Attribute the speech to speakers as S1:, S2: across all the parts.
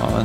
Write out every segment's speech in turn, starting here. S1: Ja,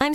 S2: I'm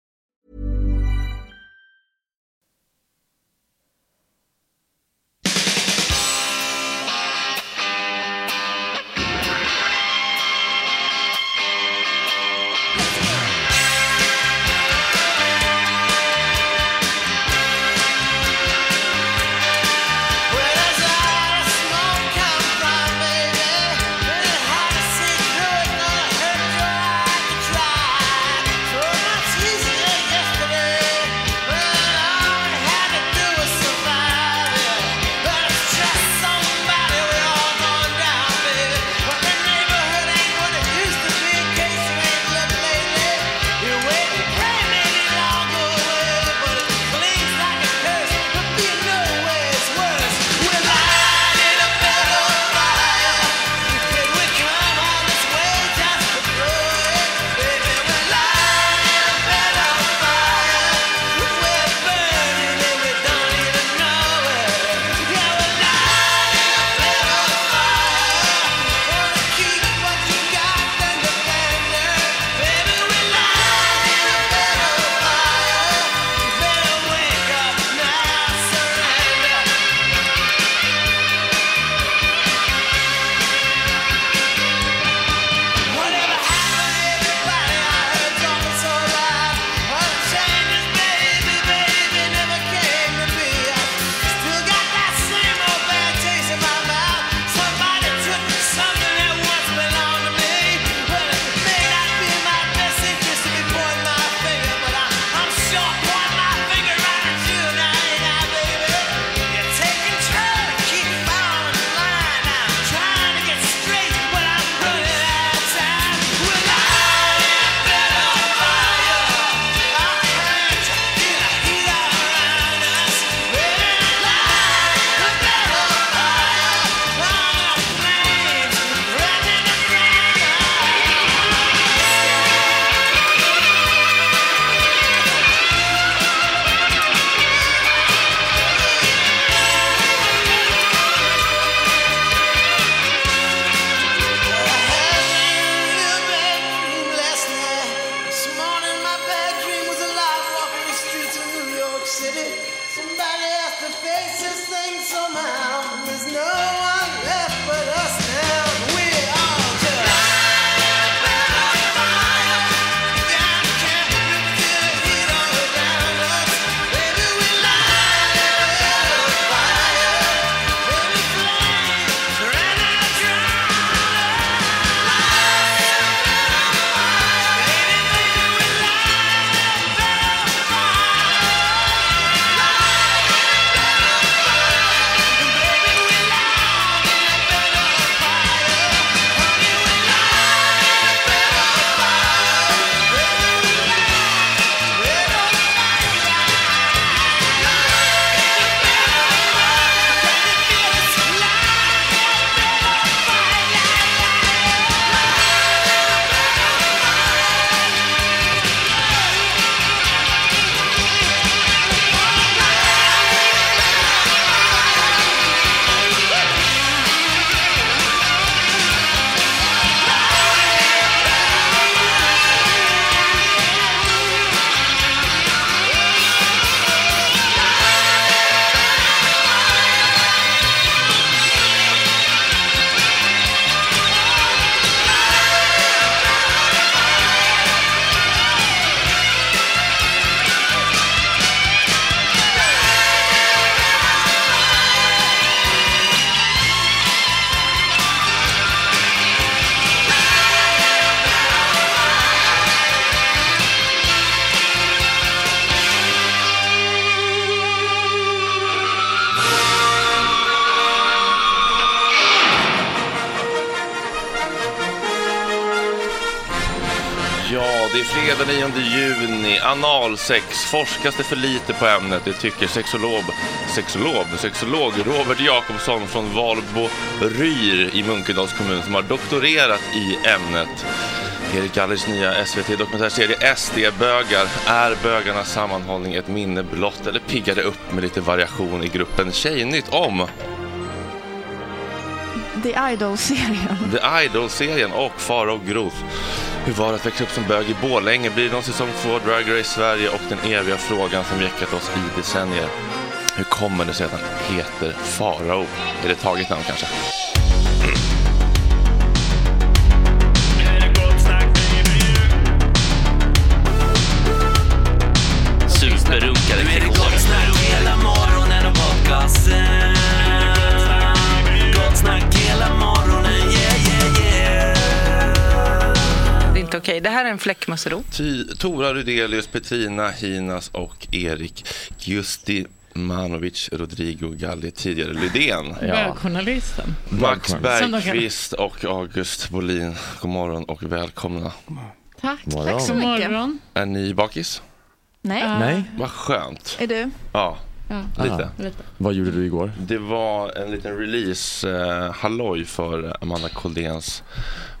S3: Too much easier. city. Somebody has to face this thing somehow. There's no one left but us now. We are just.
S1: Ja, det är fredag 9 juni. Analsex. Forskas det för lite på ämnet? Det tycker sexolog, sexolog, sexolog Robert Jakobsson från Valbo Ryr i Munkedals kommun som har doktorerat i ämnet. Erik Allers nya SVT-dokumentärserie SD-bögar. Är bögarnas sammanhållning ett minne blott eller piggar det upp med lite variation i gruppen Tjejnytt om
S4: The Idol-serien.
S1: The Idol-serien och Farao Groth. Hur var det att växa upp som bög i Borlänge? Blir det någon säsong två Drag Race Sverige och den eviga frågan som gäckat oss i decennier? Hur kommer det sig att han heter Farao? Är det taget namn kanske?
S5: Superrunkade Nu är det gott snack hela morgonen och podcasten. Gott snack hela morgonen, yeah yeah yeah.
S6: Det är inte okej. Det här är en fläckmussero.
S1: Ty- Tora Rudelius, Petrina Hinas och Erik Giusti Manovic, Rodrigo Galli, tidigare Lydén.
S7: Bögjournalisten.
S1: Max
S7: Som de kallar-
S1: Bergqvist och August Bolin, god morgon och välkomna.
S7: Tack.
S1: Morgon.
S7: Tack så
S1: God
S7: mycket.
S1: Är ni bakis?
S4: Nej.
S7: Ah.
S1: Vad skönt.
S4: Är du?
S1: Ja,
S4: Ja.
S1: lite.
S4: Lite.
S1: Vad gjorde du igår? Det var en liten release eh, halloj för Amanda Koldéns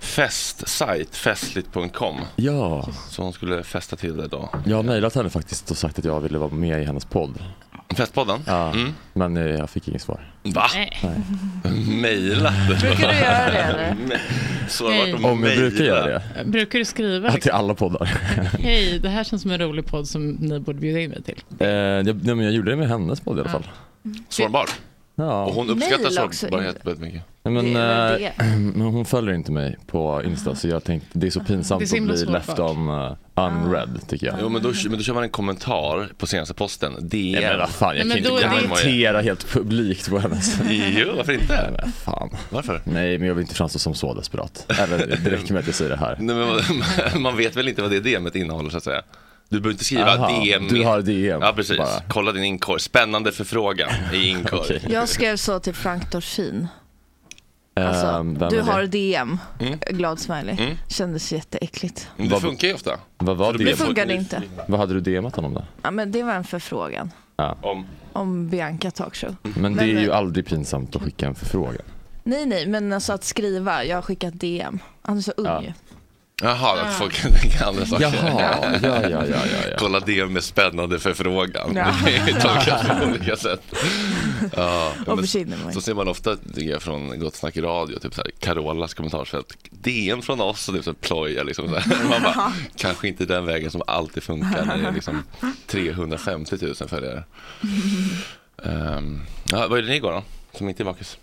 S1: festsajt, festligt.com.
S8: Ja.
S1: Så hon skulle festa till det då.
S8: Jag har mejlat henne faktiskt och sagt att jag ville vara med i hennes podd.
S1: Festpodden? Mm.
S8: Ja, men eh, jag fick inget svar.
S1: Va? Mejlat?
S7: Brukar du göra det, eller?
S1: Så har det varit att
S8: Om jag brukar
S1: mejla.
S8: göra det.
S7: Brukar du skriva
S8: Ja, till
S7: liksom,
S8: alla poddar.
S7: hej, det här känns som en rolig podd som ni borde bjuda in mig till?
S8: Eh, jag, nej, men jag gjorde det med hennes podd i alla fall.
S1: Sårbar?
S8: Ja.
S1: Och hon
S7: Mejl
S1: uppskattar
S7: också,
S1: sårbarhet väldigt mycket.
S8: Nej, men,
S7: Det är väl
S8: eh, men hon följer inte mig på Insta så jag tänkte det är så pinsamt
S1: Det är så
S8: att
S1: himla
S8: bli
S1: sårbart.
S8: left on eh, unread tycker jag.
S1: Jo men då, men då kör man en kommentar på senaste posten. DM. Nej men vad
S8: fan, jag kan inte kommentera helt publikt på hennes.
S1: Jo, varför inte?
S8: Nej, men fan.
S1: Varför?
S8: Nej, men jag vill inte framstå som så desperat. Eller det räcker med att jag säger det här.
S1: Nej, men man, man vet väl inte vad det DMet innehåller så att säga. Du behöver inte skriva
S8: Aha,
S1: DM.
S8: du har
S1: DM. Ja precis.
S8: bara.
S1: Kolla din inkorg. Spännande förfrågan i inkorg.
S4: Jag skrev så till Frank Dorsin. Alltså,
S8: Ehm, vem
S4: du
S8: är det?
S4: har DM,
S8: Mm.
S4: glad smiley.
S8: Mm.
S4: Kändes jätteäckligt.
S1: Men Det funkar ju ofta.
S8: Vad var
S4: Det
S8: DM?
S4: funkade inte.
S8: Vad hade du DMat honom då?
S4: Ja, men det var en förfrågan
S8: Ja.
S1: Om.
S4: om Bianca Talkshow.
S8: Men det är ju aldrig pinsamt att skicka en förfrågan.
S4: Nej, nej, men alltså att skriva. Jag har skickat DM. Han är så ung ju.
S1: Jaha,
S4: Ah.
S1: att folk kan tänka andra saker.
S8: Jaha, ja, ja, ja, ja,
S1: Kolla DM med spännande förfrågan.
S4: Ja.
S1: Det tolkas på olika sätt. Ja,
S4: Och
S1: men
S4: försvinner man.
S1: Så ser man ofta det från Gott Snack Radio, typ så här, Carolas kommentarsfält. DN från oss och typ så här ploja. Liksom så här. Man bara, kanske inte den vägen som alltid funkar när det är liksom 350 000 följare. Um, ja, vad gjorde ni igår då, som inte är bakis?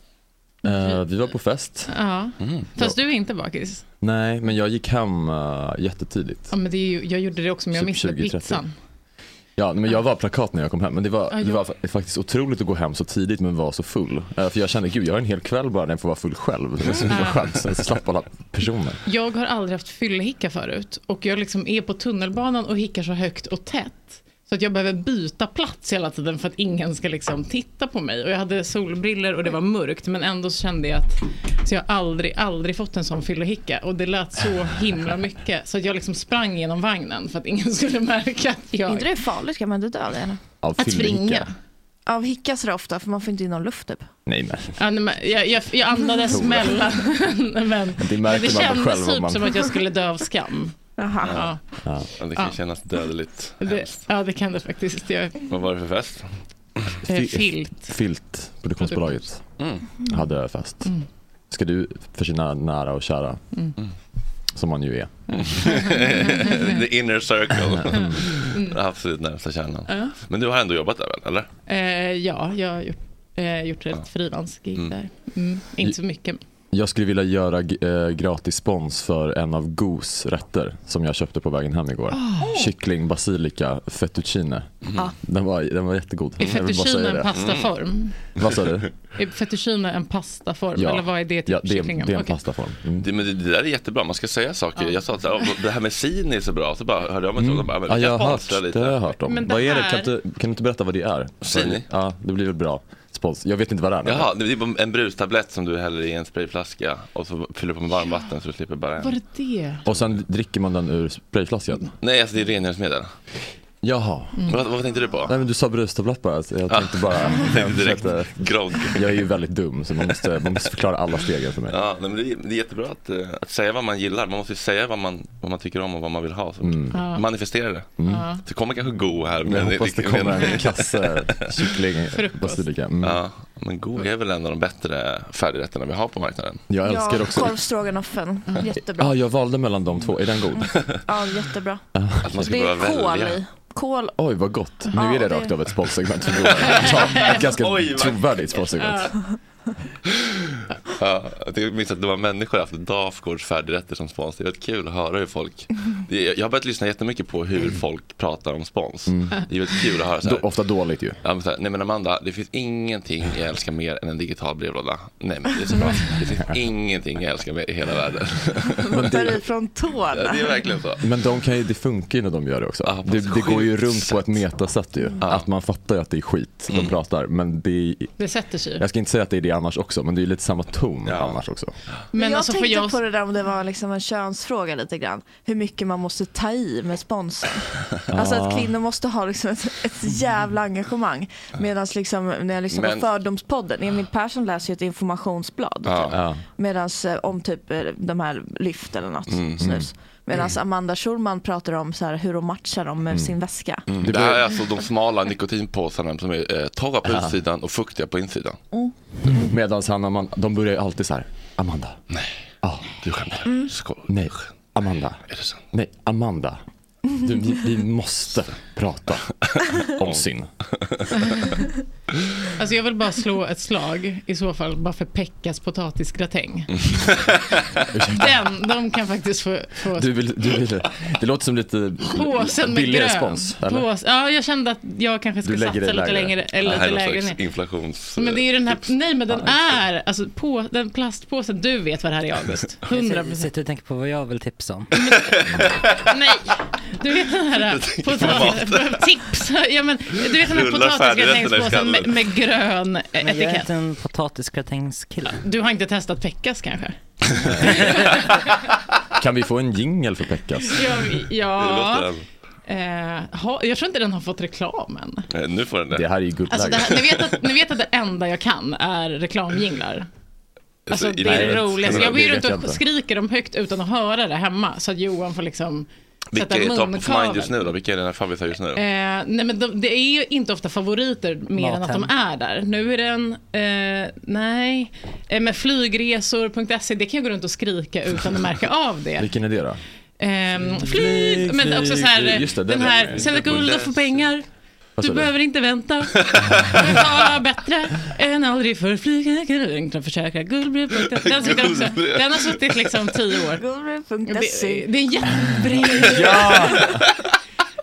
S8: Ehm, vi var på fest.
S7: Ja.
S8: Mm.
S7: Fast du är inte bakis.
S8: Nej, men jag gick hem eh, jättetidigt.
S7: Ja, men det är ju, jag gjorde det också, men jag
S8: Typ
S7: missade
S8: 20-30.
S7: pizzan.
S8: Ja, nej, men jag var plakat när jag kom hem. Men det var,
S7: Ja,
S8: det
S7: jag-
S8: var fa- faktiskt otroligt att gå hem så tidigt men vara så full. Eh, för jag kände, gud jag har en hel kväll bara när jag får vara full själv. Det är så himla skönt. Så jag slapp alla personer.
S7: Jag har aldrig haft fyllehicka förut och jag liksom är på tunnelbanan och hickar så högt och tätt. Så att jag behöver byta plats hela tiden för att ingen ska liksom titta på mig. Och jag hade solbriller och det var mörkt men ändå så kände jag att så jag har aldrig, aldrig fått en sån fyllehicka. Och det lät så himla mycket så att jag liksom sprang genom vagnen för att ingen skulle märka att jag...
S4: inte det är farligt? Kan man inte dö av det? eller?
S8: Av
S7: Att
S8: fyllehicka.
S7: springa.
S4: Av hicka så är det ofta, för man får inte in någon luft typ.
S8: Nej men.
S7: Ja, nej, men jag, jag, jag andades
S8: Tror det.
S7: mellan. men, men
S8: Det märker man
S7: det
S8: väl själv om
S7: kändes typ
S8: man-
S7: som att jag skulle dö av skam. Ja.
S1: Ja. Det kan
S7: Ja.
S1: kännas dödligt.
S7: Det, ja, det kan det faktiskt. Jag,
S1: Vad var det för fest?
S7: Eh, Filt.
S8: Filt, produktionsbolaget,
S1: Mm.
S8: hade fest.
S7: Mm.
S8: Ska du för sina nära och kära,
S7: Mm.
S8: som man ju är.
S1: The inner circle.
S7: Mm.
S1: Absolut närmsta kärnan.
S7: Ja.
S1: Men du har ändå jobbat där väl, eller?
S7: eh, ja, jag har gjort, eh, gjort ett frilansgig
S8: Mm.
S7: där. Mm, inte så mycket.
S8: Jag skulle vilja göra g- eh, gratis spons för en av Gos rätter som jag köpte på vägen hem igår.
S7: Åh.
S8: Kyckling, basilika, fettuccine.
S7: Ja.
S8: Den, var, den var jättegod.
S7: Är
S8: Jag vill bara
S7: fettuccine
S8: säga
S7: en
S8: det.
S7: Ah.
S8: Mm.
S7: pastaform?
S8: Vad sa du?
S7: Är fettuccine en pastaform? Eller vad är det till
S8: ja, det, är-
S7: kycklingen?
S8: det är en
S7: Okej.
S8: pastaform.
S1: Det, men det, det där är jättebra, man ska säga saker. Jag sa att "Åh, det här med sin är så bra, så bara hörde jag mig till och bara, men
S8: Ja,
S1: vi kan
S8: jag har
S1: sponsra
S8: hört, det har jag hört om.
S7: Men det
S8: vad är det?
S7: här-
S8: Kan, du, kan du inte berätta vad det är?
S1: Sini.
S8: Ja, det blir väl bra spons. Jag vet inte vad det är. men-
S1: Jaha, det är bara en brustablett som du häller i en sprayflaska och så fyller du på med varmvatten så du slipper bara
S7: Var
S1: en.
S7: det det?
S8: Och sen dricker man den ur sprayflaskan?
S1: Nej, alltså det är rengöringsmedel.
S8: Jaha.
S1: Mm. Vad, vad tänkte du på?
S8: Nej men du sa brustablett bara, så jag tänkte bara
S1: tänkte direkt
S8: jag,
S1: grogg.
S8: jag är ju väldigt dum så man måste, man måste förklara alla stegen för mig.
S1: Ja, nej, men det, är, det är jättebra att, eh, att säga vad man gillar. Man måste ju säga vad man, vad man tycker om och vad man vill ha. Så.
S8: Mm.
S7: Ja.
S1: Manifestera det.
S8: Mm.
S7: Ja.
S1: Det kommer kanske go här.
S8: Jag hoppas det kommer en kasse kyckling
S7: Frukost.
S8: basilika. Mm.
S1: Ja, men go är väl en av de bättre färdigrätterna vi har på marknaden.
S8: Jag älskar också...
S4: Korvstroganoffen,
S7: Mm.
S4: jättebra.
S8: Ja, jag valde mellan de två. Är den god?
S4: Ja, jättebra.
S1: Att man ska
S4: Det
S1: behöva
S4: är kol
S1: välja.
S4: i. Kol.
S8: Oj, vad gott. Nu
S4: Ja,
S8: är det
S4: det-
S8: rakt av ett sponsegment för Goa. Ja, Ett ganska
S1: Oj, vad-
S8: trovärdigt sponsegment.
S1: Ja, jag minns att det var människor haft Dafgårds färdigrätter som spons. Det är väldigt kul att höra hur folk... det är- Jag har börjat lyssna jättemycket på hur folk pratar om spons. Det är väldigt kul att höra så här.
S8: Mm. Då, ofta dåligt ju.
S1: Ja, men så här, nej men Amanda, det finns ingenting jag älskar mer än en digital brevlåda. Nej men det är så bra. Det finns ingenting jag älskar mer i hela världen.
S4: Hoppar ut från tårna.
S1: Ja, det är verkligen så.
S8: Men de kan ju, det funkar ju när de gör det också.
S1: Ja, på
S8: det,
S1: ett
S8: det går ju
S1: sjukt
S8: runt på ett metasätt ju. Att man fattar ju att det är skit de
S1: Mm.
S8: pratar. Men det är,
S7: Det sätter sig ju.
S8: jag ska inte säga att det är det annars också, men det är ju lite samma ton annars också.
S4: Men jag
S7: alltså, får
S4: tänkte
S7: jag-
S4: på det där om det var liksom en könsfråga lite grann. Hur mycket man måste ta i med sponsorn. Alltså att
S8: Ah.
S4: kvinnor måste ha liksom ett, ett jävla engagemang. Medan liksom, när jag lyssnar på
S1: Men-
S4: Fördomspodden, Emil Persson läser ju ett informationsblad.
S1: Ja.
S4: Medan om typ eh, de här lyft eller något
S1: Mm.
S4: snus. Medan Amanda Schulman pratar om så här, hur hon matchar dem med
S1: Mm.
S4: sin väska.
S1: Mm.
S8: Det
S1: Det här
S8: blir-
S1: är alltså de smala nikotinpåsarna som är eh, torra på
S8: Ja.
S1: utsidan och fuktiga på insidan.
S4: Mm.
S8: Medan han, Amanda, de börjar ju alltid så här, Amanda. Nej. Ja.
S1: Du skämtar? Skål.
S8: Nej. Amanda.
S1: Är det så?
S8: Nej, Amanda. Du, vi, vi måste prata om sin.
S7: Alltså jag vill bara slå ett slag i så fall bara för Pekkas potatisgratäng. Den, de kan faktiskt få, få
S8: Du vill, du vill, det låter som lite
S7: påsen med
S8: billig
S7: grön.
S8: respons. Eller?
S7: Pås, ja, jag kände att jag kanske
S8: Du
S7: ska
S8: lägger
S7: satsa
S8: det
S7: lite
S8: lägre.
S7: längre. Eller
S1: det
S7: lite
S1: här är någon
S7: lägre
S1: slags
S7: ner.
S1: inflations...
S7: Men det är ju den här, nej men den
S1: Ja,
S7: är, alltså på, den plastpåsen, du vet vad det här är August. 100
S9: Jag sitter och tänker på vad jag vill tipsa om.
S7: Nej, du vet den här
S9: på
S7: potatis,
S9: mat.
S7: tips, ja men du vet den här
S9: Rullar färdigrätterna i
S7: potatisgratängspåsen
S9: skallen.
S7: med, med grön eh,
S9: Men jag är
S7: etikett.
S9: inte en potatisgratänskille.
S7: Du har inte testat Pekkas kanske?
S8: Kan vi få en jingel för Pekkas?
S7: Ja,
S1: Hur
S7: ja
S1: låter
S7: eh, ha, jag tror inte den har fått reklam än.
S1: den? Eh, Nu får den det.
S8: Det här är ju guldläge.
S7: Alltså det här, ni, vet att, ni vet att det enda jag kan är reklamjinglar. Alltså
S1: Så i
S7: det är
S1: livet.
S7: roligt.
S1: Nej,
S7: Jag går ju
S1: det
S7: runt
S1: vet jag inte.
S7: och skriker dem högt utan att höra det hemma. Så att Johan får liksom
S1: Vilka
S7: Sätta
S1: är top of
S7: munkavel.
S1: mind just nu då? Vilka är dina favoriter just nu?
S7: Eh, nej men de, det är ju inte ofta favoriter mer än att de
S1: Mathem.
S7: är där. Nu är den, eh, nej, eh, men flygresor.se, E, det kan jag gå runt och skrika utan att märka av det.
S8: Vilken är det då?
S7: Ehm, flyg, men också så här,
S8: flyg. Just det,
S7: den
S8: den är
S7: här,
S8: med.
S7: sälj guld och få pengar.
S8: Vad
S7: Du
S8: sa du?
S7: behöver inte vänta. Betala bättre än aldrig för flyga guld. De försäkrar guldbrev.se. Den, sitter också-
S5: Guldbrev.
S7: den har suttit liksom tio år.
S4: Guldbrev.se.
S7: Det, det är en jättebred.
S5: Ja.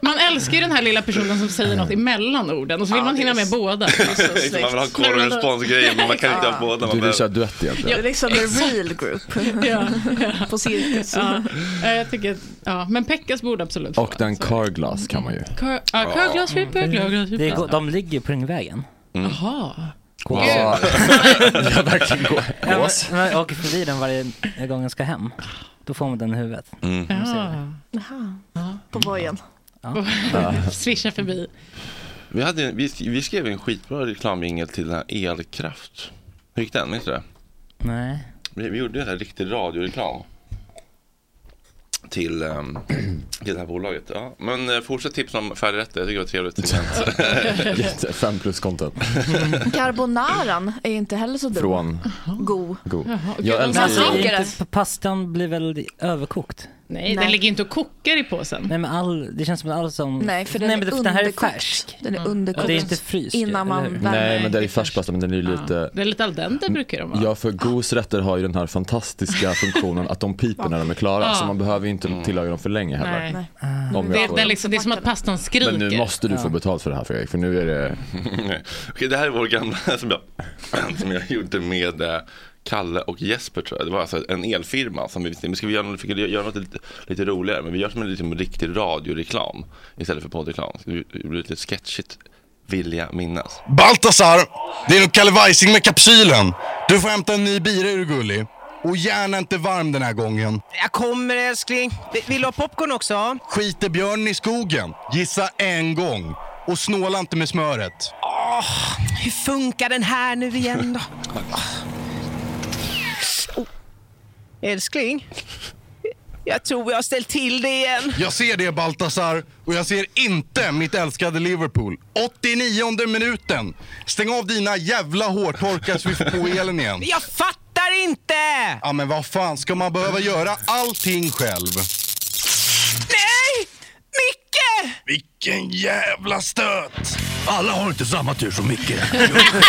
S7: Man älskar ju den här lilla personen som säger något emellan orden och så vill man hinna med båda.
S1: man vill ha
S7: Men
S1: call och
S7: vadå?
S1: responsgrejer men man kan inte ha båda. Man
S8: Du vill
S1: behöver-
S8: köra duett
S4: Det är
S8: egentligen?
S4: liksom the real group.
S7: ja, ja.
S4: På cirkus.
S7: Ja, eh, jag tycker, att- ja, men Pekkas borde absolut få.
S8: Och den Carglass kan man ju.
S7: Kör- ja, kör glasfritt, kör glasfritt.
S9: Mm. Det går- De ligger ju på Ringvägen.
S7: Jaha.
S9: Gås.
S7: Ja.
S8: Mm. Ja, verkligen gå- gås.
S9: men, jag åker förbi den varje gång jag ska hem. Då får man den i huvudet.
S8: Mm.
S7: Ja.
S4: På bojen.
S7: Ja. Swisha förbi.
S1: Vi, hade, en- vi, vi skrev en skitbra reklamjingel till den här Elkraft. Hur gick den? Minns du det?
S9: Nej.
S1: Vi, vi gjorde en sån här riktig radioreklam. Till, ehm, till det här bolaget. Ja. Men eh, fortsätt tipsa om färdigrätter. Jag tycker det var trevligt. segment.
S8: Jätte, fem plus content.
S4: Mm. Carbonaran är inte heller så dum.
S8: Från?
S4: God.
S8: God.
S4: Jaha,
S8: Jag
S9: Men alltså,
S8: älskar
S9: det
S8: ju...
S9: är inte, pastan blir väl överkokt?
S7: Nej, den ligger inte och kokar i påsen.
S9: Nej men all, det känns som att all som...
S4: Nej, för den
S9: men
S4: är
S9: det- den här är
S4: underkokt.
S9: färsk.
S4: Den är underkokt.
S9: Det är inte fryst ju,
S4: Innan man
S9: eller hur?
S8: Nej, men det är färskpasta, men den är ju lite...
S7: Det är lite al dente brukar de vara.
S8: Ja, för Gos rätter har ju den här fantastiska funktionen att de piper när de är klara,
S7: Ja.
S8: så man behöver ju
S1: Mm.
S8: inte tillaga dem för länge heller. Ah.
S7: Nej.
S8: Om
S7: Det, det,
S8: jag
S7: är
S8: får.
S7: liksom, det är som att pastan skriker.
S8: Men nu måste du få betalt för det här Fredrik, för nu är det...
S1: Okej, det här är vår gamla som jag, som jag gjorde med eh, Kalle och Jesper tror jag. Det var alltså en elfirma som vi visste, men ska vi göra något, vi fick göra något lite, lite roligare? Men vi gör som en liksom, riktig radioreklam istället för poddreklam. Det blir lite sketchigt vill jag minnas.
S10: Baltasar, det är nog Kalle Weising med kapsylen. Du får hämta en ny bira är du gullig. Och gärna inte varm den här gången.
S11: Jag kommer älskling. Vi- Vill du ha popcorn också?
S10: Skiter björnen i skogen? Gissa en gång. Och snåla inte med smöret.
S11: Åh, hur funkar den här nu igen då? Åh. Älskling? Jag tror jag har ställt till det igen.
S10: Jag ser det Baltasar och jag ser inte mitt älskade Liverpool. 89 minuten. Stäng av dina jävla hårtorkar så vi får på elen igen.
S11: Jag fattar inte!
S10: Ja men vad fan, ska man behöva göra allting själv?
S11: Nej! Micke!
S12: Vilken jävla stöt! Alla har inte samma tur som Micke. Gör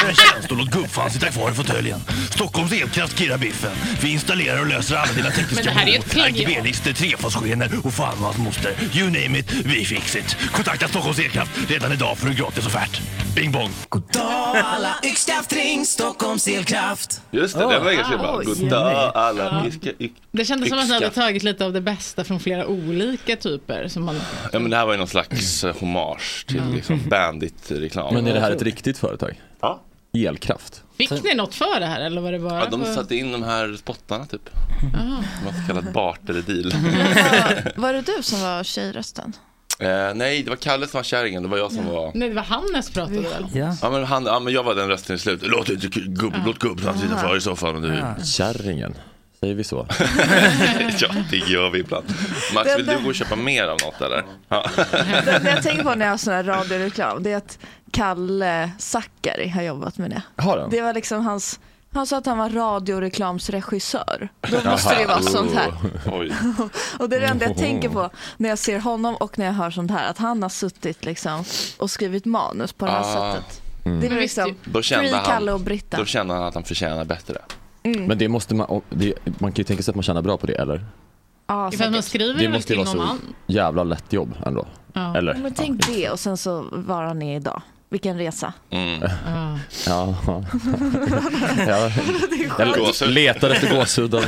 S12: en tjänst och låt gubbfan sitta kvar i fåtöljen. Stockholms Elkraft kirrar biffen. Vi installerar och löser alla dina
S7: Men
S12: tekniska
S7: det här är ju ett plagiat.
S12: RGB-lister, trefasskenen eh, och fan och hans moster. You name it, vi fix it. Kontakta Stockholms Elkraft redan idag för en gratis offert. Bing bong!
S5: Ta alla yxkraft, ring Stockholms elkraft.
S1: Just det,
S5: Åh,
S1: den var ganska
S5: ah,
S1: bra.
S5: oj.
S1: Goddag alla
S7: Ja.
S1: iska, i,
S7: Det kändes som att man hade
S1: yxka.
S7: tagit lite av det bästa från flera olika typer. Som man...
S1: Ja men det här var ju någon slags eh, hommage till liksom bandit-reklam.
S8: Men är det här ett riktigt företag?
S1: Ja.
S8: Elkraft?
S7: Fick ni något för det här eller var det bara?
S1: Ja, de
S7: för-
S1: satte in de här spottarna typ.
S7: Ah.
S1: Vad så kallat barterdeal.
S4: Var det du som var tjejrösten?
S1: eh, nej, det var Kalle som var kärringen, det var jag som var...
S7: Nej, det var Hannes pratade väl?
S1: Ja men, han, ja men jag var den rösten i slutet. Låt inte gu- gubb,
S7: Ja.
S1: låt gubbsnack sitta
S7: Ah.
S1: kvar i soffan om du vill.
S7: Ja.
S8: Kärringen, säger vi så?
S1: ja det gör vi ibland. Max
S4: Den
S1: vill
S4: där-
S1: du gå och köpa mer av något eller? Ja.
S4: Det, det jag tänker på när jag har sån här radioreklam, det är att Kalle Zackari har jobbat med det.
S8: Har han?
S4: Det var liksom hans, han sa att han var radioreklamsregissör. Då måste det ju
S8: Jaha.
S4: vara sånt här.
S3: Oh.
S1: Oj.
S4: Och det är det enda jag tänker på när jag ser honom och när jag hör sånt här, att han har suttit liksom och skrivit manus på det här
S1: Ah.
S4: sättet.
S8: Mm.
S4: Det är liksom
S1: Då kände
S4: free
S1: han,
S4: Kalle och Britta.
S1: Då kände han att han förtjänar bättre.
S4: Mm.
S8: Men det måste man, och det, man kan ju tänka sig att man tjänar bra på det, eller?
S4: Ja,
S7: Ifall man
S4: säkert.
S7: skriver
S8: Det
S7: väl
S8: måste ju
S7: till någon
S8: vara så
S7: annan.
S8: jävla lätt jobb ändå.
S4: Ja. Mm.
S8: Eller?
S4: Men tänk det och sen så var han är idag. Vilken resa.
S1: Mm.
S7: Ja.
S8: Ja. ja.
S4: Det är skönt.
S8: Jag letar efter gåshuden.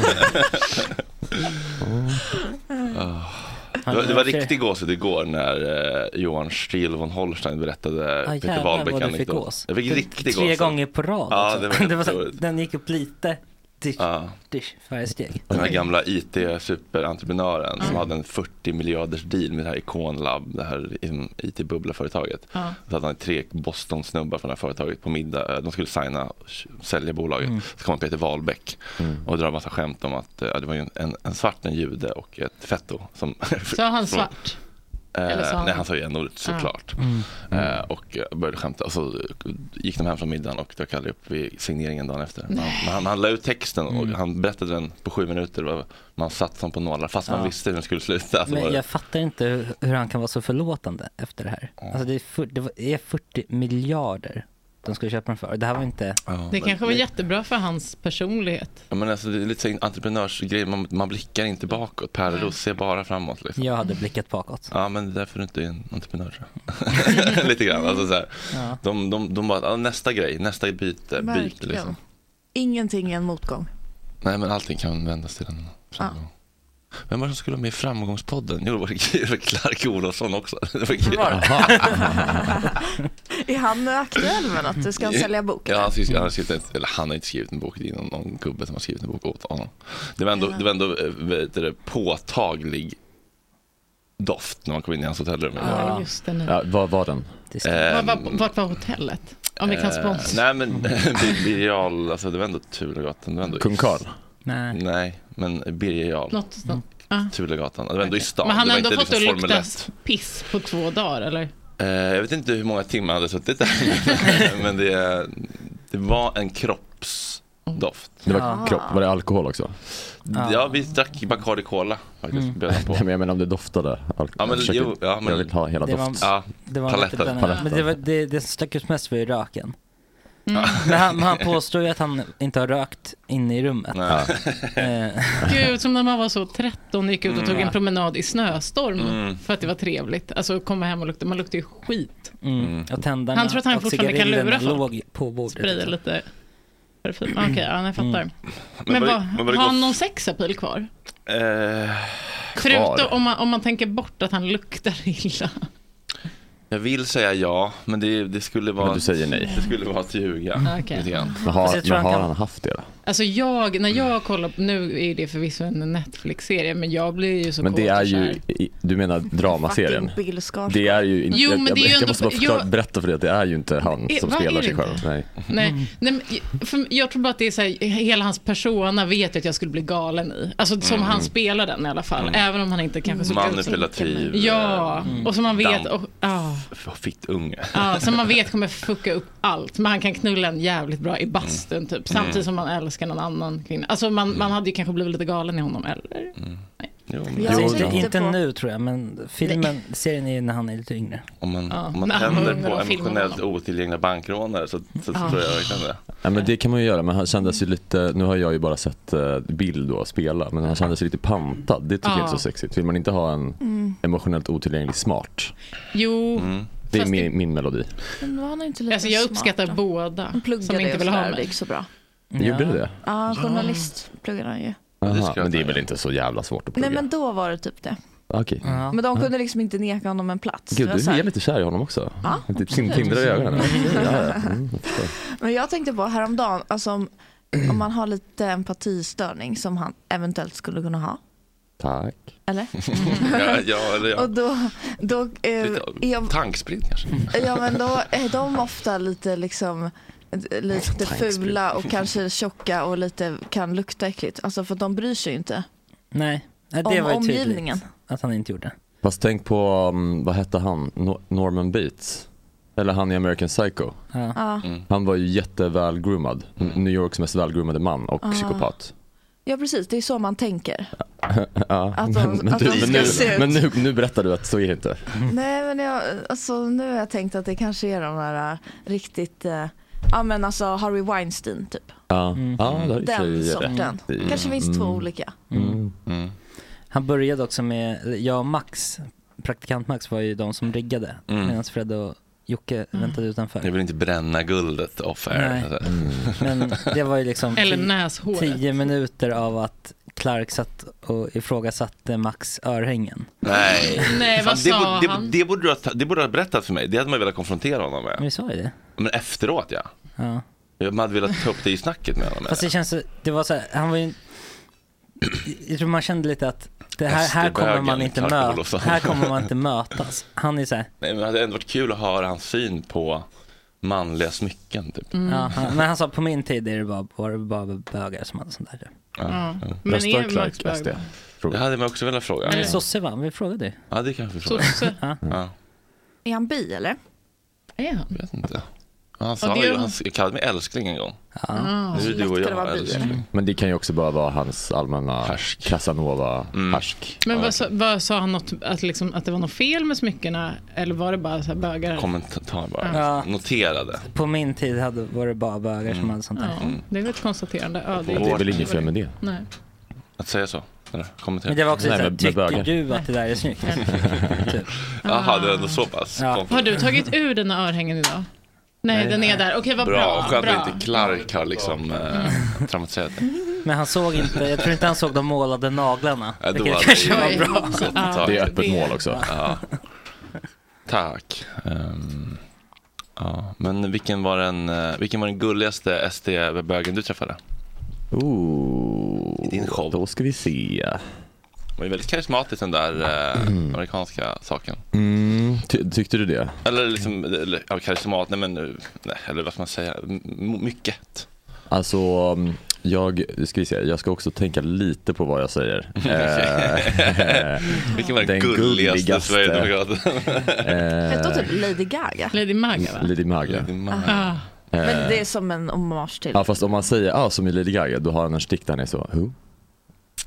S1: Ah. Det var, det var riktig gåshud igår när eh, Johan Stiel von Holstein berättade
S9: Ja,
S1: Peter
S9: Ah, jävlar
S1: Wahlbeck
S9: vad du fick
S1: anekdot.
S9: gås.
S1: Jag fick
S9: Tre
S1: riktig gåshud.
S9: gånger på rad.
S1: Ja,
S9: också.
S1: det var helt
S9: så-
S1: otroligt.
S9: den gick upp lite Dish, dish, varje steg.
S1: Den här gamla IT-superentreprenören som hade en 40 miljarders deal med det här Iconlab, det här mm, IT-bubbla-företaget.
S7: Ja.
S1: Så hade han tre Boston-snubbar från det här företaget på middag. Eh, De skulle signa, sälja bolaget.
S7: Mm.
S1: Så kom Peter Wahlbeck och drar massa skämt om att eh, det var ju en- en, en svart, en jude och ett fetto. Som,
S7: Sa han
S1: som-
S7: svart?
S1: Eh,
S7: Eller sa han- Ah.
S1: Nej, han sa ju n-ordet såklart.
S7: Ja. Mm.
S1: Eh, och eh, började skämta. Och så gick de hem från middagen och dök aldrig upp vid signeringen dagen efter. Men han,
S7: Nej.
S1: men han, han la ut texten och
S9: Mm.
S1: han berättade den på sju minuter. Det var- Man satt som på nålar fast man
S9: Ja.
S1: visste hur den skulle sluta. Så var
S9: Men
S1: det-
S9: jag fattar inte hur- hur han kan vara så förlåtande efter det här. Alltså det är, fyr- det var- är 40 miljarder de skulle köpa den för. Det här var inte...
S7: Det kanske var jättebra för hans personlighet.
S1: Ja, men alltså, det är lite så här entreprenörsgrej, man, man blickar inte
S4: Mm.
S1: bakåt. Pärleros ser bara framåt. Liksom.
S9: Jag hade blickat bakåt.
S1: Ja, men det är därför du inte är en entreprenör. tror jag. lite grann. Alltså, så här.
S9: Ja.
S1: De, de, de bara, ja, nästa grej, nästa byte, byte
S4: Verkligen.
S1: liksom.
S4: Ingenting är en motgång.
S1: Nej, men allting kan vändas till en framgång. Vem var det som skulle vara med i Framgångspodden? Jo, det var Clark Olofsson också. Det var kul.
S4: Var det? Är han aktuell med något? Du ska han sälja bok?
S1: Ja, han, skrev, han, har skrivit en, eller han har inte skrivit en bok, det är någon, någon gubbe som har skrivit en bok åt honom. Det var ändå, det var ändå eh, vet du det, påtaglig doft när man kom in i hans hotellrum. Eh,
S7: Ja, Ja. just det, nu.
S8: Ja, vad var den?
S7: Var- var- Vart var hotellet? Om vi kan sponsra.
S1: Nej, men Bir- Birger Jarl, alltså det var ändå Turegatan. det var ändå-
S8: Kung Karl?
S9: Nej.
S1: Nej, men Birger Jarl.
S7: Något sånt. Ja.
S1: Turegatan. Det var ändå i stan.
S7: Men han
S1: det
S7: har
S1: var
S7: ändå
S1: inte
S7: fått att
S1: liksom Formel
S7: lukta
S1: 1.
S7: piss på två dagar, eller?
S1: Eh, Jag vet inte hur många timmar han hade suttit där. men det, det var en kroppsdoft.
S8: Det var
S1: Ah.
S8: kropp, var det alkohol också?
S1: Ja, vi drack Bacardi Cola faktiskt.
S8: Mm.
S1: Bjöd han på.
S8: Nej men jag menar om det doftade alkohol.
S1: Ja, men
S8: jag, försöker-
S1: jo, ja, men-
S8: jag vill ha hela
S1: Det var-
S8: doft.
S1: ja,
S9: Det var lite
S8: Paletten.
S9: blandade. Men det, var, det, det som stack ut mest var ju röken.
S7: Mm.
S9: Men han, men han påstår ju att han inte har rökt inne i rummet. Eh,
S7: Gud, som när man var så 13 och gick ut och tog
S9: Mm.
S7: en promenad i snöstorm
S9: Mm.
S7: för att det var trevligt. Alltså komma hem och lukta, man luktar ju skit.
S9: Mm. Och tändarna
S7: Han tror att han
S9: och
S7: fortfarande kan
S9: cigarillerna
S7: lura folk.
S9: låg på bordet.
S7: Spraya
S9: liksom.
S7: lite parfym. Okej, ja, jag fattar.
S9: Mm.
S7: Men,
S1: Men var det-
S7: vad,
S1: men var det
S7: har
S1: gott?
S7: han någon sexapil kvar?
S1: Eh,
S7: Förutom
S1: kvar.
S7: om man, om man tänker bort att han luktar illa.
S1: Jag vill säga ja, men det, det skulle vara...
S8: Men du säger nej.
S1: Det skulle vara att ljuga.
S7: Mm. Okej.
S1: lite grann.
S8: Men
S7: Alltså, jag tror
S8: har,
S7: han
S8: men har
S7: kan-
S8: han haft det då?
S7: Alltså jag, när jag kollar, på- nu är det förvisso en Netflix-serie, men jag blir ju så
S8: Men det
S7: kåt och
S8: är
S7: kär.
S8: ju, i- du menar dramaserien?
S4: Fucking Bill Skarsgård.
S8: Det är ju inte,
S7: Jo,
S8: jag,
S7: men det är
S8: jag,
S7: ju
S8: jag
S7: ändå-
S8: måste bara förklara,
S7: jag-
S8: berätta för dig att det är ju inte han
S7: Eh,
S8: som
S7: vad
S8: spelar
S7: är
S8: sig
S7: det
S8: själv. Nej.
S7: Nej, nej men, jag- för, jag tror bara att det är så här, hela hans persona vet jag att jag skulle bli galen i. Alltså som
S1: Mm.
S7: han spelar den i alla fall,
S1: Mm.
S7: även om han inte kanske såg ut som-
S1: Manipulativ. eh, mm.
S7: Ja, och som man vet, och, ja,
S1: Fitt unge.
S7: ja, som man vet kommer fucka upp allt. Men han kan knulla en jävligt bra i bastun typ, samtidigt
S1: Mm.
S7: som man älskar någon annan kvinna. Alltså man, man hade ju kanske blivit lite galen i honom,
S1: Mm.
S7: eller?
S1: Jo, men-
S9: Jo, inte, inte nu tror jag, men filmen, serien är ju när han är lite yngre.
S1: Om man,
S9: Ja,
S1: om man
S9: när han var ung
S1: tänder
S9: och
S1: på
S9: de filmade
S1: emotionellt otillgängliga bankrånare så, så,
S9: Ja.
S1: tror jag verkligen det.
S8: Ja, men det kan man ju göra, men han kändes ju
S4: Mm.
S8: lite, nu har jag ju bara sett eh, bild då spela, men han kändes ju lite pantad. Det tycker
S7: Ja.
S8: jag inte är så sexigt. Vill man inte ha en
S4: Mm. Oh,
S8: emotionellt otillgänglig smart?
S7: Jo,
S1: Mm.
S8: Det är
S7: Fast
S8: min, min melodi.
S4: Men var han inte lite
S7: alltså jag
S4: smart
S7: uppskattar
S4: då?
S7: båda
S4: Han pluggade
S7: som inte
S4: och
S7: vill ha
S4: sådär, det
S7: mig.
S4: gick så bra.
S8: Gjorde du det?
S4: Ja, journalist pluggade han ju.
S8: Aha, men det är väl inte så jävla svårt att plugga?
S4: Nej men då var det typ det.
S8: Okej.
S4: Men de
S8: Ja.
S4: kunde liksom inte neka honom en plats.
S8: Gud,
S4: Det var
S8: du
S4: så här-
S8: är lite kär i honom också.
S4: Ja,
S8: Det typ
S4: absolut.
S8: tindrar i ögonen. Ja, ja. Mm, jag förstår.
S4: Men jag tänkte på häromdagen, alltså om, om man har lite empatistörning som han eventuellt skulle kunna ha.
S8: Tack.
S4: Eller? Mm.
S1: ja, ja, eller ja.
S4: Och då, då eh,
S1: Lite av-
S4: är jag,
S1: Tanksprint kanske.
S4: ja, men då är de ofta lite liksom eh, lite
S1: Tankspridd.
S4: fula och kanske tjocka och lite kan lukta äckligt. Alltså för de bryr sig ju inte.
S9: Nej, Nej, det
S4: Om
S9: var ju
S4: omgivningen.
S9: tydligt att han inte gjorde.
S8: Fast tänk på, um, vad hette han, No- Norman Bates? Eller han i American Psycho.
S9: Ja.
S4: Ja.
S1: Mm.
S8: Han var ju jättevälgroomad. New Yorks mest välgroomade man och
S4: Ah.
S8: psykopat.
S4: ja precis, det är så man tänker.
S8: ja,
S4: Att de-
S8: men, men,
S4: att
S8: du,
S4: de ska
S8: men, nu,
S4: se ut-
S8: men nu, nu berättar du att så är det inte.
S4: Nej men jag, alltså, nu har jag tänkt att det kanske är de där äh, riktigt, äh, ja men alltså Harry Weinstein typ.
S8: Ja, ja det har du
S4: Den
S8: i och för sig
S4: sorten.
S8: rätt i.
S4: Kanske finns två olika.
S8: Mm. Mm.
S9: Han började också med, eller jag och Max, praktikant Max var ju de som riggade
S1: Mm.
S9: medan Fred och Jocke väntade utanför.
S1: Jag vill inte bränna guldet off air. Alltså.
S9: Nej. Men det var ju liksom
S7: Eller
S9: ti-
S7: näshåret.
S9: tio minuter av att Clark satt och ifrågasatte Max örhängen.
S1: Nej.
S7: Nej, vad
S1: det,
S7: sa
S1: borde- det,
S7: han?
S1: Det borde, du ha, det borde du ha berättat för mig. Det hade man ju velat konfrontera honom med.
S9: Men vi sa ju det.
S1: Men efteråt ja.
S9: Ja.
S1: Jag hade velat ta upp det i snacket med honom.
S9: Fast det känns, det var så här, han var ju, jag tror man kände lite att det här, här kommer man
S1: Österbögen,
S9: inte
S1: Clark
S9: möta,
S1: Olofsson.
S9: här kommer man inte mötas. Han är så här,
S1: Nej, men det hade ändå varit kul att höra hans syn på manliga smycken. Typ.
S9: ja, han, men han sa på min tid är det bara, var det bara bögar som hade sånt där.
S1: Ja.
S9: Ja.
S1: Men
S9: Röstar
S1: är
S9: Clark
S1: Max bög?
S9: SD?
S1: Det hade man också velat fråga.
S9: Eller sosse va? Vi frågade ju.
S1: Ja, det kanske vi frågar.
S9: Sosse.
S1: Ja.
S4: Är han bi eller?
S7: Är han?
S1: Han
S4: Ja,
S1: sa
S4: det är-
S1: ju, han kallade mig älskling en gång.
S9: Mm.
S4: Ah,
S1: nu
S4: så
S1: är du och
S4: lätt kan det vara
S1: jag
S4: bi,
S1: älskling.
S8: Men det kan ju också bara vara hans allmänna
S1: Mm.
S8: Casanova-härsk.
S7: Men vad, sa- vad sa han något, att, liksom, att det var något fel med smyckena? Eller var det bara så här bögar?
S1: Kommentar bara.
S9: Ja.
S1: Noterade.
S9: På min tid hade, var det bara bögar som hade sånt där.
S7: Ja, det är väl ett konstaterande. Ja,
S1: Det är väl inget fel
S8: med det.
S7: Nej.
S1: Att säga så? Eller, kommentera.
S9: Men det var också såhär, tycker du att det där är snyggt? Typ.
S1: Jaha, det är ändå så pass. Ja.
S7: Har du tagit ur dina örhängen idag? Nej,
S1: Nej.
S7: den är där. Okej, vad
S1: Bra,
S7: bra.
S1: skönt
S7: bra.
S1: att inte Clark har liksom eh, traumatiserat dig.
S9: Men han såg inte, jag tror inte han såg de målade naglarna.
S1: Ja, då
S9: vilket
S1: hade
S9: kanske
S1: jag
S9: var
S1: ju
S9: bra.
S1: fått tag i Ja.
S9: Ja.
S1: Tack. Ehm, ja. Men vilken var den, eh, vilken var den gulligaste SD-bögen du träffade?
S8: Ooh,
S1: din show.
S8: Då ska vi se.
S1: Det var ju väldigt karismatisk den där eh, amerikanska saken.
S8: Mm, ty- tyckte du det?
S1: Eller liksom, eller, ja, karismat, nej men, eh, nej, eller vad ska man säga, M- mycket.
S8: Alltså, mm, jag ska, vi se, jag ska också tänka lite på vad jag säger. Eh,
S1: Vilken var den gulligaste sverigedemokraten?
S4: Hette hon
S8: eh,
S4: typ Lady Gaga?
S7: Lady Maga
S8: Lady Maga.
S4: Ah. Men det är som en hommage till.
S8: Ja fast om man säger ah, som i Lady Gaga, då har han en stick där han är så, who?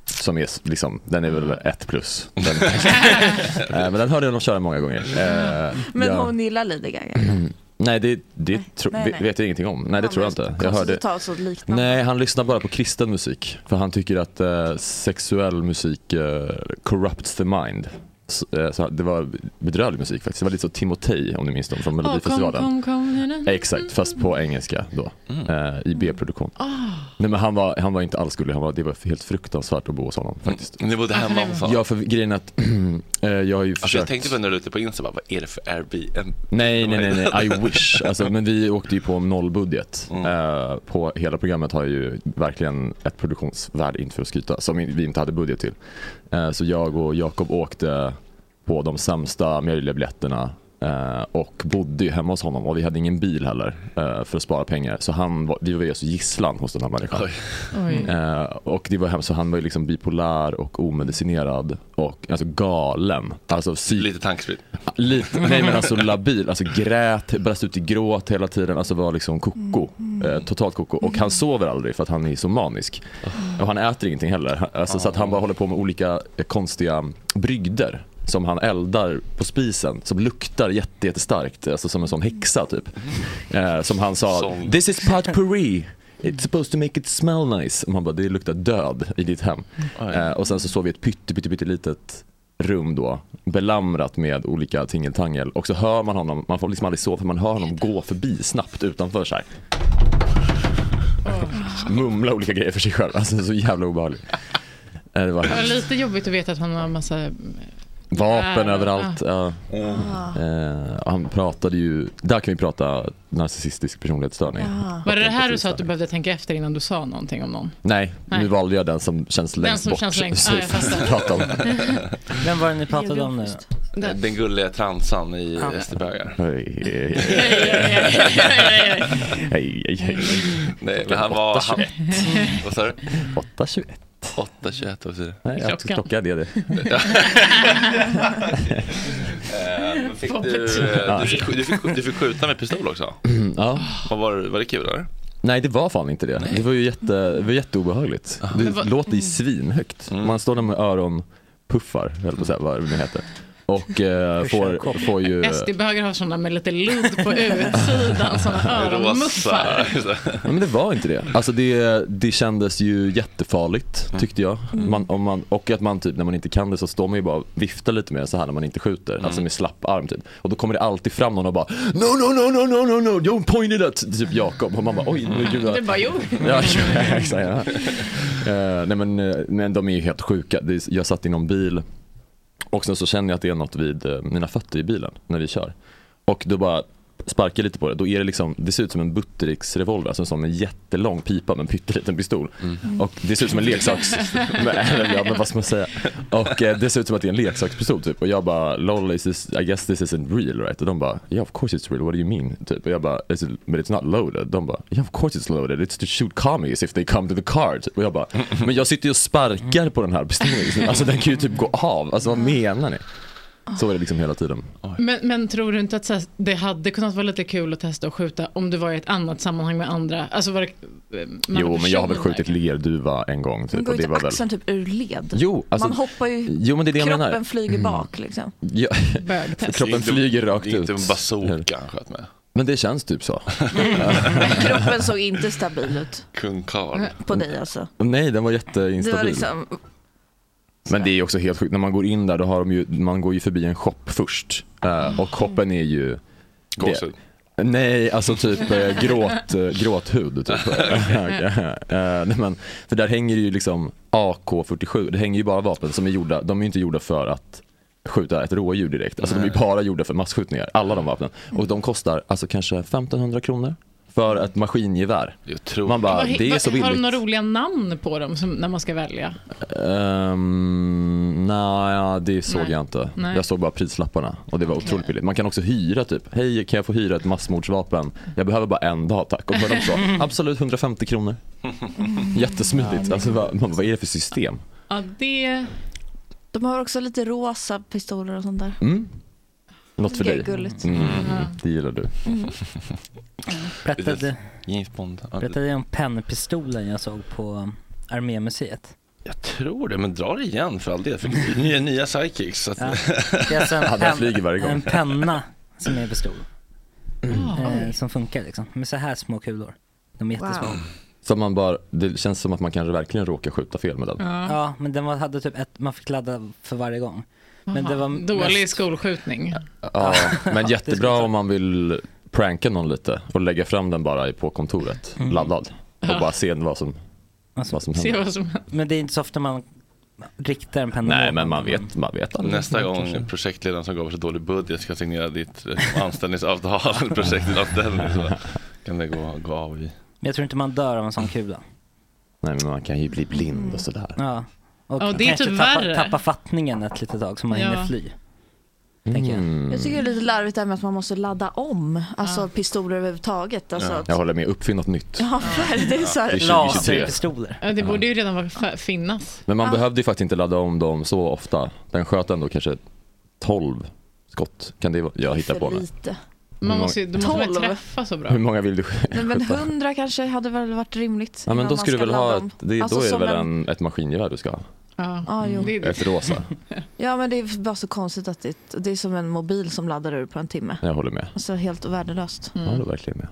S8: Som är s- liksom, den är väl ett plus. Den, Eh, men den hörde jag nog köra många gånger. Eh,
S4: Men
S8: ja.
S4: hon gillar Lady Gaga.
S8: Nej det, det tro,
S4: nej,
S8: ve-
S4: nej.
S8: vet jag ingenting om. Nej det tror jag inte. Jag
S4: Konstigt
S8: hörde,
S4: att ta så liknande.
S8: nej han lyssnar bara på kristen musik. För han tycker att eh, sexuell musik eh, corrupts the mind. Så, eh, så det var bedrövlig musik faktiskt. Det var lite så Timotej om ni minns dem från
S7: Åh, kom,
S8: Melodifestivalen.
S7: kom, kom. nu,
S1: Mm.
S7: nu.
S8: Exakt, fast på engelska då. Eh, I B-produktion.
S7: Ah.
S8: Nej men han var, han var inte alls gullig, han var, det var helt fruktansvärt att bo hos honom faktiskt.
S1: Mm. Ni bodde hemma hos honom?
S8: Ja för grejen är att eh, jag har ju försökt
S1: Alltså, jag tänkte på när du är ute på Insta, bara, vad är det för Airbnb?
S8: Nej, nej, nej, nej, I wish. Alltså, men vi åkte ju på nollbudget. Eh, på hela programmet har ju verkligen ett produktionsvärde, inte för att skryta, som vi inte hade budget till. Eh, så jag och Jakob åkte på de sämsta möjliga biljetterna eh, och bodde ju hemma hos honom och vi hade ingen bil heller eh, för att spara pengar. Så han var, vi var ju alltså gisslan hos den här människan.
S7: Oj.
S8: Eh, och det var hemskt, så han var ju liksom bipolär och omedicinerad och alltså galen. Alltså, psyk-
S1: Lite tanksprit.
S8: Lite, nej men alltså labil, alltså grät, brast ut i gråt hela tiden, alltså var liksom koko. Eh, totalt koko. Och han sover aldrig för att han är så manisk. Och han äter ingenting heller. Alltså, Så att han bara håller på med olika eh, konstiga brygder som han eldar på spisen, som luktar jätte, jättestarkt, alltså som en sån häxa typ. Eh, som han sa, this is potpourri. It's supposed to make it smell nice. Och man bara, det luktar död i ditt hem. Eh, och sen så sov vi i ett pytte, pytte, pytte litet rum då, belamrat med olika tingeltangel. Och så hör man honom, man får liksom aldrig sova för man hör honom gå förbi snabbt utanför så här.
S7: Oh.
S8: Mumla olika grejer för sig själv. Alltså så jävla obehagligt. Eh, Det var
S7: Det var
S8: hemskt.
S7: lite jobbigt att veta att han har en massa...
S8: Vapen
S7: Ja.
S8: överallt. Ja.
S7: Ja.
S8: Eh, han pratade ju, där kan vi prata narcissistisk personlighetsstörning.
S7: Var det det här du sa att du behövde tänka efter innan du sa någonting om någon?
S8: Nej,
S7: Nej.
S8: nu valde jag den som känns
S7: Den
S8: längst
S7: som
S8: bort.
S7: känns längst-
S8: så
S7: ja, jag
S8: vi får
S7: fattar.
S8: prata om.
S9: Vem var det ni pratade om nu?
S1: Eh, Den, gulliga transan i
S9: Ja.
S1: SD-bögar.
S8: Hej, hej, hej, hej, hej.
S1: Nej, men han var... Han,
S8: 8.21.
S1: vad sa du?
S8: 8.21.
S1: 8.21, vad säger du?
S8: Nej, jag
S1: Klockan.
S8: klocka det är det.
S1: Eh, men fick du,
S8: Ja.
S1: du, fick, du, fick, du fick skjuta med pistol också.
S8: ja.
S1: Vad var, var det kul eller?
S8: Nej det var fan inte det. Det var ju jätte, det var jätteobehagligt.
S1: Ah. Men
S8: Det
S1: vad- Mm.
S8: låter ju svinhögt. Man står där med öronpuffar, höll på att säga, vad det nu heter. Och eh, får, får ju...
S7: SD-bögar har sådana med lite ludd på utsidan, sådana öronmuffar.
S8: Nej, men det var inte det. Alltså det, det kändes ju jättefarligt tyckte jag. Man, om man, och att man typ när man inte kan det så står man ju bara och viftar lite med så här när man inte skjuter. Alltså med slapp arm typ. Och då kommer det alltid fram någon och bara No no no no no no no don't point it at typ Jakob. Och man bara oj nu gud. vad-"
S7: Det bara jo.
S8: Ja, exakt. Ja. Eh, nej men, eh, men de är ju helt sjuka. Det är- Jag satt i någon bil och sen så känner jag att det är något vid eh, mina fötter i bilen när vi kör. Och då bara sparkar lite på det, då är det liksom, det ser ut som en Buttericks-revolver, alltså en sån med jättelång pipa med en pytteliten pistol. Och det ser ut som en leksaks... men, eller, ja, men vad ska man säga? Och eh, det ser ut som att det är en leksakspistol typ. Och jag bara, lol, is this, I guess this isn't real right? Och de bara, yeah of course it's real, what do you mean? Typ. Och jag bara, is it, but it's not loaded. De bara, yeah of course it's loaded, it's to shoot commies if they come to the car. Typ. Och jag bara, men jag sitter ju och sparkar på den här pistolen just nu. Alltså den kan ju typ gå av, alltså vad menar ni? Så är det liksom hela tiden.
S7: Men, men tror du inte att så här, det hade kunnat vara lite kul att testa att skjuta om du var i ett annat sammanhang med andra? Alltså var det, med andra
S8: Jo, men jag har väl
S7: personer?
S8: skjutit lerduva en gång.
S4: Man
S8: Typ,
S4: går
S8: och
S4: ju
S8: det
S4: inte
S8: var väl...
S4: axeln typ ur led.
S8: Jo, alltså-
S4: man hoppar ju,
S8: Jo, men det är det jag
S4: kroppen
S8: menar.
S4: flyger
S8: Mm.
S4: bak liksom.
S8: Ja.
S4: Bögtest.
S8: Kroppen
S4: Inte-
S8: flyger rakt ut.
S1: inte en
S8: bazooka
S1: han sköt med.
S8: Men det känns typ så.
S4: Kroppen såg inte stabil ut
S1: Kung Karl.
S4: på dig alltså.
S8: Nej, den var
S4: Du var
S8: jätteinstabil.
S4: liksom,
S8: Men det är också helt sjukt, när man går in där då har de ju, man går ju förbi en shop först. Eh, och shoppen är ju...
S1: Gåshud.
S8: det- Nej, alltså typ eh, gråt, eh, gråthud. Typ. Eh, nej, men, för där hänger det ju liksom AK47, det hänger ju bara vapen som är gjorda, de är ju inte gjorda för att skjuta ett rådjur direkt. Alltså de är ju bara gjorda för massskjutningar, alla de vapnen. Och de kostar alltså kanske 1500 kronor för ett maskingevär. Man bara,
S7: Vad he-
S8: det är
S7: vad-
S8: så
S7: Har
S8: billigt.
S7: de några roliga namn på dem som, när man ska välja?
S8: Um, nej, ja, det såg
S7: Nej.
S8: jag inte.
S7: Nej.
S8: Jag såg bara prislapparna och det var otroligt billigt. Man kan också hyra typ, hej kan jag få hyra ett massmordsvapen? Jag behöver bara en dag tack. Och då var de så, absolut 150 kronor. Jättesmidigt. Alltså, vad, man bara, vad är det för system?
S7: Ja, det...
S4: de har också lite rosa pistoler och sånt där.
S8: Mm? Något för
S4: Det är
S8: dig.
S4: gulligt.
S8: Mm,
S4: Ja.
S8: det gillar du.
S9: Berättade,
S1: James Bond. Ja,
S9: berättade jag om pennpistolen jag såg på um, Armémuseet?
S1: Jag tror det, men dra det igen för all del. För det är nya, nya psychics. Så att...
S9: Ja. Det är alltså en, pen- en penna som är pistol. Eh, som funkar liksom, med så här små kulor. De är jättesmå.
S8: Så man bara, det känns som att man kan verkligen råka skjuta fel med den.
S9: Ja. men den var, hade typ ett, man fick ladda för varje gång. Men det var
S7: Aha, Dålig
S9: mest-
S7: skolskjutning.
S8: Ja, men jättebra om man vill pranka någon lite och lägga fram den bara i- på kontoret,
S4: Mm.
S8: laddad.
S7: Ja.
S8: Och bara se vad som,
S4: Alltså,
S8: vad som händer.
S9: Men det är inte så ofta man riktar en penna
S8: Nej,
S9: mot
S8: men man
S9: någon.
S8: vet, man vet aldrig.
S1: Nästa gång
S8: Kanske.
S1: projektledaren som gav så dålig budget ska signera ditt eh, anställningsavtal, projektanställning, så kan det gå, gå av i.
S9: Men jag tror inte man dör av en sån kula.
S8: Nej, men man kan ju bli blind och sådär.
S9: Mm. Ja. Och
S7: Ja, det är
S9: kanske
S7: typ
S9: tappa,
S7: värre.
S9: tappa fattningen ett litet tag så man
S7: Ja.
S9: hinner fly. Tänker
S8: Mm.
S9: jag.
S4: Jag tycker det är lite larvigt det här med att man måste ladda om, alltså pistoler överhuvudtaget. Alltså,
S8: Ja.
S4: att-
S8: Jag håller med, uppfinn något nytt.
S4: Ja, det är så
S8: Det
S4: här.
S8: är 2023. Laserpistoler.
S7: Ja, det borde ju redan vara, fa- finnas.
S8: Men man
S7: Ja.
S8: behövde ju faktiskt inte ladda om dem så ofta. Den sköt ändå kanske 12 skott, kan det vara? Jag hittar på nu. Mm.
S4: lite.
S7: Man måste, ju- du måste väl
S4: Tolv.
S7: träffa så bra?
S8: Hur många vill du sk-
S4: Nej, men
S8: skjuta?
S4: 100 kanske hade väl varit rimligt.
S8: Ja, men
S4: innan
S8: då
S4: man
S8: ska du väl
S4: ladda
S8: ha ett,
S4: om.
S8: det,
S4: Alltså,
S8: då är det
S4: som
S8: väl
S4: en-
S8: en, ett maskingevär du ska ha?
S7: Ja,
S4: Ja, jo.
S7: Mm. det är
S8: Ett rosa?
S4: Ja, men det är bara så konstigt att det, det är som en mobil som laddar ur på en timme.
S8: Jag håller med.
S4: Alltså helt värdelöst.
S7: Mm.
S8: Jag håller verkligen med.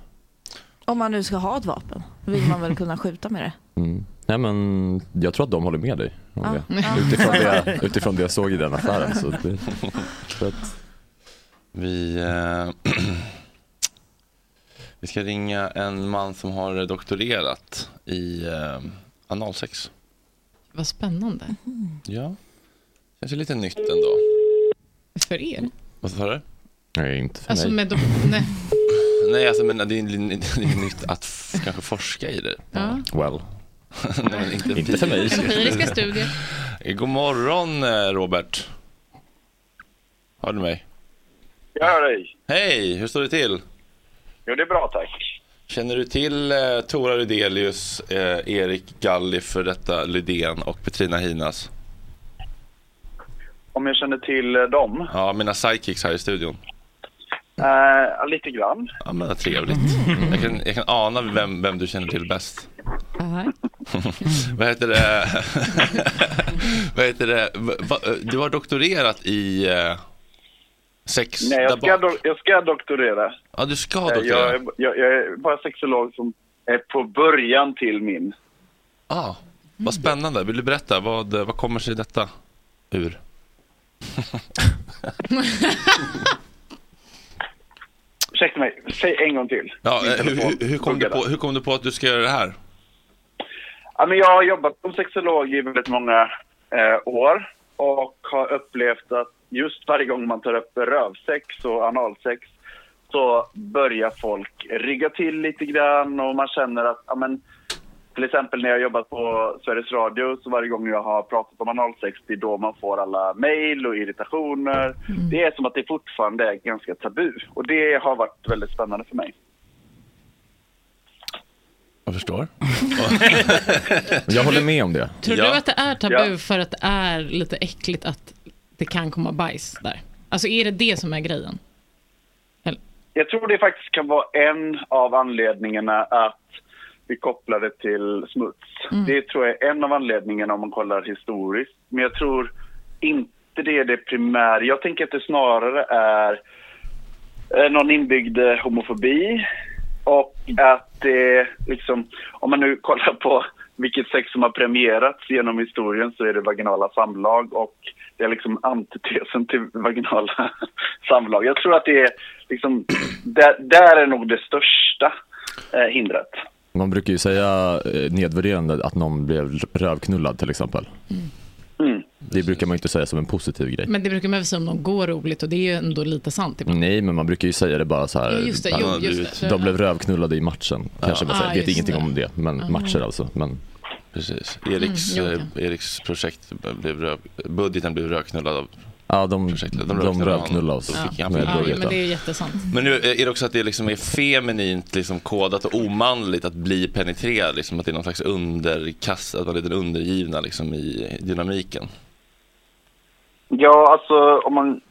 S4: Om man nu ska ha ett vapen vill man väl kunna skjuta med det.
S8: Mm. Nej, men jag tror att de håller med dig. om
S4: Ja.
S8: det.
S4: Ja.
S8: Utifrån, det, utifrån det jag såg i den affären. Så det, så att,
S1: Vi, eh, vi ska ringa en man som har doktorerat i eh, analsex.
S7: Vad spännande.
S4: Mm.
S1: Ja, kanske lite nytt ändå.
S7: För er?
S1: Vad sa du?
S8: nej, inte för
S7: Alltså
S8: mig.
S7: med de, nej.
S1: Nej, alltså, men det är, li- det är nytt att f- kanske forska i det.
S7: Ja.
S8: Well.
S1: Nej, men inte,
S8: Inte för mig.
S7: Empiriska studier.
S1: God morgon, eh, Robert. Hör du mig?
S13: Jag hör dig.
S1: Hej, hur står det till?
S13: Jo, det är bra tack.
S1: Känner du till eh, Tora Rydelius, eh, Erik Galli, för detta Lydén och Petrina Hinas?
S13: Om jag känner till eh, dem?
S1: Ja, mina sidekicks här i studion.
S13: Eh, lite grann.
S1: Ja, men vad trevligt. Jag kan, jag kan ana vem, vem du känner till bäst. vad heter det? vad heter det? Va- va- Du har doktorerat i eh, sex
S13: Nej, jag
S1: där
S13: ska,
S1: bak.
S13: do- jag ska doktorera.
S1: Ja, du ska
S13: Eh, Jag,
S1: doktorera.
S13: är- jag, jag är bara sexolog som är på början till min.
S1: Ah, vad spännande. Vill du berätta? Vad, eh, vad kommer sig detta ur?
S13: Ursäkta mig, säg en gång till.
S1: Ja,
S13: Min
S1: eh, hur,
S13: telefon
S1: hur, hur, kom du
S13: funkar
S1: på, hur kom du på att du ska göra det här?
S13: Ja, men jag har jobbat som sexolog i väldigt många eh, år och har upplevt att just varje gång man tar upp rövsex och analsex så börjar folk rygga till lite grann och man känner att, ja men, till exempel när jag jobbat på Sveriges Radio så varje gång jag har pratat om analsex det är då man får alla mejl och irritationer. Det är som att det fortfarande är ganska tabu och det har varit väldigt spännande för mig.
S1: Jag förstår.
S8: jag håller med om det.
S7: Tror du att det är tabu för att det är lite äckligt att det kan komma bajs där? Alltså är det det som är grejen?
S13: Jag tror det faktiskt kan vara en av anledningarna att vi kopplar det till smuts. Det tror jag är en av anledningarna om man kollar historiskt. Men jag tror inte det är det primära. Jag tänker att det snarare är eh, någon inbyggd eh, homofobi och att det liksom, om man nu kollar på vilket sex som har premierats genom historien så är det vaginala samlag och det är liksom antitesen till vaginala samlag. Jag tror att det är liksom, där, där är nog det största eh, hindret.
S8: Man brukar ju säga eh, nedvärderande att någon blev rövknullad till exempel.
S13: Mm.
S8: Det brukar man ju inte säga som en positiv grej.
S7: Men det brukar man väl säga om de går roligt och det är ju ändå lite sant ibland.
S8: Nej, men man brukar ju säga det bara så här.
S7: Ja, Mm. just det. Jo,
S8: bara,
S7: just det.
S8: De blev rövknullade i matchen. Kanske man
S7: Ah,
S8: säger. Jag vet
S7: just
S8: ingenting
S7: det.
S8: om det, men
S7: Ah.
S8: matcher alltså. Men...
S1: Precis. Eriks,
S7: Mm,
S1: eh, Eriks projekt blev röv, budgeten blev röknullad av
S8: Ja, de,
S1: de
S8: de
S1: röknullade
S8: rövknullade
S1: honom.
S8: oss.
S1: Så fick
S7: Ja,
S1: han
S7: ja,
S1: budgeten.
S7: men det är jättesant.
S1: Men nu är det också att det liksom är feminint liksom kodat och omanligt att bli penetrerad. Liksom, att det är någon slags underkast, att man är den undergivna liksom, i dynamiken.
S13: Ja, alltså om man,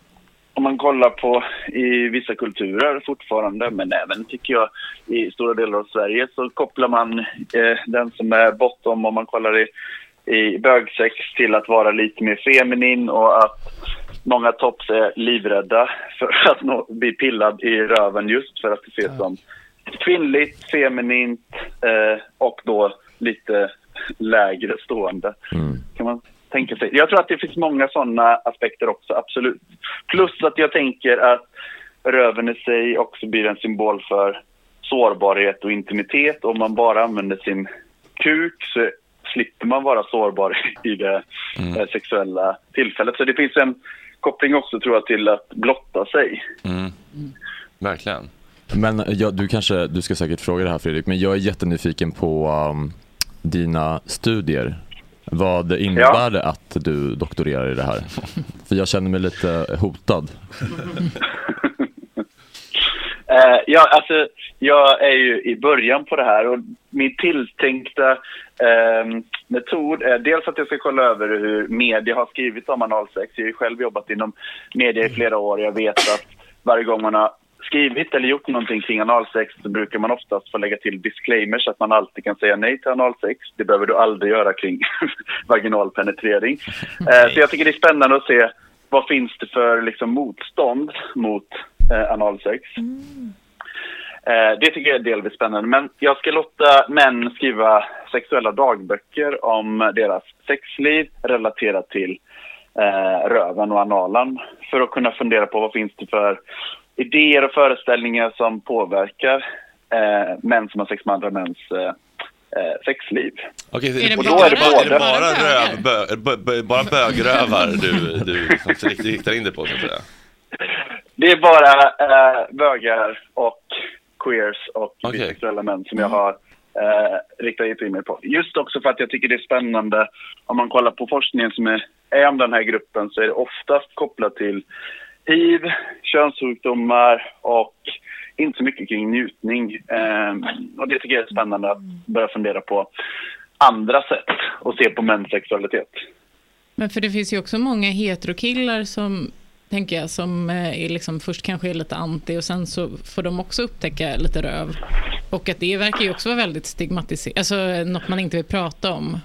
S13: om man kollar på i vissa kulturer fortfarande, men även tycker jag i stora delar av Sverige så kopplar man eh, den som är bottom om man kollar i, i bögsex till att vara lite mer feminin och att många tops är livrädda för att nå, bli pillad i röven just för att det ses som kvinnligt, feminint eh, och då lite lägre stående kan man tänka sig. Jag tror att det finns många sådana aspekter också, absolut. Plus att jag tänker att röven i sig också blir en symbol för sårbarhet och intimitet. Om man bara använder sin kuk så slipper man vara sårbar i det eh, sexuella tillfället. Så det finns en koppling också tror jag till att blotta sig.
S1: Mm. Verkligen.
S8: Men jag, du kanske, du ska säkert fråga det här Fredrik, men jag är jättenyfiken på um, dina studier. Vad innebär det att du doktorerar i det här? För jag känner mig lite hotad.
S4: Mm.
S13: Eh, ja, alltså, jag är ju i början på det här och min tilltänkta ehm, metod är dels att jag ska kolla över hur media har skrivit om analsex. Jag har ju själv jobbat inom media i flera år och jag vet att varje gång man har skrivit eller gjort någonting kring analsex så brukar man oftast få lägga till disclaimers att man alltid kan säga nej till analsex. Det behöver du aldrig göra kring vaginal penetrering. Eh, så jag tycker det är spännande att se vad finns det för liksom, motstånd mot eh, analsex. Eh, det tycker jag är delvis spännande. Men jag ska låta män skriva sexuella dagböcker om deras sexliv relaterat till eh, röven och analen för att kunna fundera på vad finns det för idéer och föreställningar som påverkar eh, män som har sex med andra mäns eh, eh, sexliv.
S1: Okej,
S13: Är det
S1: och
S13: bara-
S1: då är det bara, är det
S13: bara
S1: bara,
S13: bögar?
S1: röv, bö, bö, bö, bara bögrövar du, du liksom, rikt- riktar in dig på, så att säga?
S13: Det är bara eh, bögar och queers och bisexuella män som jag har eh, riktat in mig på. Just också för att jag tycker det är spännande om man kollar på forskningen som är, är om den här gruppen så är det oftast kopplat till hiv, könssjukdomar och inte så mycket kring njutning. Eh, och det tycker jag är spännande att börja fundera på andra sätt och se på mäns sexualitet.
S7: Men för det finns ju också många heterokillar som, tänker jag, som eh, är liksom först kanske är lite anti och sen så får de också upptäcka lite röv. Och att det verkar ju också vara väldigt stigmatiserat, alltså eh, något man inte vill prata om.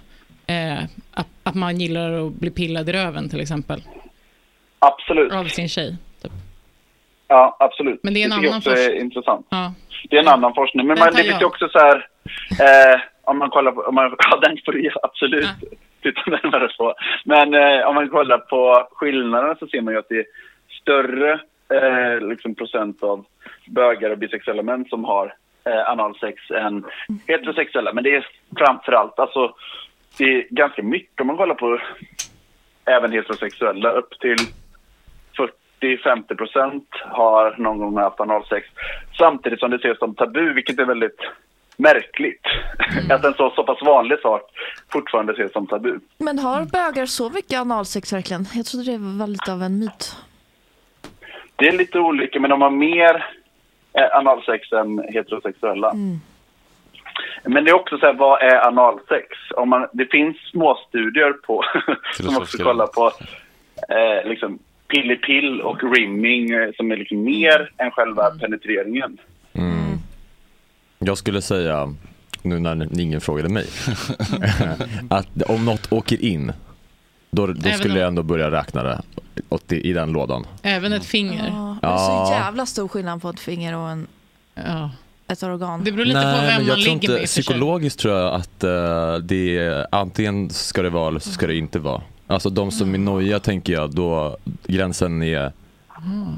S7: Eh, att, att man gillar att bli pillad i röven till exempel.
S13: Absolut.
S7: Av sin tjej.
S13: Ja, absolut.
S7: Men det är en
S13: tycker jag
S7: annan
S13: också är
S7: forsk-
S13: intressant.
S7: Ja.
S13: Det är en annan forskning. Men
S7: Den
S13: man,
S7: tar
S13: det finns
S7: jag.
S13: ju också så här, eh, om man kollar på, om man, ja, den får du absolut titta närmare på. Men eh, om man kollar på skillnaderna så ser man ju att det är större eh, liksom procent av bögar och bisexuella män som har eh, analsex än heterosexuella. Men det är framförallt, alltså det är ganska mycket om man kollar på även heterosexuella, upp till 40-50 procent har någon gång haft analsex. Samtidigt som det ses som tabu, vilket är väldigt märkligt.
S1: Mm.
S13: Att en så, så pass vanlig sak fortfarande ses som tabu.
S4: Men
S7: Mm.
S4: har bögar så mycket analsex verkligen? Jag trodde det var lite av en myt.
S13: Det är lite olika, men de har mer eh, analsex än heterosexuella.
S1: Mm.
S13: Men det är också så här, vad är analsex? Om man, det finns små studier på, som också
S1: Filosofiska
S13: kollar på eh, liksom, pillipill och rimming eh, som är liksom mer än själva penetreringen.
S8: Mm. Jag skulle säga, nu när ingen frågade mig, att om något åker in, då, då
S7: Även
S8: skulle
S7: om-
S8: jag ändå börja räkna det åt i, i den lådan.
S7: Även ett finger.
S4: Ja.
S8: det är
S4: Så
S8: så
S4: jävla stor skillnad på ett finger och en, ett organ.
S7: Det beror lite på vem
S8: men jag
S7: man
S8: tror
S7: ligger med i och för sig.
S8: Psykologiskt tror jag att eh, det är, antingen ska det vara eller så ska det inte vara. Alltså de som är noja tänker jag, då gränsen är,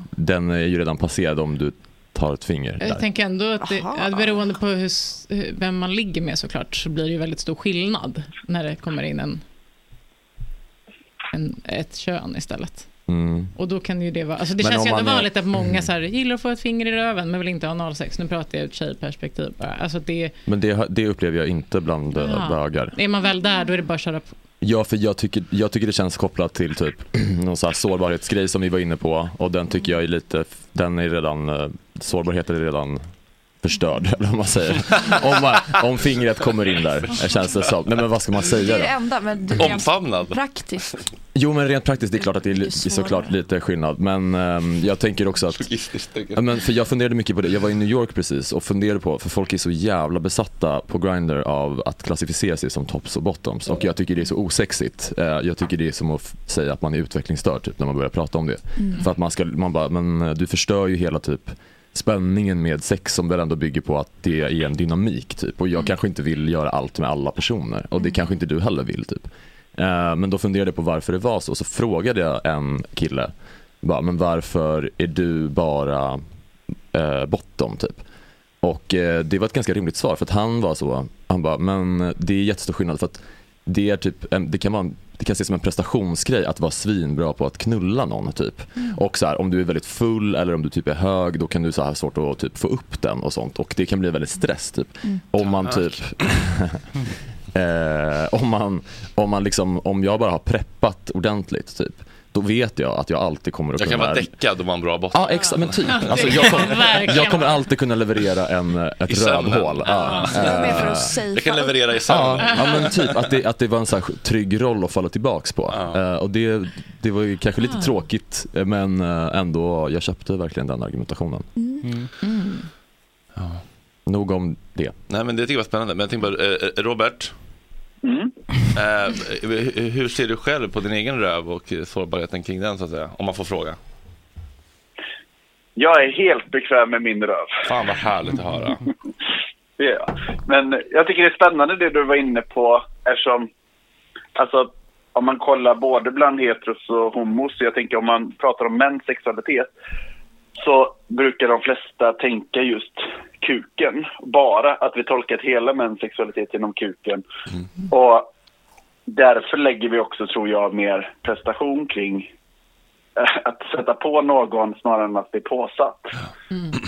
S8: den är ju redan passerad om du tar ett finger
S7: Jag
S8: där.
S7: tänker ändå att det, att beroende på hur, s- hur- vem man ligger med såklart så blir det ju väldigt stor skillnad när det kommer in en, en, ett kön istället.
S8: Mm.
S7: Och då kan ju det vara, alltså det
S8: Men
S7: känns
S8: om
S7: ju ändå
S8: man är-
S7: vanligt att många
S8: Mm.
S7: så här, gillar att få ett finger i röven men vill inte ha analsex. Nu pratar jag ur ett tjejperspektiv bara. Alltså det,
S8: Men det, det upplever jag inte bland eh,
S7: Ja.
S8: bögar.
S7: är man väl där då är det bara att köra på.
S8: Ja, för jag tycker, jag tycker det känns kopplat till typ någon så här sårbarhetsgrej som vi var inne på och den tycker jag är lite, den är redan, eh, sårbarheten är redan förstörd eller vad man säger. Om, man, om fingret kommer in där, känns det som. Nej men vad ska man
S4: Det
S8: säga
S4: är det
S8: då?
S4: enda, men det är praktiskt.
S8: Jo men rent praktiskt, det är klart att det är li- såklart lite skillnad men ehm, jag tänker också att Ja, men för jag funderade mycket på det, jag var i New York precis och funderade på, för folk är så jävla besatta på Grindr av att klassificera sig som tops och bottoms och jag tycker det är så osexigt. Eh, Jag tycker det är som att f- säga att man är utvecklingsstörd typ, när man börjar prata om det.
S12: Mm.
S8: För att man, ska, man bara, men eh, du förstör ju hela typ spänningen med sex som väl ändå bygger på att det är en dynamik typ och jag kanske inte vill göra allt med alla personer och det kanske inte du heller vill typ. Eh, Men då funderade jag på varför det var så, så frågade jag en kille bara, men varför är du bara eh, bottom typ? Och eh, det var ett ganska rimligt svar för att han var så, han bara, men eh, det är jättestor skillnad för att det är typ, en, det kan vara en, det kan ses som en prestationsgrej att vara svinbra på att knulla någon typ. Och så här, om du är väldigt full eller om du typ är hög då kan du så här ha svårt att typ få upp den och sånt och det kan bli väldigt stress typ.
S12: Mm.
S8: Om man
S12: Tack.
S8: typ Eh, om, man, om, man liksom, om jag bara har preppat ordentligt typ, då vet jag att jag alltid kommer att
S1: Jag kan
S8: kunna...
S1: vara däckad och vara en bra botten.
S8: Ja, exakt, men typ.
S1: Det
S8: Alltså,
S1: kan
S8: jag, kommer,
S1: verkligen
S8: jag kommer alltid kunna leverera en, eh,
S1: I
S8: ett
S1: sömnen.
S8: rövhål. Eh.
S1: Ja. Det är mer för att safea. Jag kan leverera i
S8: ja,
S1: sömnen.
S8: ja, men typ att det, att det var en så här trygg roll att falla tillbaks på. Eh, och det, det var ju kanske lite
S7: Ah.
S8: tråkigt, eh, men eh, ändå, jag köpte verkligen den argumentationen.
S7: Mm.
S8: Nog om det.
S1: Nej, men det tycker jag var spännande. Men jag tänkte bara, eh, eh, Robert. Eh, hu- hur ser du själv på din egen röv och eh, sårbarheten kring den, så att säga? Om man får fråga.
S13: Jag är helt bekväm med min röv.
S1: Fan vad härligt att höra.
S13: Det är jag. Men jag tycker det är spännande det du var inne på eftersom alltså, om man kollar både bland heteros och homos, jag tänker om man pratar om mäns sexualitet så brukar de flesta tänka just kuken. Bara att vi tolkat hela mäns sexualitet genom kuken. Och därför lägger vi också, tror jag, mer prestation kring eh, att sätta på någon snarare än att bli påsatt.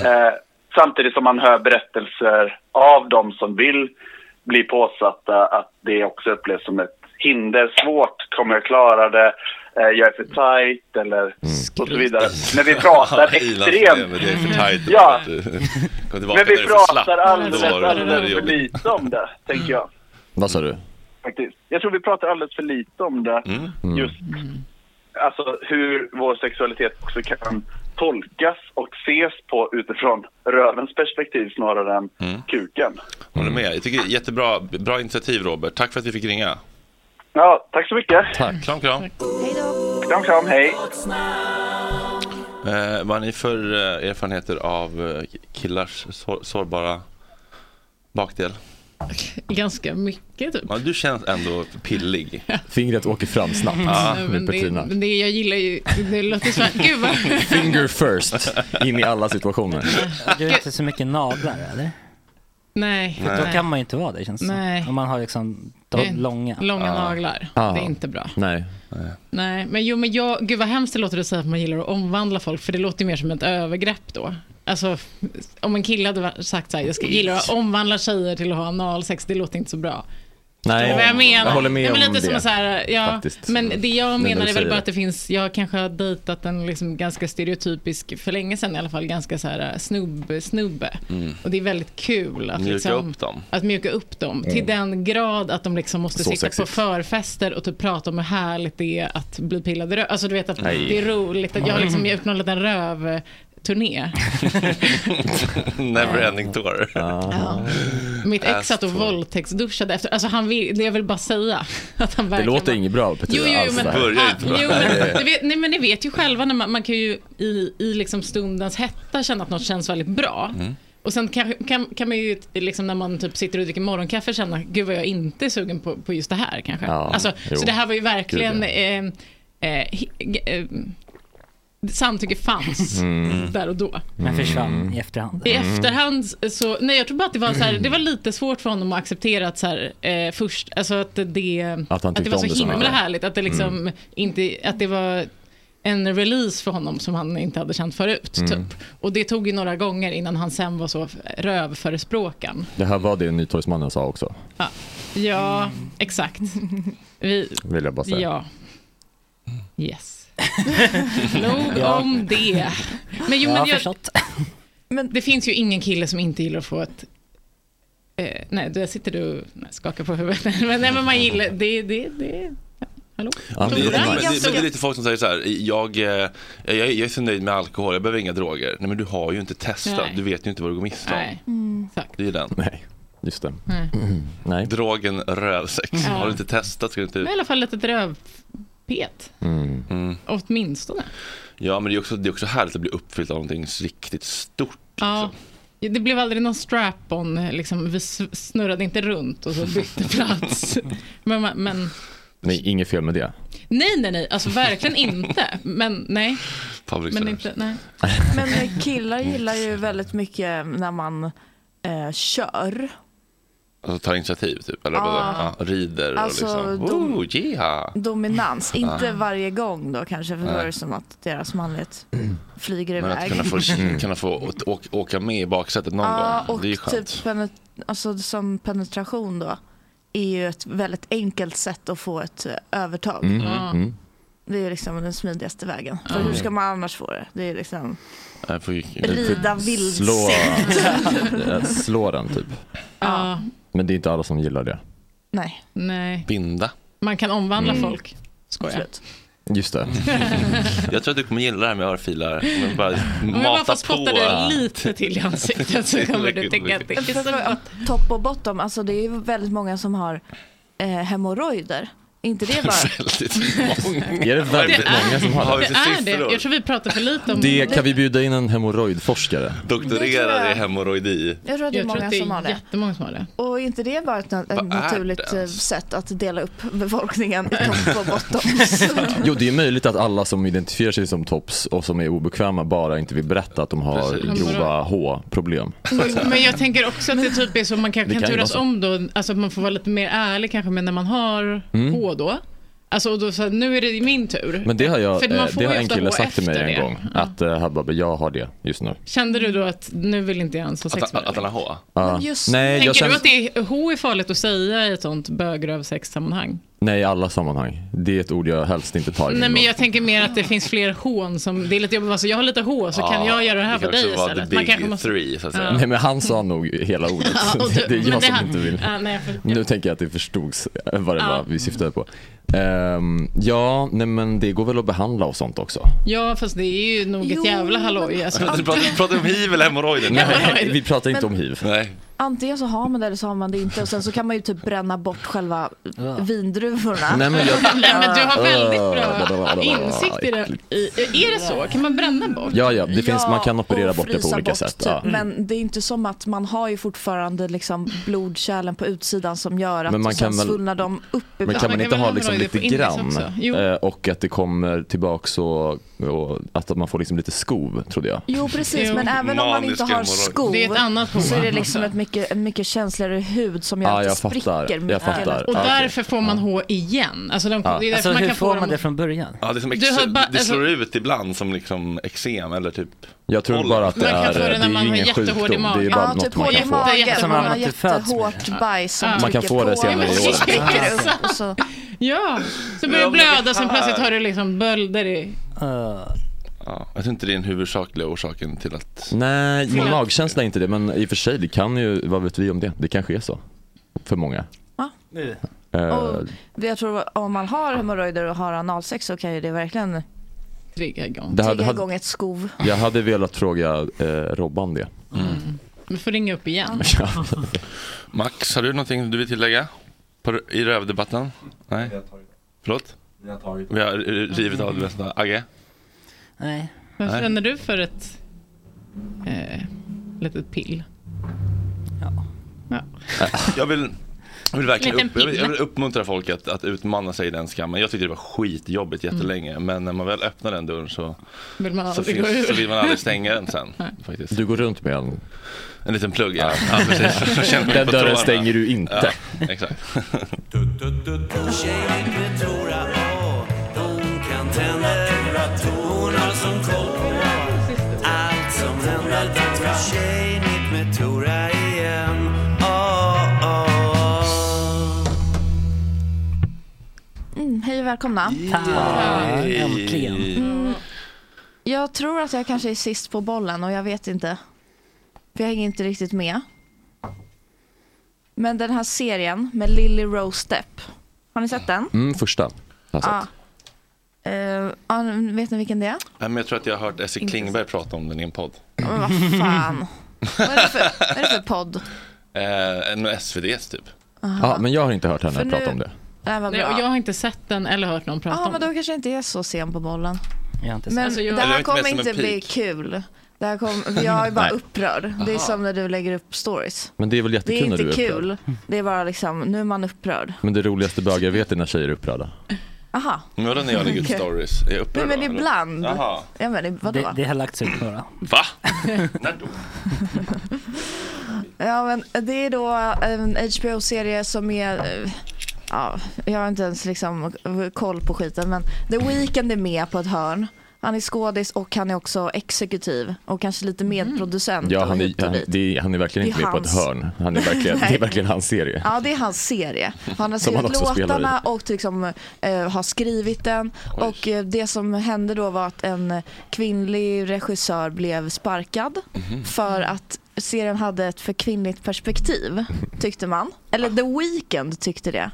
S13: Eh, samtidigt som man hör berättelser av de som vill bli påsatta att det också upplevs som ett hinder. Svårt, kommer jag klara det? Eh, jag är för tajt eller och så vidare. Men vi pratar
S1: Mm. Ja, Ilan
S13: extremt... Mm.
S1: Stenberg, Det är för tajt.
S13: Ja,
S1: Kom tillbaka
S13: men
S1: när du
S13: vi
S1: är för slapp.
S13: pratar alldeles,
S1: Då var Mm. det- då är det
S13: alldeles för
S1: jobbigt.
S13: lite om det, tänker jag.
S8: Vad sa du?
S13: Faktiskt. Jag tror vi pratar alldeles för lite om det.
S1: Mm.
S13: Just alltså, hur vår sexualitet också kan tolkas och ses på utifrån rövens perspektiv snarare än kuken.
S1: Mm. Håller med. Jag tycker det är jättebra bra initiativ, Robert. Tack för att vi fick ringa.
S13: Ja, tack så mycket.
S1: Tack. Kram, kram.
S13: Kram, kram. Hej.
S1: Eh, vad har ni för eh, erfarenheter av eh, killars sår, sårbara bakdel?
S7: Ganska mycket typ.
S1: Ja, du känns ändå pillig.
S8: Fingret åker fram snabbt
S1: Ja.
S7: Men det, men det, jag gillar ju, det låter så här, gud vad...
S8: Finger first, in i alla situationer.
S9: Du är inte så mycket naglar eller?
S7: Nej.
S9: För då kan man ju inte vara det känns det som.
S7: Nej.
S9: Om man har liksom De
S7: Det är
S9: långa.
S7: Långa naglar.
S8: Ja.
S7: Det är inte bra.
S8: Nej.
S7: Nej, men jo, men jag, gud vad hemskt det låter att säga att man gillar att omvandla folk, för det låter ju mer som ett övergrepp då. Alltså, om en kille hade va- sagt så här, jag ska, gillar att omvandla tjejer till att ha analsex, det låter inte så bra.
S8: Nej,
S7: Förstår du vad jag menar?
S8: håller med
S7: Nej, men
S8: om
S7: lite
S8: det.
S7: som en så här, ja,
S8: faktiskt.
S7: Men det jag
S8: Nu när
S7: menar
S8: du
S7: är
S8: säger
S7: väl bara
S8: det.
S7: att det finns, jag kanske har dejtat en liksom ganska stereotypisk, för länge sedan i alla fall, ganska så här eh, snubb, snubbe.
S1: Mm.
S7: Och det är väldigt kul att,
S1: Mjuka
S7: liksom,
S1: upp dem.
S7: att mjuka upp dem.
S1: Mm.
S7: Till den grad att de liksom måste
S1: Så
S7: sitta på
S1: sexigt.
S7: förfester och typ prata om hur härligt det är att bli pillad i röv. Alltså du vet att
S1: Nej.
S7: det är roligt. Att jag har liksom gjort någon liten rövturné.
S1: Never ending tour.
S7: Mitt ex satt och
S1: Asshole.
S7: våldtäktsduschade efter. Alltså han vill, det jag vill bara säga. Att han
S8: Det
S7: verkligen
S8: låter inget bra Petra
S7: Jo, jo, jo,
S8: alls
S7: men,
S8: det här.
S7: ah, jo, men, ni vet, nej, men ni vet ju själva, när man, man kan ju i, i liksom stundens hetta känna att något känns väldigt bra. Och sen kan, kan, kan man ju liksom när man typ sitter och dricker morgonkaffe känna, gud vad jag inte är sugen på, på just det här kanske.
S8: Ja,
S7: alltså,
S8: jo.
S7: så det här var ju verkligen,
S8: Gud,
S7: eh, eh, hi- g- eh, samtycke fanns
S9: Mm.
S7: där och då.
S9: Men
S8: Mm.
S9: försvann i efterhand.
S7: I efterhand så, nej jag tror bara att det var så här, det var lite svårt för honom att acceptera att så här, eh, först, alltså att det,
S8: Att han
S7: det
S8: tyckte
S7: var
S8: om det Mm.
S7: så
S8: så
S7: himla
S8: mycket.
S7: härligt, att det liksom inte, att det var en release för honom som han inte hade känt förut.
S8: Mm.
S7: Typ. Och det tog ju några gånger innan han sen var så rövförespråkaren.
S8: Det här var det Nytorgsmannen sa också,
S7: Ja, ja
S8: Mm.
S7: exakt. Vi,
S8: vill jag bara säga.
S7: ja. Yes. Nog
S8: Ja.
S7: om det. Men jo,
S8: Jag
S7: men
S8: har
S7: jag,
S8: förstått.
S7: men det finns ju ingen kille som inte gillar att få ett... Eh, nej, där sitter du och nej, skakar på huvudet. men, nej, men man gillar... Det, det, det. Hallå?
S1: Men det, är,
S7: Tora,
S1: men, det,
S7: jag
S1: men det är
S7: såg-
S1: lite folk som säger så här, jag, eh, jag, jag är så nöjd med alkohol, jag behöver inga droger. Nej men du har ju inte testat,
S7: Nej.
S1: du vet ju inte vad du går miste om.
S7: Nej. Exakt.
S1: Det är ju den.
S8: Nej, just det.
S7: Nej.
S8: Nej.
S1: Drogen rövsex.
S7: Ja.
S1: Har du inte testat ska du inte
S7: Men
S1: ut.
S7: I alla fall lite rövpet.
S1: Mm.
S7: Åtminstone.
S1: Ja men det är, också, det är också härligt att bli uppfylld av någonting riktigt stort.
S7: Ja. Det blev aldrig någon strap-on. Liksom, vi s- snurrade inte runt och så bytte plats. Men, man- men
S8: Nej, inget fel med det.
S7: nej, nej, nej. Alltså verkligen inte. Men nej.
S8: Public
S7: Men inte, nej.
S4: Men eh, killar gillar ju väldigt mycket när man eh, kör.
S1: Alltså tar initiativ typ, eller vadå?
S4: Ah.
S1: ja, rider och
S4: Alltså,
S1: liksom.
S4: de-
S1: Ooh, yeah.
S4: Dominans. Inte
S1: Ah.
S4: varje gång då kanske, för då
S1: Nej.
S4: är det som att deras manlighet flyger
S1: Men att
S4: iväg.
S1: kunna få,
S8: Mm.
S1: kunna få å- å, åka med i baksätet någon
S7: Ah,
S4: Ja,
S1: gång,
S4: och
S1: det är ju skönt.
S4: typ penet- alltså, som penetration då är ju ett väldigt enkelt sätt att få ett eh, övertag.
S8: Mm, Ja. mm.
S4: Det är ju liksom den smidigaste vägen. För
S1: Ja.
S4: hur ska man annars få det? Det är liksom
S1: Jag får ju-
S4: rida vildsint.
S8: Slå, eh, slå den typ.
S7: Ja.
S8: Men det är inte alla som gillar det.
S4: Nej.
S7: nej.
S1: Binda.
S7: Man kan omvandla
S1: Mm.
S7: folk. Skojar.
S8: Just det.
S1: Jag tror att du kommer gilla det här med örfilar. Men bara
S7: Om jag bara får spotta dig Eh, lite till i ansiktet så kommer du tänka att det är
S4: För-
S7: så
S4: för-
S7: bra.
S4: Topp och bottom, alltså det är ju väldigt många som har eh, hemorrojder. inte det bara...
S1: Väldigt många.
S8: Är det väldigt
S7: Det är-
S8: många som har
S7: Det är det. Jag tror vi pratar för lite om
S8: Det kan vi bjuda in en hemorrojdforskare.
S1: Doktorerad i hemorrojdi.
S4: Jag tror att det är
S7: Jag tror
S4: många
S7: att det är
S4: som har det.
S7: jättemånga som har det.
S4: Och är inte det bara ett, ett
S8: Vad är
S4: naturligt
S8: det? alltså?
S4: eh, sätt att dela upp befolkningen i topp och bottom?
S8: Jo, det är möjligt att alla som identifierar sig som tops och som är obekväma bara inte vill berätta att de har
S7: Precis. Mm,
S8: grova H-problem.
S4: Mm.
S7: Alltså, Men jag tänker också att det typ är så man
S8: Det
S7: kanske kan
S8: kan ju
S7: turas
S8: vara så.
S7: om då. Alltså att man får vara lite mer ärlig kanske med när man har
S8: Mm.
S7: H då. Alltså och då så här, nu är det min tur.
S8: Men det har, jag,
S7: För man
S8: eh,
S7: får
S8: det har
S7: ju
S8: en
S7: ofta
S8: kille
S7: H
S8: sagt till mig
S7: efter
S8: en
S7: det.
S8: gång. Att eh, här, Babbe, jag har det just nu.
S7: Kände du då att nu vill inte jag ens ha sex med dig?
S1: Att han har H?
S8: Ja. Nej,
S7: Tänker
S8: jag känner,
S7: du att det är, H är farligt att säga i ett sånt bögrövsexsammanhang?
S8: nej, i alla sammanhang. Det är ett ord jag helst inte tar i min
S7: Nej men
S8: mun.
S7: jag tänker mer att det finns fler hån som, det är lite jobbigt, alltså, jag har lite H så
S8: Ja,
S7: kan jag göra det här
S8: det
S7: för
S8: kan
S7: dig
S8: också vara the
S7: istället.
S8: big
S1: three, så att säga.
S7: Ja.
S8: Nej, men han sa nog hela ordet.
S7: Ja, och du-
S8: det är
S7: men
S8: jag
S7: det
S8: som
S7: han-
S8: inte vill.
S7: Ja, nej, jag för-
S8: Nu tänker jag att det förstods eh, vad det
S7: Ja.
S8: var vi syftade på. Ehm, ja, nej, men det går väl att behandla och sånt också.
S7: Ja fast det är ju nog ett jävla halloj. Alltså,
S1: Du pratar, pratar om hiv eller hemorrojder?
S8: Nej, vi pratar
S4: inte Men- om
S8: hiv.
S1: Nej.
S4: Antingen så har man det eller så har man det inte och sen så kan man ju typ bränna bort själva vindruvorna.
S8: Nej, men jag-
S7: Nej, men du har väldigt bra
S8: Ah,
S7: insikt i det. I, är det så? Kan man bränna bort?
S8: Ja, ja, det finns, man kan operera
S4: och
S8: bort det på
S4: frysa
S8: olika
S4: bort,
S8: sätt.
S4: Typ.
S8: Ja.
S4: Men det är inte som att man har ju fortfarande liksom blodkärlen på utsidan som gör att
S8: Men man
S4: sen
S8: kan väl-
S4: svullnar de upp.
S8: Men kan man inte ha liksom lite liksom grann
S4: Jo.
S8: eh, och att det kommer tillbaka så och att man får liksom lite skov trodde jag.
S4: Jo precis, men även om man inte har skor
S7: Det är ett annat
S4: så är det
S7: problem.
S4: liksom ett mycket, en mycket känsligare hud som gör
S8: Ja,
S4: att det
S8: jag fattar.
S4: spricker.
S8: Jag fattar.
S7: Och
S8: Ja, okej.
S7: därför får man hår igen. Alltså, de,
S1: Ja.
S7: det är därför
S1: Alltså,
S7: man
S1: hur
S7: kan
S1: får
S7: få dem
S1: man
S9: det från början?
S1: Ja, det, är som
S7: Du har
S1: ex-
S7: bara-
S1: det slår
S7: alltså-
S1: ut ibland som liksom eksem eller typ...
S8: Jag tror bara att det Man kan är- få eh, det när det är ju man har ingen jättehård i sjukdom, det är magen. typ ju bara något man kan få.
S4: Jättehård
S8: Som
S4: typ i
S8: man
S4: magen,
S8: har
S4: och
S8: inte fötts med.
S4: jättehårt bajs som
S8: Man kan
S4: trycker
S8: få det
S4: på.
S8: senare i åren.
S4: Spricker upp och så- Ja,
S7: Ja, så börjar det
S4: men det
S7: blöda sen
S4: här-
S7: plötsligt har du liksom bölder i...
S1: Ja, jag tror inte det är den huvudsakliga orsaken till att...
S8: Nej,
S7: Till
S8: min
S7: att-
S8: magkänsla är inte det, men i och för sig, det kan ju, vad vet vi om det? Det kanske är så, för många.
S4: Ja.
S8: Eh,
S4: Och det jag tror om man har hemorrojder och har analsex så kan ju det verkligen
S7: trigga igång,
S8: Det hade- hade-
S4: ett skov.
S8: Jag hade velat fråga eh, Robban det.
S9: Mm.
S7: Du får ringa upp igen.
S1: Max, har du någonting du vill tillägga? På, r- I rövdebatten? Nej? Förlåt?
S7: Vi har tagit
S1: Vi har eh, rivit av det mesta. Agge?
S9: Nej.
S7: Vad
S1: Nej.
S7: känner du för ett eh, litet pill? Ja.
S1: Jag vill, jag vill verkligen
S7: Liten
S1: upp, jag vill, jag vill
S7: pinne.
S1: uppmuntra folk att, att utmana sig i den skammen. Jag tyckte det var skitjobbigt jättelänge,
S8: Mm.
S1: men när man väl öppnar den dörren så,
S7: Vill man
S1: så,
S7: aldrig
S1: finns-
S7: gå ur.
S1: så vill man aldrig stänga den sen.
S7: Nej.
S1: Faktiskt.
S8: Du går runt med en...
S1: En liten plugg, ja. ja precis. Jag känner mig
S8: Den
S1: på
S8: dörren
S1: tårna.
S8: stänger du inte.
S1: Ja, exakt.
S5: Tjejer inte tror att åh, hon kan tända temperaturer som koll på allt som händer. Dags för tjejnytt med Tora igen. Ah, Åh, åh, åh.
S4: Mm, hej och välkomna.
S5: Tack.
S9: Äntligen.
S4: Mm, jag tror att jag kanske är sist på bollen och jag vet inte. För jag hänger inte riktigt med. Men den här serien med Lily Rose Depp. Har ni sett den?
S8: Mm, första. har jag sett.
S4: Ja. Eh, ja, vet ni vilken det är?
S1: Nej, men jag tror att jag har hört Esse Klingberg prata om den i en podd.
S4: Men vad fan. vad, är det för, vad är det för podd?
S1: Eh, en SVDs typ.
S4: Aha.
S8: Ja, men jag har inte hört henne
S4: För nu-
S8: prata om det.
S4: Nej, vad
S7: Nej,
S4: bra.
S7: och jag har inte sett den eller hört någon prata
S4: Ja,
S7: om
S4: men då kanske jag inte är så sen på bollen.
S9: Jag har inte
S4: Men
S7: Alltså, jag-
S4: det
S7: Eller
S4: här
S7: jag är
S4: kommer
S7: inte med som
S4: inte
S7: en
S4: bli
S7: pik.
S4: kul. Det här kom, jag är bara
S8: Nej.
S4: upprörd. Det är
S8: Aha.
S4: som när du lägger upp stories.
S8: Men det är väl
S4: Det
S8: jättekul
S4: är
S8: när
S4: inte
S8: du är upprörd.
S4: kul. Det är bara liksom, nu är man upprörd.
S8: Men det roligaste bögar jag vet är när tjejer är upprörda.
S4: Aha.
S1: Nu när jag lägger ut
S4: Okej.
S1: stories. Är jag
S4: Nej,
S1: upprörd
S4: men
S1: då, eller?
S4: ibland.
S1: Jaha.
S4: Ja, men vadå?
S9: Det, det har lagts ut några.
S1: Va? När då?
S4: Ja, men det är då eh, en HBO-serie som är... eh, Ja, jag har inte ens liksom koll på skiten, men The Weeknd är med på ett hörn. Han är skådis och han är också exekutiv och kanske lite medproducent.
S8: Ja,
S4: och
S8: han är,
S4: hit och
S8: han,
S4: dit.
S8: det är, han är verkligen
S4: Det
S8: inte
S4: är
S8: med på ett
S4: hans.
S8: hörn. Han är verkligen, det
S4: Nej.
S8: är verkligen hans serie.
S4: Ja, det är hans serie. Han har
S8: Som han
S4: skrivit
S8: också spelar i.
S4: låtarna och liksom, eh, har skrivit den. Och eh, det som hände då var att en kvinnlig regissör blev sparkad
S8: Mhm.
S4: för att serien hade ett för kvinnligt perspektiv,
S8: Mhm.
S4: tyckte man. Eller The Weeknd tyckte det.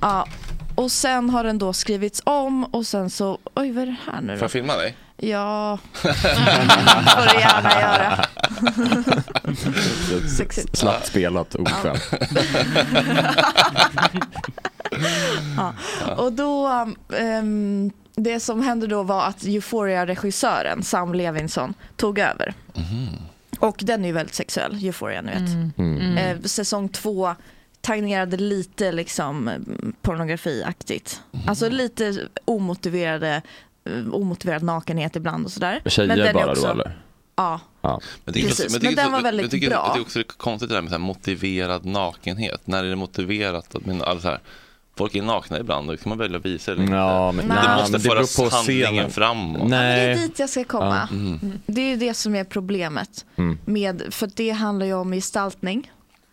S4: Ja, och sen har den då skrivits om och sen så, oj vad är det här nu
S1: Får
S4: då?
S1: jag filma dig?
S4: Ja, får du gärna göra. Sexigt.
S8: Slappt spelat, ofrämt.
S5: Mm.
S4: Ja. Och då, ehm, det som hände då var att Euphoria-regissören Sam Levinson tog över. Och den är ju väldigt sexuell, Euphoria ni vet.
S5: Mm.
S4: Eh, säsong två tangerade lite liksom mm, pornografiaktigt.
S8: Mm.
S4: Alltså lite omotiverade, eh, omotiverad nakenhet ibland och sådär. Men den
S8: Tjejer
S4: är
S8: bara då
S4: också-
S8: eller?
S4: Ja.
S1: Men det är
S4: Precis,
S1: också-
S4: men
S1: det är
S4: den
S1: också-
S4: var väldigt
S1: jag tycker
S4: bra.
S1: att Det är också konstigt det där med så här motiverad nakenhet. När är det motiverat? Att men, alltså här, folk är nakna ibland och då kan man välja att visa det.
S8: Ja,
S1: men,
S8: men-
S1: det
S8: Nej,
S1: måste
S8: men det
S1: föras
S8: beror på
S1: handlingen
S8: scenen.
S1: framåt.
S4: Det är
S8: Nej.
S4: dit jag ska komma.
S8: Eh, Ja.
S4: Mm. Det är ju det som är problemet.
S8: Mm.
S4: Med, för det handlar ju om gestaltning.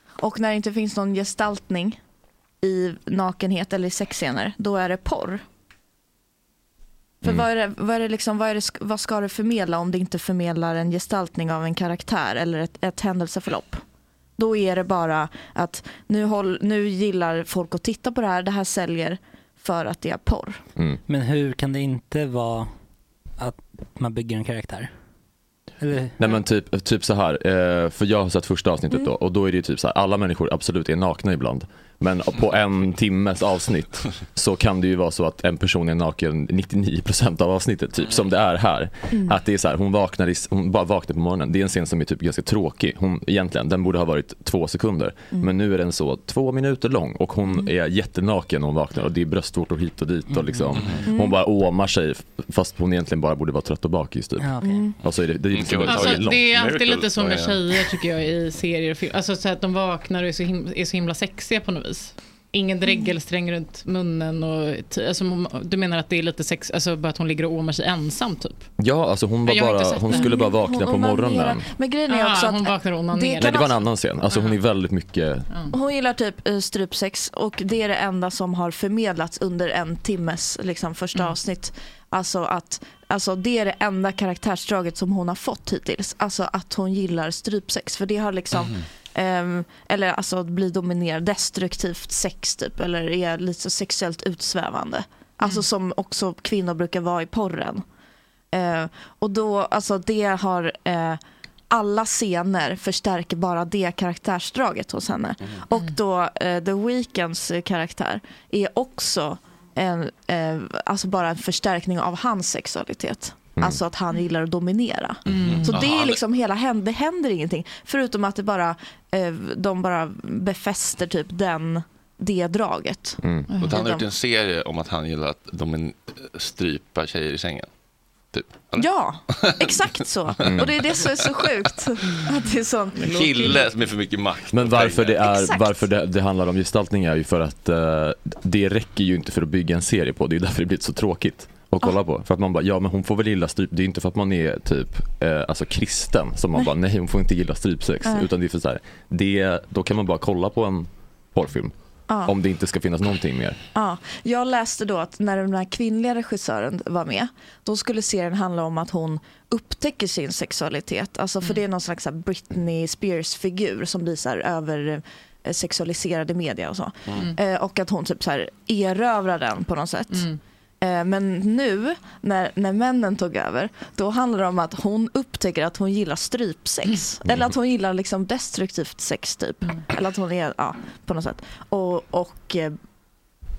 S4: Och när det inte finns någon gestaltning i nakenhet eller i sexscener, då är det porr. För
S8: Mm.
S4: vad, är det, vad, är det liksom, vad, är det, sk- vad ska det förmedla om det inte förmedlar en gestaltning av en karaktär eller ett, ett händelseförlopp? Då är det bara att nu, håll, nu gillar folk att titta på det här, det här säljer för att det är porr.
S8: Mm.
S9: Men hur kan det inte vara att man bygger en karaktär? Eller,
S8: Nej men typ, typ så här, eh, för jag har sett första avsnittet då och då är det ju typ så här, alla människor absolut är nakna ibland. Men på en timmes avsnitt så kan det ju vara så att en person är naken 99% av avsnittet, typ som det är här.
S14: Mm.
S8: Att det är så här, hon, vaknar i, hon bara vaknar på morgonen. Det är en scen som är typ ganska tråkig. Hon, egentligen, den borde ha varit två sekunder.
S14: Mm.
S8: Men nu är den så två minuter lång och hon är jättenaken när hon vaknar och det är bröstvårtor hit och dit. Och liksom.
S7: Mm.
S8: Hon bara åmar sig fast hon egentligen bara borde vara trött och bakis. Typ.
S7: Ja, okej. Mm.
S8: Och så är det, det, är liksom-
S7: Alltså, det är alltid
S8: Miracle.
S7: lite så
S8: Ja,
S7: med
S8: ja.
S7: tjejer tycker jag i serier och film. Alltså så att de vaknar och är så, him- är så himla sexiga på något vis. Ingen dregelsträng runt munnen och t- alltså, mom- du menar att det är lite sex, alltså bara att hon ligger och åmar sig ensam typ?
S8: Ja, alltså hon, var
S7: Jag har inte
S8: bara,
S7: sett
S8: hon
S7: den.
S8: skulle bara vakna
S4: Hon
S8: på
S4: onanerar.
S8: morgonen.
S4: Men grejen är
S7: Ah,
S4: också att...
S7: hon vaknar och onanerar.
S4: det
S8: Nej, det
S4: kan
S8: var en annan scen. Alltså hon är väldigt mycket...
S4: Hon gillar typ eh, strypsex och det är det enda som har förmedlats under en timmes liksom, första avsnitt. Alltså att alltså, det är det enda karaktärsdraget som hon har fått hittills. Alltså att hon gillar strypsex för det har liksom ehm, eller alltså att bli dominerad, destruktivt sex typ eller är lite så sexuellt utsvävande. Alltså som också kvinnor brukar vara i porren. Eh, och då, alltså det har eh, alla scener förstärker bara det karaktärsdraget hos henne. Och då eh, The Weeknds eh, karaktär är också en, eh, alltså bara en förstärkning av hans sexualitet.
S15: Mm.
S4: Alltså att han gillar att dominera.
S15: Mm.
S4: Så det
S15: Aha,
S4: är
S15: det-
S4: liksom hela, hän- det händer ingenting. Förutom att det bara, eh, de bara befäster typ den, det draget.
S1: Mm.
S8: Mm.
S1: Och han har gjort
S4: De-
S1: en serie om att han gillar att de en- eh, strypa tjejer i sängen. Typ.
S4: Ja, exakt så.
S1: Mm.
S4: Och det är det som är så sjukt. Att det är sånt.
S1: En kille som är för mycket makt.
S8: Men varför, det, är,
S4: Exakt.
S8: varför det, det handlar om gestaltning är ju för att eh, det räcker ju inte för att bygga en serie på. Det är därför det blir så tråkigt att
S7: Ah.
S8: kolla på. För att man bara, ja men hon får väl gilla stryp. Det är inte för att man är typ eh, alltså kristen som man
S4: Nej.
S8: bara, nej hon får inte gilla strypsex.
S4: Nej.
S8: Utan det är för så här, det, då kan man bara kolla på en porrfilm.
S7: Ah.
S4: Ja.
S8: Om det inte ska finnas någonting mer.
S4: Ja, jag läste då att när den här kvinnliga regissören var med, då skulle serien handla om att hon upptäcker sin sexualitet. Alltså för det är någon slags så här Britney Spears-figur som blir så här över eh, sexualiserad i media och så.
S15: Mm.
S4: Eh, och att hon typ så här erövrar den på något sätt. Eh, Men nu när, när männen tog över, då handlar det om att hon upptäcker att hon gillar strypsex. Eller att hon gillar liksom destruktivt sex typ. Eller att hon är, ja, på något sätt. Och, och eh,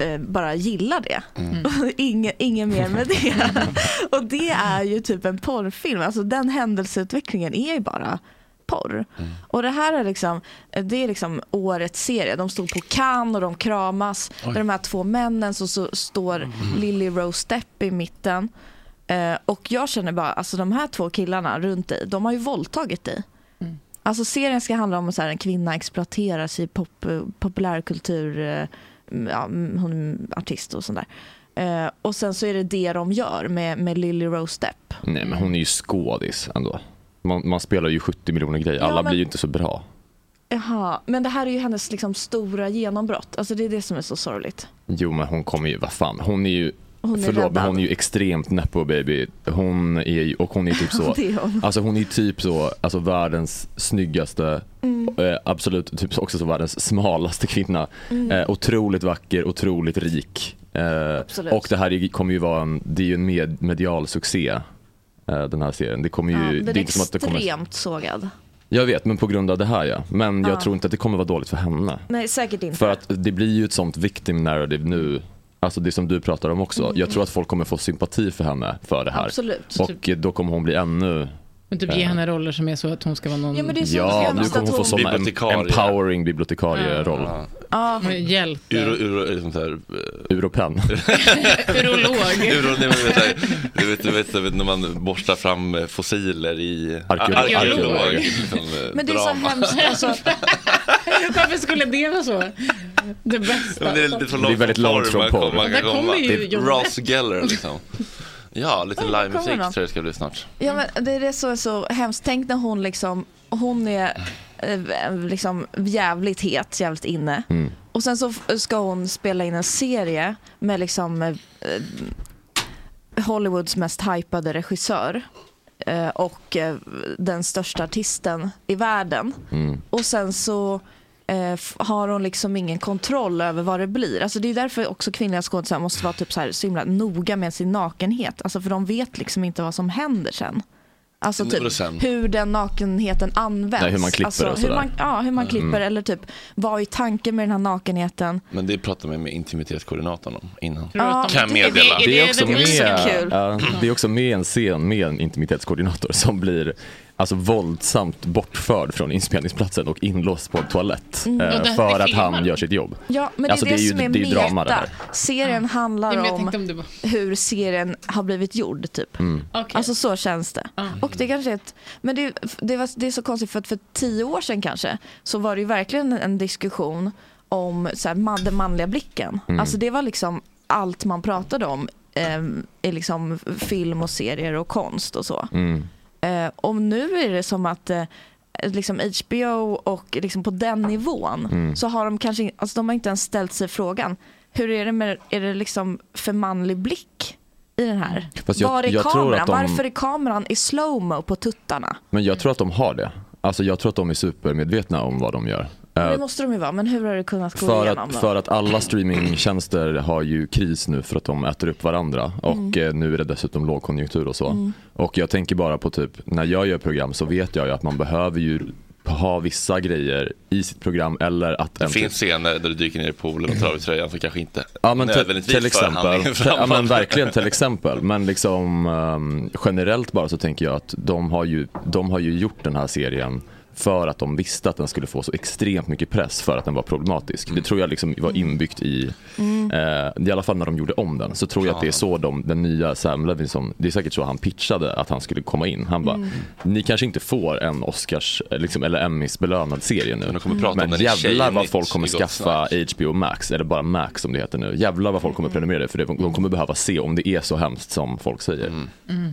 S4: eh, bara gillar det.
S15: Mm.
S4: Inge, ingen mer med det. och det är ju typ en porrfilm. Alltså den händelseutvecklingen är ju bara porr.
S15: Mm.
S4: Och det här är liksom, det är liksom årets serie. De stod på Cannes och de kramas.
S15: Oj. Mm.
S4: Där de här två männen så, så står Lily Rose Depp i mitten. Eh, och jag känner bara, alltså de här två killarna runt dig, de har ju våldtagit dig. Alltså serien ska handla om så här, en kvinna exploateras i pop, eh, populärkultur, eh, mm, ja, mm, hon är artist och sånt där. Eh, och sen så är det det de gör med, med Lily Rose Depp.
S8: Nej men hon är ju skådis ändå. Man, man spelar ju 70 miljoner grejer, alla
S4: Ja, men-
S8: blir ju inte så bra.
S4: Jaha, men det här är ju hennes liksom, stora genombrott. Alltså det är det som är så sorgligt.
S8: Jo men hon kommer ju, vad fan, hon är ju
S4: Hon är
S8: Förlåt men
S4: räddad.
S8: hon är ju extremt nepo baby. Hon är ju, och hon är typ så,
S4: Det är hon.
S8: alltså hon är typ så, alltså världens snyggaste,
S4: Mm.
S8: eh, absolut typ också så världens smalaste kvinna.
S14: Mm.
S8: Eh, otroligt vacker, otroligt rik. Eh,
S14: Absolut.
S8: och det här är- kommer ju vara en, det är ju en med, medial succé. eh, Den här serien. Det kommer ju,
S4: Ja,
S8: det
S4: den
S8: är
S4: är
S8: inte som att det kommer...
S4: extremt sågad.
S8: Jag vet, men på grund av det här ja. Men jag
S4: Ja.
S8: tror inte att det kommer vara dåligt för henne.
S4: Nej, säkert inte.
S8: För att det blir ju ett sånt victim narrative nu. Alltså det som du pratar om också. Jag tror att folk kommer få sympati för henne för det här.
S7: Absolut.
S8: Och eh, då kommer hon bli ännu...
S7: Men typ ge
S8: eh,
S7: henne roller som är så att hon ska vara någon...
S8: ja, nu kommer hon få såna em- empowering bibliotekarieroll.
S7: Ja, men hjälp.
S1: Uro, uro, sånt liksom här... eh,
S8: Uropen.
S7: Urolog.
S1: Uro, nej, men, vet, så här, du, vet, du, vet, du vet när man borstar fram eh, fossiler i...
S8: Arkeolog.
S1: Ar-
S8: Arkeolog.
S1: liksom, eh,
S7: Men det är så
S1: drama.
S7: hemskt. Alltså. Varför skulle det vara så? Det bästa.
S1: Men det är lite för långt
S8: Det är väldigt
S1: från
S8: långt
S1: porr
S8: från
S1: man kom-
S8: porr.
S1: man kan
S7: Där kommer
S1: komma.
S7: ju
S1: Det är
S7: John
S1: Ross
S7: Depp.
S1: Geller liksom. Ja, lite
S4: Oj, där
S1: livemusik
S4: kommer
S1: tror
S4: de.
S1: jag det ska bli snart.
S4: Ja, men det är det som är så hemskt. Tänk när hon liksom, hon är eh, liksom jävligt het, jävligt inne. Och sen så f- ska hon spela in en serie med liksom eh, eh, Hollywoods mest hypade regissör eh, och eh, den största artisten i världen. Och sen så eh, f- har hon liksom ingen kontroll över vad det blir. Alltså det är därför också kvinnliga skådespelare måste vara typ så, här, så himla noga med sin nakenhet. Alltså för de vet liksom inte vad som händer sen. Alltså
S1: Det
S4: typ
S1: vore sen.
S4: hur den nakenheten används.
S1: Nej, hur man klipper
S4: alltså,
S1: och
S4: hur
S1: sådär.
S4: man, Ja, hur man
S1: Mm.
S4: klipper eller typ vad är tanken med den här nakenheten.
S1: Men det pratade vi med intimitetskoordinatorn om innan.
S4: Ja,
S1: kan jag
S4: det-
S1: meddela.
S4: det- det- är det blir så kul.
S8: ja, det är också med en scen med en intimitetskoordinator som blir alltså, våldsamt bortförd från inspelningsplatsen och inlåst på en toalett.
S4: Mm.
S8: eh,
S4: Och det här
S8: för
S4: är
S8: att han
S4: filmat.
S8: gör sitt jobb.
S4: Ja, men det
S8: Alltså,
S4: är det,
S8: ju-
S4: som är,
S8: det är ju
S4: meta.
S8: drama det här.
S4: Serien handlar
S7: Ja, men jag
S4: om,
S7: tänkte om det var-
S4: hur serien har blivit gjord typ. Alltså så känns det. Och det kanske är ett, men det, det, var, det är så konstigt för att för tio år sedan kanske så var det ju verkligen en diskussion om så här, man, den manliga blicken.
S14: Mm.
S4: Alltså det var liksom allt man pratade om eh, i liksom film och serier och konst och så. Eh, och nu är det som att eh, liksom HBO och liksom på den nivån
S14: Mm.
S4: så har de kanske in- alltså de har inte ens ställt sig frågan hur är det, med, är det liksom för manlig blick i den här?
S8: Mm. Fast jag-
S4: Var är
S8: jag tror
S4: kameran?
S8: att de-
S4: Varför är kameran i slowmo på tuttarna?
S8: Men jag tror att de har det. Alltså, jag tror att de är supermedvetna om vad de gör. Eh,
S4: Det måste de ju vara, men hur har det kunnat gå
S8: För
S4: igenom
S8: att,
S4: då?
S8: för att alla streamingtjänster har ju kris nu för att de äter upp varandra och
S4: Mm.
S8: eh, nu är det dessutom lågkonjunktur och så.
S4: Mm.
S8: Och jag tänker bara på typ, när jag gör program så vet jag ju att man behöver ju ha vissa grejer i sitt program eller att
S1: Det finns scener där du dyker ner i poolen och tar av dig tröjan som kanske inte
S8: Ja men till,
S1: nödvändigtvis
S8: till
S1: för
S8: exempel.
S1: handlingen
S8: Till, ja,
S1: framåt.
S8: men verkligen till exempel. Men liksom ehm, generellt bara så tänker jag att de har, ju, de har ju gjort den här serien för att de visste att den skulle få så extremt mycket press för att den var problematisk.
S1: Mm.
S8: Det tror jag liksom var inbyggt i,
S12: Mm.
S8: eh, i alla fall när de gjorde om den, så tror jag att det är så de, den nya Sam Levinson, det är säkert så han pitchade att han skulle komma in. Han bara,
S12: Mm.
S8: ni kanske inte får en Oscars eh, liksom, eller Emmys belönad serie nu, men,
S1: kommer prata om den i
S8: jävlar vad
S1: Tjejnytt
S8: folk kommer
S1: i Gott
S8: skaffa HBO Max, eller bara Max som det heter nu. Jävlar vad folk kommer prenumerera det, för det, de kommer behöva se om det är så hemskt som folk säger.
S4: Mm.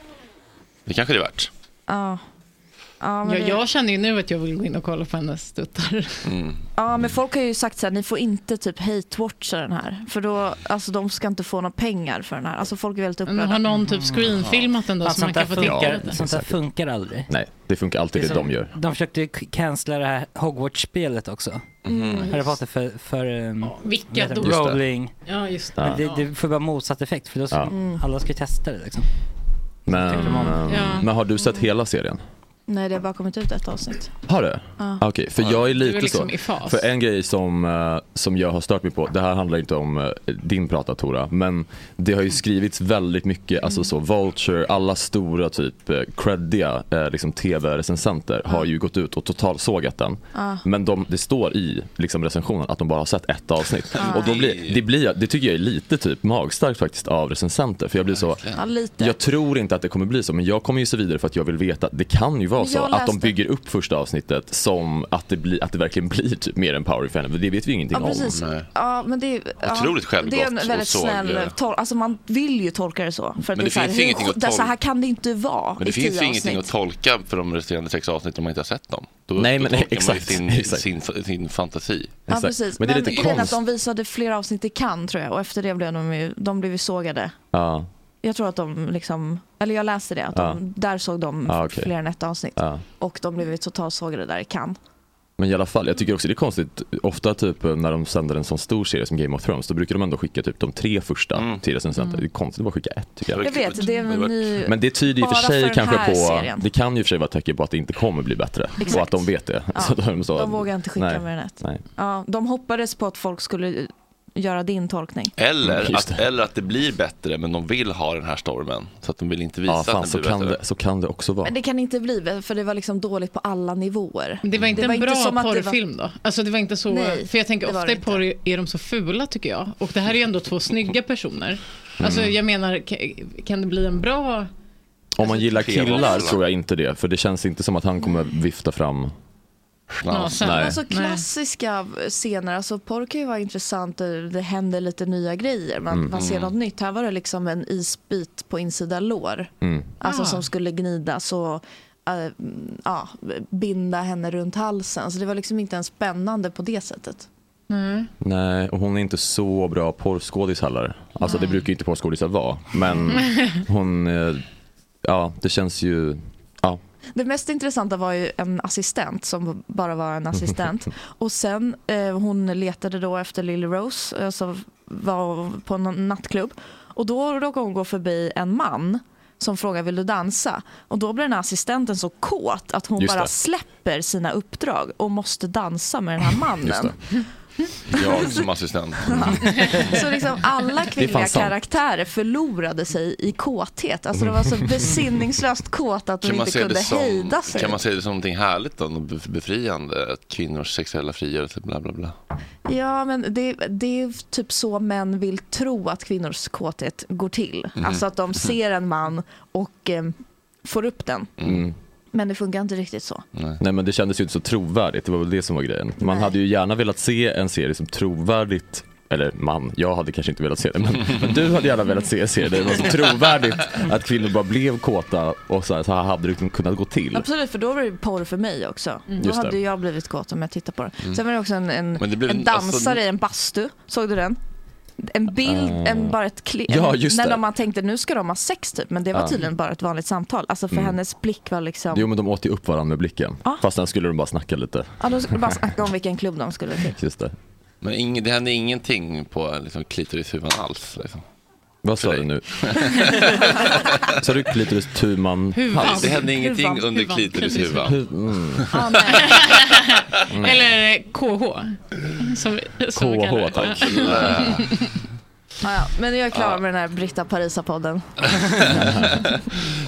S1: Det kanske det är värt.
S4: Ja. Ja,
S7: Ja,
S4: men det...
S7: jag känner ju nu att jag vill gå in och kolla på hennes tuttar.
S1: Mm.
S4: Ja, men folk har ju sagt så här, ni får inte typ hate-watcha den här. För då, alltså de ska inte få några pengar för den här. Alltså folk är väldigt upprörda.
S7: har någon typ screenfilmat den då,
S9: Fast
S7: så man
S9: sånt där
S7: kan
S1: Alltså,
S7: få titta
S9: funkar,
S7: lite?
S9: sånt där funkar aldrig.
S8: Nej, det funkar alltid det,
S9: som-
S8: de gör.
S9: De försökte ju k- cancella det här Hogwarts-spelet också.
S7: Mm.
S9: Harry Potter för, för um,
S7: vilka
S9: vad heter det?
S7: dårar. Just det.
S9: Rowling.
S7: Ja, just det. Mm.
S9: Men
S7: Ja.
S9: det, det får vara motsatt effekt för då ska,
S8: Ja.
S9: alla ska ju testa det liksom.
S8: Men, eh,
S9: Tycker de om det?
S4: Ja.
S8: men har du sett hela serien?
S4: Nej, det har bara kommit ut ett avsnitt.
S8: Har du?
S4: Ja.
S8: Ah, Okej, för jag är
S4: Du är
S8: lite
S4: liksom
S8: så.
S4: i fas.
S8: För en grej som, eh, som jag har stört mig på, det här handlar inte om eh, din prata Tora, men det har ju skrivits väldigt mycket,
S4: Mm.
S8: alltså så Vulture, alla stora typ eh, creddiga eh, liksom, tv-recensenter har ju gått ut och totalsågat den.
S12: Ja.
S8: Men de, det står i liksom, recensionen att de bara har sett ett avsnitt.
S12: Ja.
S8: Och då blir, det, blir, det tycker jag är lite typ magstarkt faktiskt av recensenter, för jag blir så,
S4: Ja, lite.
S8: jag tror inte att det kommer bli så, men jag kommer ju se vidare för att jag vill veta. Det kan ju vara jag sa,
S4: Jag
S8: att de
S4: läste-
S8: bygger upp första avsnittet som att det, blir, att det verkligen blir typ mer en power fan, men det vet vi ingenting
S4: Ja, precis.
S8: om.
S1: eh,
S4: Ja, men det, är- ja,
S8: Otroligt självgott
S4: Det är en väldigt
S8: och såg-
S4: snäll, tol- alltså man vill ju tolka det så. För att
S1: Men
S4: det,
S1: det
S4: är
S1: finns
S4: så här,
S1: ingenting
S4: hur,
S1: att
S4: det,
S1: tol-
S4: så här kan det inte vara
S1: Men det
S4: i
S1: finns
S4: tio
S1: ju ingenting att
S4: avsnitt.
S1: tolka för de resterande sex avsnitten om man inte har sett dem. Då,
S8: Nej,
S1: då
S8: men
S1: tolkar
S8: exakt,
S1: man ju sin,
S8: exakt.
S1: sin, sin, fantasi.
S4: Ja, precis. Men, grejen är att de visade fler avsnitt i Cannes tror jag och efter det blev de ju, de blev ju sågade.
S8: Ja.
S4: Jag tror att de liksom, eller jag läste det, att de, där såg de
S8: Ja, okej.
S4: fler än ett avsnitt.
S8: Ja.
S4: Och de blev ju totalt sågade där i Cannes.
S8: Men i alla fall, jag tycker också det är konstigt, ofta typ när de sänder en sån stor serie som Game of Thrones, då brukar de ändå skicka typ de tre första
S1: Mm.
S8: till recensenter. Det är konstigt att bara skicka ett tycker jag.
S4: Mm. Jag vet, det är väl ny...
S8: Men det tyder ju för
S4: bara
S8: sig
S4: den
S8: kanske
S4: här
S8: på,
S4: serien.
S8: det kan ju för sig vara ett tecken på att det inte kommer bli bättre.
S4: Exakt.
S8: Och att de vet det.
S4: Ja,
S8: sa-
S4: de vågar inte skicka
S8: nej,
S4: mer än ett.
S8: Nej.
S4: Ja, de hoppades på att folk skulle göra din tolkning.
S1: Eller att, eller att det blir bättre, men de vill ha den här stormen. Så att de vill inte visa
S8: Ja, fan,
S1: att
S8: så,
S1: den blir
S8: kan
S1: bättre.
S8: det, så kan det också vara.
S4: Men det kan inte bli, för det var liksom dåligt på alla nivåer.
S7: Det var inte en bra
S4: att det
S7: porrfilm då? Alltså det var inte så,
S4: Nej,
S7: för jag tänker
S4: det var
S7: ofta
S4: det
S7: i porr är de så fula tycker jag. Och det här är ju ändå två
S1: Mm.
S7: snygga personer. Alltså
S8: Mm.
S7: jag menar, ka- kan det bli en bra...
S8: Om man gillar
S7: Trevligt.
S8: killar tror jag inte det, för det känns inte som att han kommer vifta fram
S4: Alltså,
S8: Nej.
S4: alltså klassiska scener, alltså porr kan ju vara intressant, det det händer lite nya grejer, man,
S8: Mm.
S4: man ser
S8: Mm.
S4: något nytt. Här var det liksom en isbit på insida lår,
S8: Mm.
S4: alltså
S8: Ah.
S4: som skulle gnidas och äh, mm, ja, binda henne runt halsen. Så det var liksom inte ens spännande på det sättet.
S8: Nej, och hon är inte så bra porrskådis heller. Alltså det brukar ju inte porrskådisar vara. Men hon, eh, ja det känns ju, ja.
S4: Det mest intressanta var ju en assistent som bara var en assistent. Och sen eh, hon letade då efter Lily Rose, eh, som var på en nattklubb. Och då råkade hon gå förbi en man som frågar vill du dansa? Och då blir den här assistenten så kåt att hon
S8: Just
S4: bara
S8: det.
S4: släpper sina uppdrag och måste dansa med den här
S8: Just
S4: mannen.
S1: Jag som assistent.
S4: Så liksom alla kvinnliga
S1: sant.
S4: karaktärer förlorade sig i kåthet. Alltså det var så besinningslöst kåt att de
S1: Kan man,
S4: inte
S1: se
S4: kunde
S1: det som,
S4: hejda sig.
S1: kan man se det som någonting härligt då? Något bef- Befriande? Att kvinnors sexuella frigörelse, bla bla bla.
S4: Ja, men det, det är typ så män vill tro att kvinnors kåthet går till.
S1: Mm.
S4: Alltså att de ser en man och eh, får upp den.
S8: Mm.
S4: Men det funkar inte riktigt så.
S8: Nej. men det kändes ju inte så trovärdigt, det var väl det som var grejen. Man hade ju gärna velat se en serie som trovärdigt eller man, jag hade kanske inte velat se det men, men du hade gärna velat se en serie där det var så trovärdigt att kvinnor bara blev kåta och så här, så här hade det liksom kunnat gå till.
S4: Absolut, för då var det ju porr för mig också. Då
S7: Mm.
S8: Just det.
S4: hade ju jag blivit kåt om jag tittar på den.
S8: Mm.
S4: Sen var det också en, en,
S8: Men det blev
S4: en
S8: en-
S4: dansare
S8: alltså-
S4: i en bastu. Såg du den? En bild,
S8: Ah.
S4: en, bara ett klipp.
S8: Ja, just
S4: när
S8: det.
S4: de man tänkte nu ska de ha sex typ, men det var
S8: Ah.
S4: tydligen bara ett vanligt samtal. Alltså för
S8: Mm.
S4: hennes blick var liksom...
S8: Jo men de åt ju upp varandra med blicken, fast sen skulle de bara snacka lite.
S4: Ah. Ja, de skulle bara snacka om vilken klubb de skulle till.
S8: Just det.
S1: Men ing, det hände ingenting på liksom, klitorishuvan alls? Liksom.
S8: Vad sa du nu? Sa du klitoris tuman
S7: Huvan.
S8: hals?
S7: Det hände ingenting Huvan. under Huvan. klitorishuvan.
S8: Hu- Mm. Mm.
S7: Eller KH. Som, som vi
S8: KH,
S7: kallar det.
S8: tack.
S4: Ja, ja, men jag är klar med den här Britta Parisa-podden.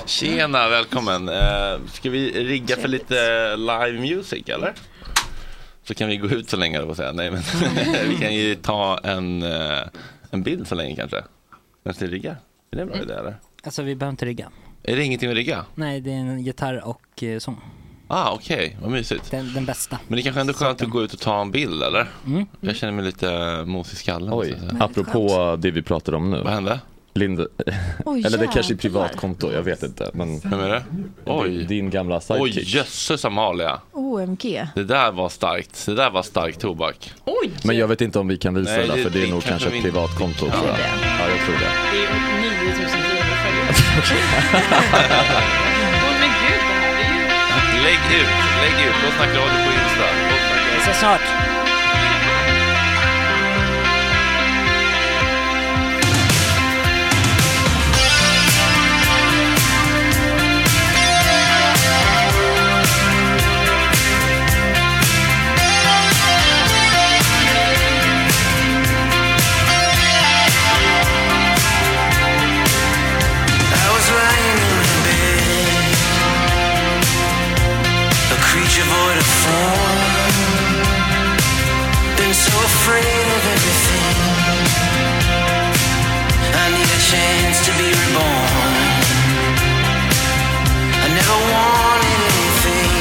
S1: Tjena, välkommen. Eh, Ska vi rigga för lite eh, live music eller? Så kan vi gå ut så länge höll jag på att säga. Nej, men vi kan ju ta en, eh, en bild så länge kanske. Medan vi riggar. Är det en bra idé eller?
S9: Alltså vi behöver inte rigga.
S1: Är det ingenting att rigga?
S9: Nej, det är en gitarr och eh, sång.
S1: Ah, okej, vad mysigt.
S9: Den, den bästa.
S1: Men det kanske ändå är skönt att gå ut och ta en bild eller?
S9: Mm.
S1: Jag känner mig lite eh, mos i skallen.
S8: Oj,
S1: så att säga.
S8: apropå det vi pratade om nu. Vad
S1: hände?
S8: Lind...
S1: Oj,
S8: Eller det kanske är
S1: jävlar.
S8: privatkonto, jag vet inte. Men...
S1: Vem är det? Oj.
S8: Din gamla sidekick.
S1: Oj, jösses Amalia.
S4: OMG.
S1: Det där var starkt. Det där var stark tobak.
S7: Oj!
S8: Men jag vet inte om vi kan visa
S1: Nej,
S8: det, där,
S1: det-
S8: för det är
S1: det
S8: nog
S1: kanske
S8: kanske
S1: vi
S8: ett
S1: inte
S8: privatkonto tror jag. Ja, jag tror det.
S7: Det är 9000 följare. Åh, men gud, det här är ju...
S1: Lägg ut, lägg ut. Gott snack radio på Insta. Gott snack radio.
S9: Vi ses snart.
S5: I was lying in bed, a creature void of form. Been so afraid of everything. I need a chance to be reborn. I never wanted anything.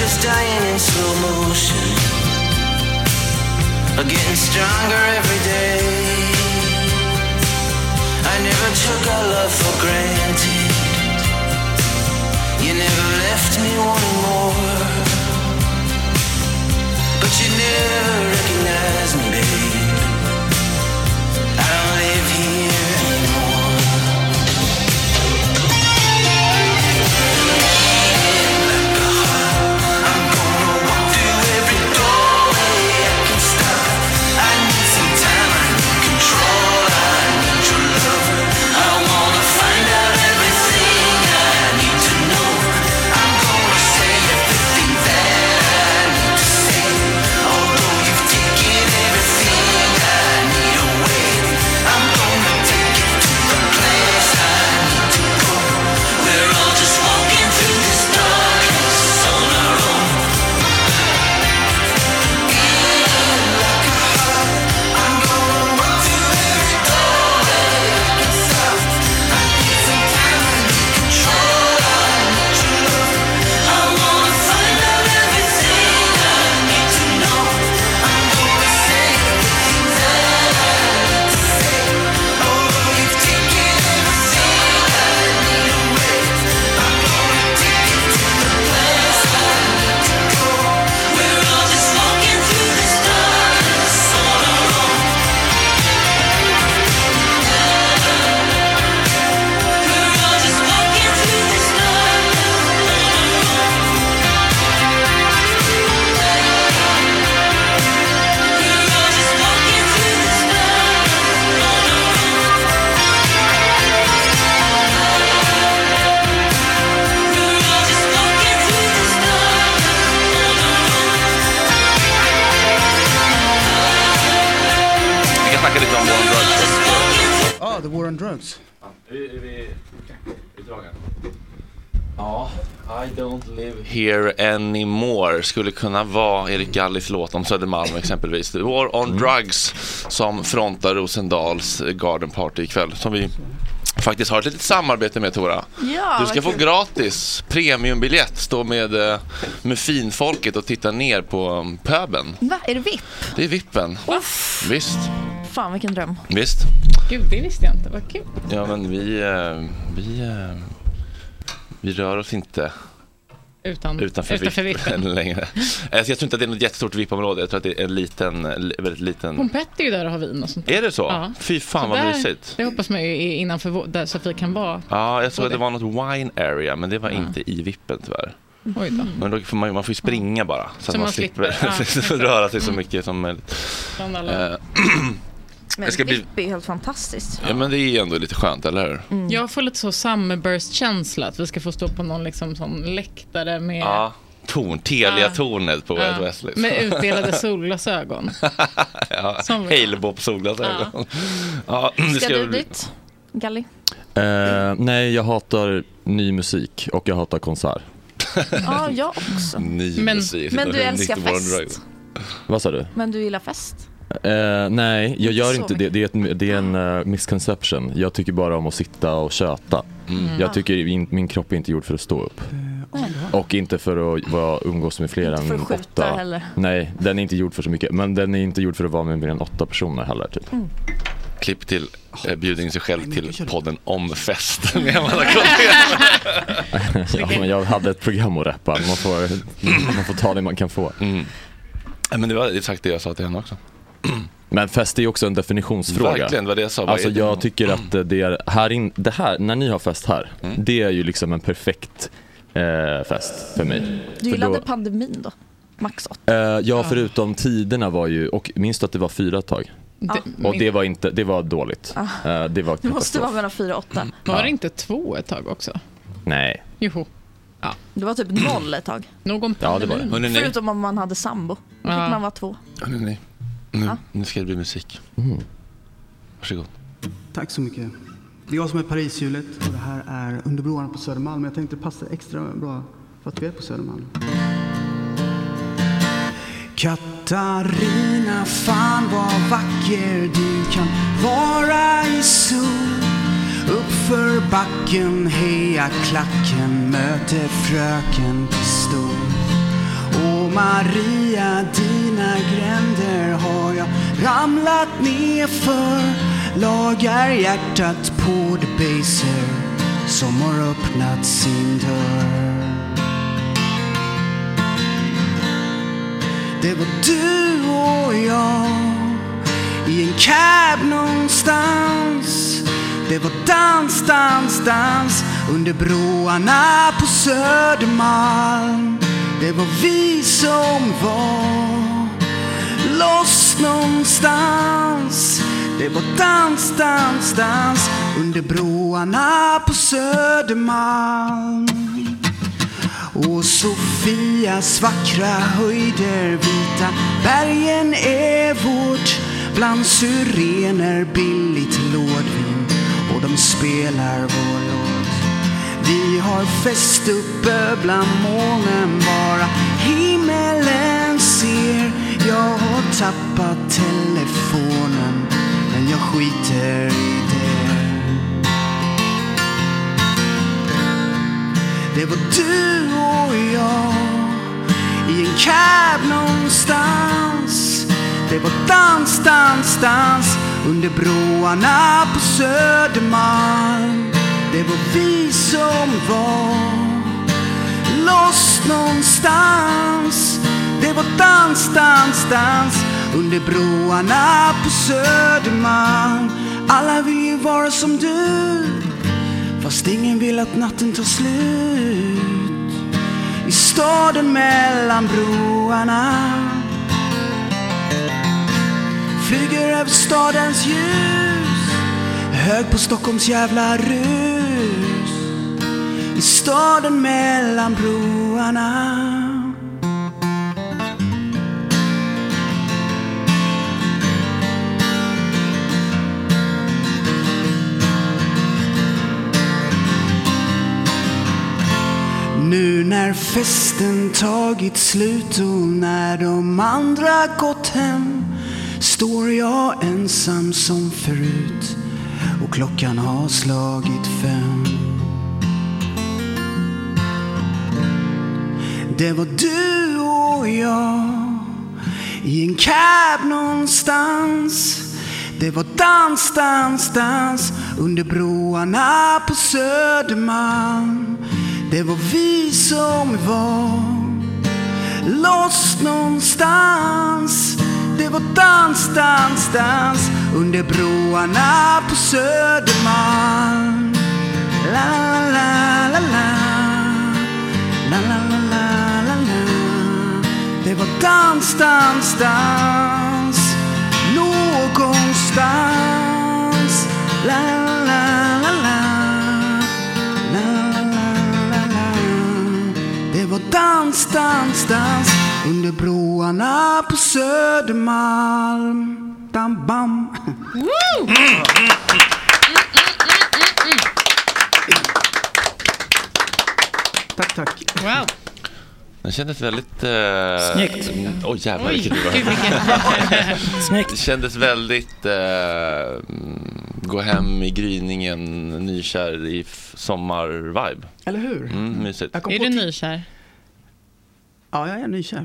S3: just dying in slow motion. Are getting stronger every day. I never took our love for granted. You never left me wanting more. But you never recognized me, babe. I don't live here anymore. We're all just walking through this darkness on our own. We're all just walking through this darkness on our own. We're all just walking through this darkness on our own. We're all just walking through this darkness on our own. We're all just walking through this darkness on our own.
S1: Vi kan snacka lite om War on Drugs.
S16: Ah, The War on Drugs.
S1: Ja, I don't live Here anymore skulle kunna vara Erik Gallis låt om Södermalm exempelvis. The War on Drugs som frontar Rosendals Garden Party ikväll som vi faktiskt har ett litet samarbete med Tora.
S4: Ja,
S1: du ska
S4: vad
S1: få
S4: kul.
S1: gratis premiumbiljett, stå med, eh, med finfolket och titta ner på um, pöben.
S4: Va, är det VIP?
S1: Det är vippen. Visst,
S4: Fan vilken dröm.
S1: visst.
S7: Gud, det visste jag inte. Vad kul.
S1: Ja men vi, eh, vi, eh, vi rör oss inte
S7: Utan,
S1: utanför, vippen längre. Alltså, jag tror inte att det är något jättestort vippområde. Jag tror att det är en liten, eh, li- väldigt liten.
S7: Pompetti är ju där och har vin och sånt.
S1: Är det så?
S7: Mm. Ja.
S1: Fy fan vad
S7: där,
S1: mysigt.
S7: Det hoppas man ju är innanför vår, där Sofie kan vara.
S1: Ja, jag såg att det var något wine area, men det var inte i vippen tyvärr.
S7: Oj då.
S1: Men då får man, man får ju springa bara, så,
S7: Mm. Så
S1: att man,
S7: man
S1: slipper,
S7: slipper. Ja, exakt.
S1: röra sig så
S7: Mm.
S1: mycket som möjligt.
S7: Bland alla.
S1: Eh,
S4: Men
S1: Det ska bli-
S4: VIP är helt fantastiskt.
S1: ja, men det är ju ändå lite skönt, eller hur?
S4: Mm.
S7: Jag får lite så Summerburst-känsla, att vi ska få stå på någon liksom sån läktare med,
S1: Ja. Torn, Telia-tornet på liksom.
S7: Ja.
S1: Ed Wesleys.
S7: med utdelade solglasögon.
S1: ja,
S7: Som-
S1: Halebop-solglasögon. Ja. Ja,
S4: Ska,
S1: det ska
S4: du
S1: bli-
S4: dit, Galli?
S8: Eh, nej, jag hatar ny musik och jag hatar konsert.
S4: Ja, jag också.
S1: Ny
S4: Men- musik. men du älskar fest.
S8: Vad sa du?
S4: Men du gillar fest?
S8: Eh, nej, jag gör
S4: Så Ah.
S8: inte det. Det är, ett, det är en eh, misconception. Jag tycker bara om att sitta och köta.
S4: Mm. Eh,
S8: Jag tycker in, min kropp är inte gjord för att stå upp. Och inte för att vara, umgås med fler än
S4: för att skjuta
S8: åtta.
S4: heller.
S8: Nej, den är inte gjord för så mycket. Men den är inte gjord för att vara med mer än åtta personer heller. Typ.
S4: Mm.
S1: Klipp till eh, bjuder in sig själv till podden om fest.
S8: ja, men jag hade ett program att rappa. Man får, man får ta det man kan få.
S1: Mm. Men det var exakt det jag sa till henne också.
S8: Men fest är ju också en definitionsfråga.
S1: Verkligen, det var det jag sa. Vad
S8: Alltså
S1: är det? Mm.
S8: jag tycker att eh, det är, här in, det här, när ni har fest här, det är ju liksom en perfekt eh, fest för mig.
S4: Du
S8: för
S4: gillade
S8: då,
S4: pandemin då? Max 8?
S8: eh, ja, förutom tiderna var ju, och minns du att det var fyra ett tag?
S4: Ja.
S8: Och det var, inte, det var dåligt.
S4: Ah.
S8: Eh, det var
S4: Det måste
S8: katastrof.
S4: vara mellan 4 och 8.
S7: Mm. Var det inte två ett tag också?
S8: Nej.
S7: Joho. Ja.
S4: Det var typ noll ett tag.
S7: Någon
S8: Ja, det var det. Hörrni, ni-
S4: Förutom om man hade sambo. Då
S1: Ja.
S4: fick man vara två.
S1: Nu, nu, nu,
S4: Ja.
S1: nu ska det bli musik. Varsågod.
S16: Tack så mycket. Det är jag som är Parishjulet och det här är Under broarna på Södermalm. Jag tänkte det passar extra bra för att vi är på Södermalm.
S17: Katarina, fan vad vacker du kan vara i sol. Uppför backen, heja klacken, möter fröken Pistol. Maria, dina gränder har jag ramlat ner för. Lagar hjärtat på The Baser som har öppnat sin dörr. Det var du och jag i en cab någonstans. Det var dans, dans, dans under broarna på Södermalm. Det var vi som var loss någonstans. Det var dans, dans, dans under broarna på Södermalm. Och Sofias vackra höjder, vita bergen är vårt. Bland syrener, billigt lådvin och de spelar vår låt. Vi har fest uppe bland molnen, bara himmelen ser. Jag har tappat telefonen, men jag skiter i det. Det var du och jag i en cab någonstans. Det var dans, dans, dans under broarna på Södermalm. Det var vi som var loss någonstans. Det var dans, dans, dans under broarna på Södermalm. Alla vill ju vara som du. Fast ingen vill att natten tar slut I staden mellan broarna Flyger över stadens ljus Hög på Stockholms jävla rus I staden mellan broarna Nu när festen tagit slut och när de andra gått hem står jag ensam som förut och klockan har slagit fem. Det var du och jag i en cab någonstans. Det var dans, dans, dans under broarna på Södermalm. Det var vi som var loss någonstans. Det var dans, dans, dans under broarna på Södermalm. La, la, la, la, la, la, la, la, la, la. Det var dans, dans, dans någonstans. La, la, la, la, la, la, la, la. Det var dans, dans, dans under broarna på Södermalm. Dam, bam. Tack, tack.
S7: Wow.
S1: Den kändes väldigt... Eh...
S9: Snyggt.
S1: Mm, Oj jävlar
S9: Oj,
S1: vilken
S9: gud, vilken- Snyggt.
S1: Det kändes väldigt... Eh... mm, Gå hem i gryningen, nykär i f- sommar-vibe.
S16: Eller hur?
S1: Mm, mysigt.
S7: Är du nykär?
S16: Ja, jag är nykär.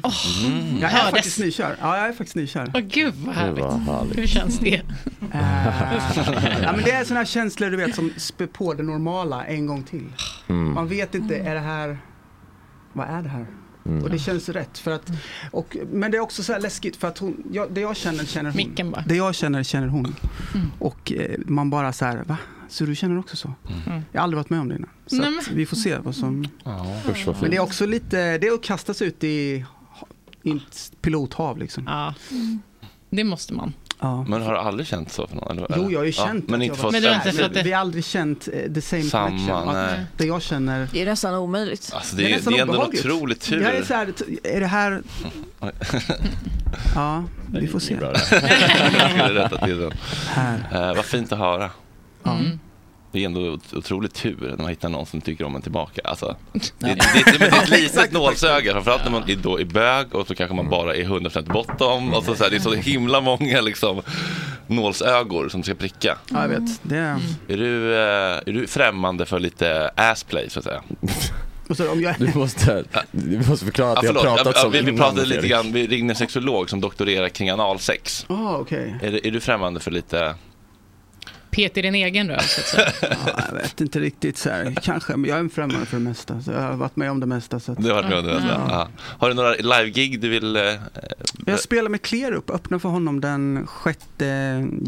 S1: Mm.
S16: Jag är
S7: Hördes.
S16: faktiskt nykär. Ja, jag är faktiskt nykär.
S7: Åh gud vad
S16: Det
S7: härligt.
S16: var härligt.
S7: Hur känns det?
S16: ja, men det är sådana här känslor du vet som spär på det normala en gång till.
S8: Mm.
S16: Man vet inte, är det här, vad är det här?
S8: Mm.
S16: Och det känns rätt. För att, och, men det är också så här läskigt för att hon, jag, det jag känner känner
S7: Micken
S16: hon.
S7: bara.
S16: Det jag känner känner hon. Och eh, man bara så här, va? Så du känner också så?
S7: Mm.
S16: Jag har aldrig varit med om det innan. Så
S7: Nej,
S16: att
S7: men-
S16: vi får se vad som...
S8: Usch, vad fint.
S16: Men det är också lite, det är att kastas ut i, i ett pilothav liksom.
S7: Ja.
S1: Mm.
S7: Det måste man.
S1: Men har du aldrig känt så för någon? Eller?
S16: Jo, jag har ju
S1: Ja,
S16: känt
S1: Men
S16: att
S1: inte
S16: jag var
S1: fått
S16: Men det var inte för att
S1: känslan.
S16: det- Vi har aldrig känt eh, the same
S1: Samma,
S16: connection. Att
S1: nej.
S16: Det jag känner...
S4: Det är nästan omöjligt.
S1: Alltså, det är-
S16: nästan
S1: det är ändå en
S16: obehagligt.
S1: otrolig tur.
S16: Jag är så här, t- är det här... Ja, vi får se.
S1: Bra Jag skulle rätta till den.
S16: Här. Mm.
S1: Eh, vad fint att höra. Det är ändå ot- otrolig tur när man hittar någon som tycker om en tillbaka. Alltså, det, det, det, det, det är ett litet nålsöga, framförallt när man är, då är bög och så kanske
S16: Mm.
S1: man bara är 100% bottom. Och så, så här, det är så himla många liksom, nålsögor som ska pricka.
S16: Ja, jag
S7: Mm.
S16: vet. Det är...
S1: Är, du, eh, är du främmande för lite assplay så att säga?
S16: om jag...
S8: Du måste, du måste förklara att vi har
S1: förlåt.
S8: pratat
S1: Ja,
S8: som
S1: vi, vi
S8: innan,
S1: pratade lite
S8: Fredrik.
S1: grann, vi ringde en sexolog som doktorerar kring analsex.
S16: Ah, okej.
S1: Är, du- är du främmande för lite...
S7: Pet i din egen röv så att säga.
S16: Ja, jag vet inte riktigt så här. Kanske, men jag är en främmande för det mesta. Så jag har varit med om det mesta. Så att...
S1: Du har, varit med om det,
S16: Ja.
S1: mm. ja. har du några live-gig du vill... eh,
S16: Jag spelar med Klerup, öppnar för honom den 6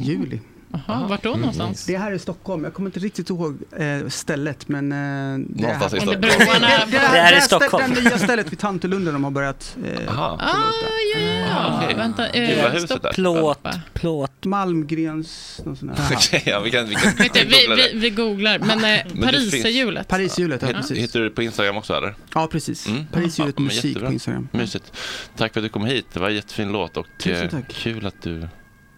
S16: juli.
S7: Jaha, vart då någonstans?
S16: Det är här i Stockholm, jag kommer inte riktigt ihåg eh, stället men... Eh, det är
S1: Någonstans i
S16: här-
S1: Stockholm. Under broarna.
S16: Det
S1: Det här
S16: här
S1: är Stockholm.
S16: stä- Det nya stället vid Tantelunden de har börjat... Eh,
S1: Aha.
S7: Ah, Ja, ja, ja. Vänta,
S1: Gula
S7: eh,
S1: huset
S7: stopp.
S1: där.
S9: Plåt, plåt.
S16: Malmgrens, någon sån här.
S1: Okej, ja, vi kan, vi kan
S7: Vet du, vi,
S1: googla
S7: vi,
S1: det.
S7: vi googlar, men
S1: Men
S7: eh,
S1: det
S7: Pariserhjulet.
S1: finns- Hittar- Hittar du det på Instagram också eller? Mm.
S16: Ja, precis. Pariserhjulet
S1: men
S16: musik
S1: jättebra.
S16: på Instagram.
S1: Mysigt. Tack för att du kom hit, det var en jättefin låt och
S16: Tusen
S1: eh,
S16: tack.
S1: kul att du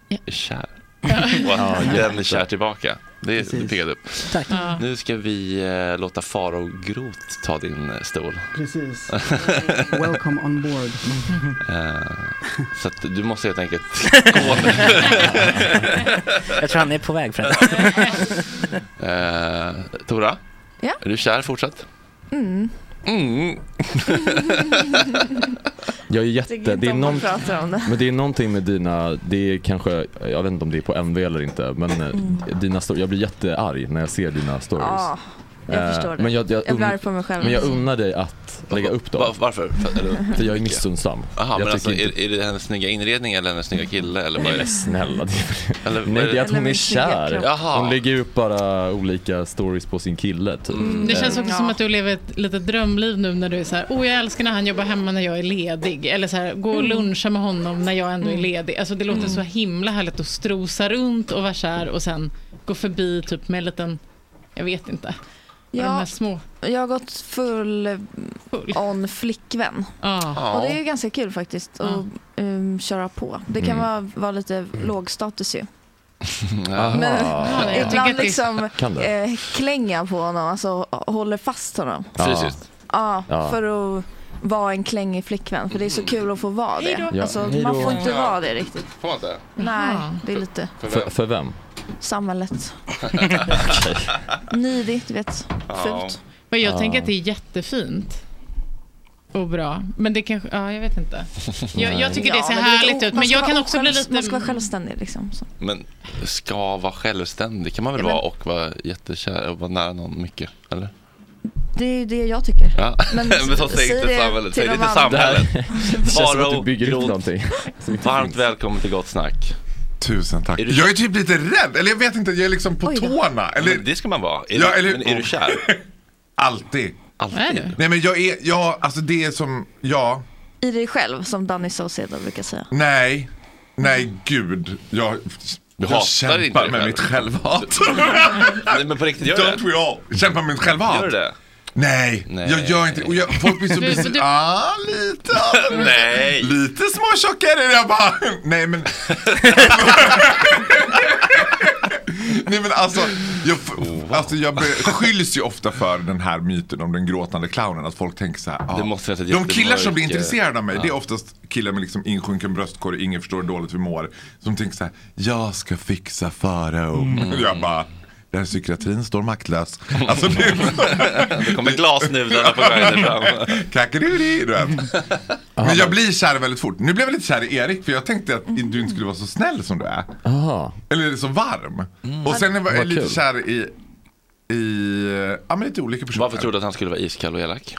S1: är kär. Och att den är kär tillbaka. Det är det piggade upp.
S9: Tack.
S7: Ja.
S1: Nu ska vi eh, låta Faro Groth ta din eh, stol.
S16: Precis. Welcome on board.
S1: Eh, så att du måste helt enkelt gå nu.
S9: Jag tror han är på väg förresten.
S1: Eh, Tora,
S4: Ja.
S1: är du kär fortsatt?
S4: Mm.
S1: Mm.
S8: Jag är
S4: Tycker
S8: jätte,
S4: inte
S8: det är,
S4: om man
S8: någon,
S4: pratar om det.
S8: men det är någonting med dina, det är kanske, jag vet inte om det är på MV eller inte, men eh, dina stories, jag blir jättearg när jag ser dina stories.
S4: Mm. Ja, jag
S8: Eh,
S4: förstår det.
S8: Men jag, jag,
S4: Jag blir
S8: un-
S4: arg på mig själv.
S8: Men jag unnar dig att lägga upp dem.
S1: Varför? För-
S8: jag är missunnsam.
S1: Jaha,
S8: jag
S1: men
S8: tycker
S1: alltså,
S8: inte-
S1: är, är det hennes snygga inredning eller hennes snygga kille? Eller vad är det?
S8: Men snälla, det är
S1: Eller, vad
S8: Nej, det är att
S1: Eller
S8: hon är
S1: min snygga
S8: kär.
S1: kropp. Jaha.
S8: Hon lägger upp bara olika stories på sin kille typ.
S4: Mm,
S7: Det känns
S8: Eh,
S7: också som att du lever ett litet drömliv nu när du är så här, oh jag älskar när han jobbar hemma när jag är ledig. Eller så här, gå och
S4: Mm.
S7: luncha med honom när jag ändå är
S4: Mm.
S7: ledig. Alltså det låter så himla härligt att strosa runt och vara kär och sen gå förbi typ med en liten, jag vet inte. Ja.
S4: Ja.
S7: De här små.
S4: Jag har gått full, on flickvän.
S7: Ja.
S4: Och det är ju ganska kul faktiskt att um, köra på. Det kan
S7: Mm.
S4: vara, vara lite låg status ju.
S1: Jaha.
S4: Men
S7: jag tycker att
S4: ibland
S7: det-
S4: liksom
S8: Kan det?
S4: eh, klänga på honom, alltså håller fast honom.
S8: Ja.
S1: Fysiskt?
S4: Ja,
S8: Ja.
S4: för att vara en klängig flickvän. För det är så kul att få vara det.
S8: Ja,
S4: Alltså,
S8: hej
S4: man
S8: då.
S4: får inte vara det riktigt.
S1: Får man inte?
S4: Nej, det är lite
S8: För, för vem?
S4: samhället.
S8: Okej.
S4: Nidigt, du vet.
S8: Ja.
S4: Fult.
S7: Men jag
S8: Ja.
S7: tänker att det är jättefint. Och bra. Men det kanske, ja jag vet inte. Jag, jag tycker det ser
S4: Ja, men
S7: härligt
S4: lite-
S7: ut.
S4: man
S7: Men
S4: ska
S7: jag
S4: vara
S7: kan också bli
S4: osjälv-
S7: lite...
S4: Man ska vara självständig liksom. Så.
S1: Men ska vara självständig kan man väl
S4: Ja, men-
S1: vara och vara jättekär och vara nära någon mycket? Eller?
S4: Det är ju det jag tycker.
S1: Ja. Men,
S4: Men
S1: så
S4: säg
S1: säg inte
S4: det
S1: samhället.
S4: till
S1: Säg det
S4: de
S1: till
S4: andra.
S1: samhället.
S4: Det
S8: känns som att du bygger upp
S1: Groth,
S8: någonting
S1: Varmt välkommen till Gott Snack.
S18: Tusen tack. Jag är typ lite rädd, eller jag vet inte, jag är liksom på tårna. Eller...
S1: Det ska man vara. Är,
S18: Ja,
S1: du,
S18: eller-
S1: men är du kär?
S18: Alltid.
S1: Alltid?
S18: Nej men jag är, ja, alltså det är som, ja,
S4: I dig själv, som Danny Saucedo brukar säga.
S18: nej, nej gud. Jag,
S1: Du
S18: jag
S1: hatar inte
S18: kämpar
S1: dig
S18: med
S1: själv.
S18: mitt självhat.
S1: Nej, men på riktigt, gör
S18: Don't
S1: det.
S18: we all? Kämpar med mitt självhat.
S1: Gör du det?
S18: Nej, jag gör inte och jag, folk blir så
S1: Du- du-
S18: besvikna. Ah, lite.
S1: Nej.
S18: Lite småtjockare. Jag bara, nej men. nej men alltså, jag,
S1: Oh,
S18: alltså jag beskylls ju ofta för den här myten om den gråtande clownen. Att folk tänker så här. Ah,
S1: Det måste finnas ett
S18: de killar som blir
S1: jättemörker.
S18: intresserade av mig, det är
S1: Ja.
S18: oftast killar med liksom insjunken bröstkorg, ingen förstår hur dåligt vi mår. Som tänker så här, jag ska fixa farao.
S1: Mm.
S18: Jag bara, där psykiatrin står maktlös. Alltså det är
S1: Det kommer glasnudarna på vägen fram.
S18: Kakaduri, du vet. Men jag blir kär väldigt fort. Nu blev jag lite kär i Erik för jag tänkte att du inte skulle vara så snäll som du är. Eller så varm. Och sen var jag
S1: Vad
S18: lite
S1: kul.
S18: kär i, i ja, men lite olika personer.
S1: Varför tror du att han skulle vara iskall och elak?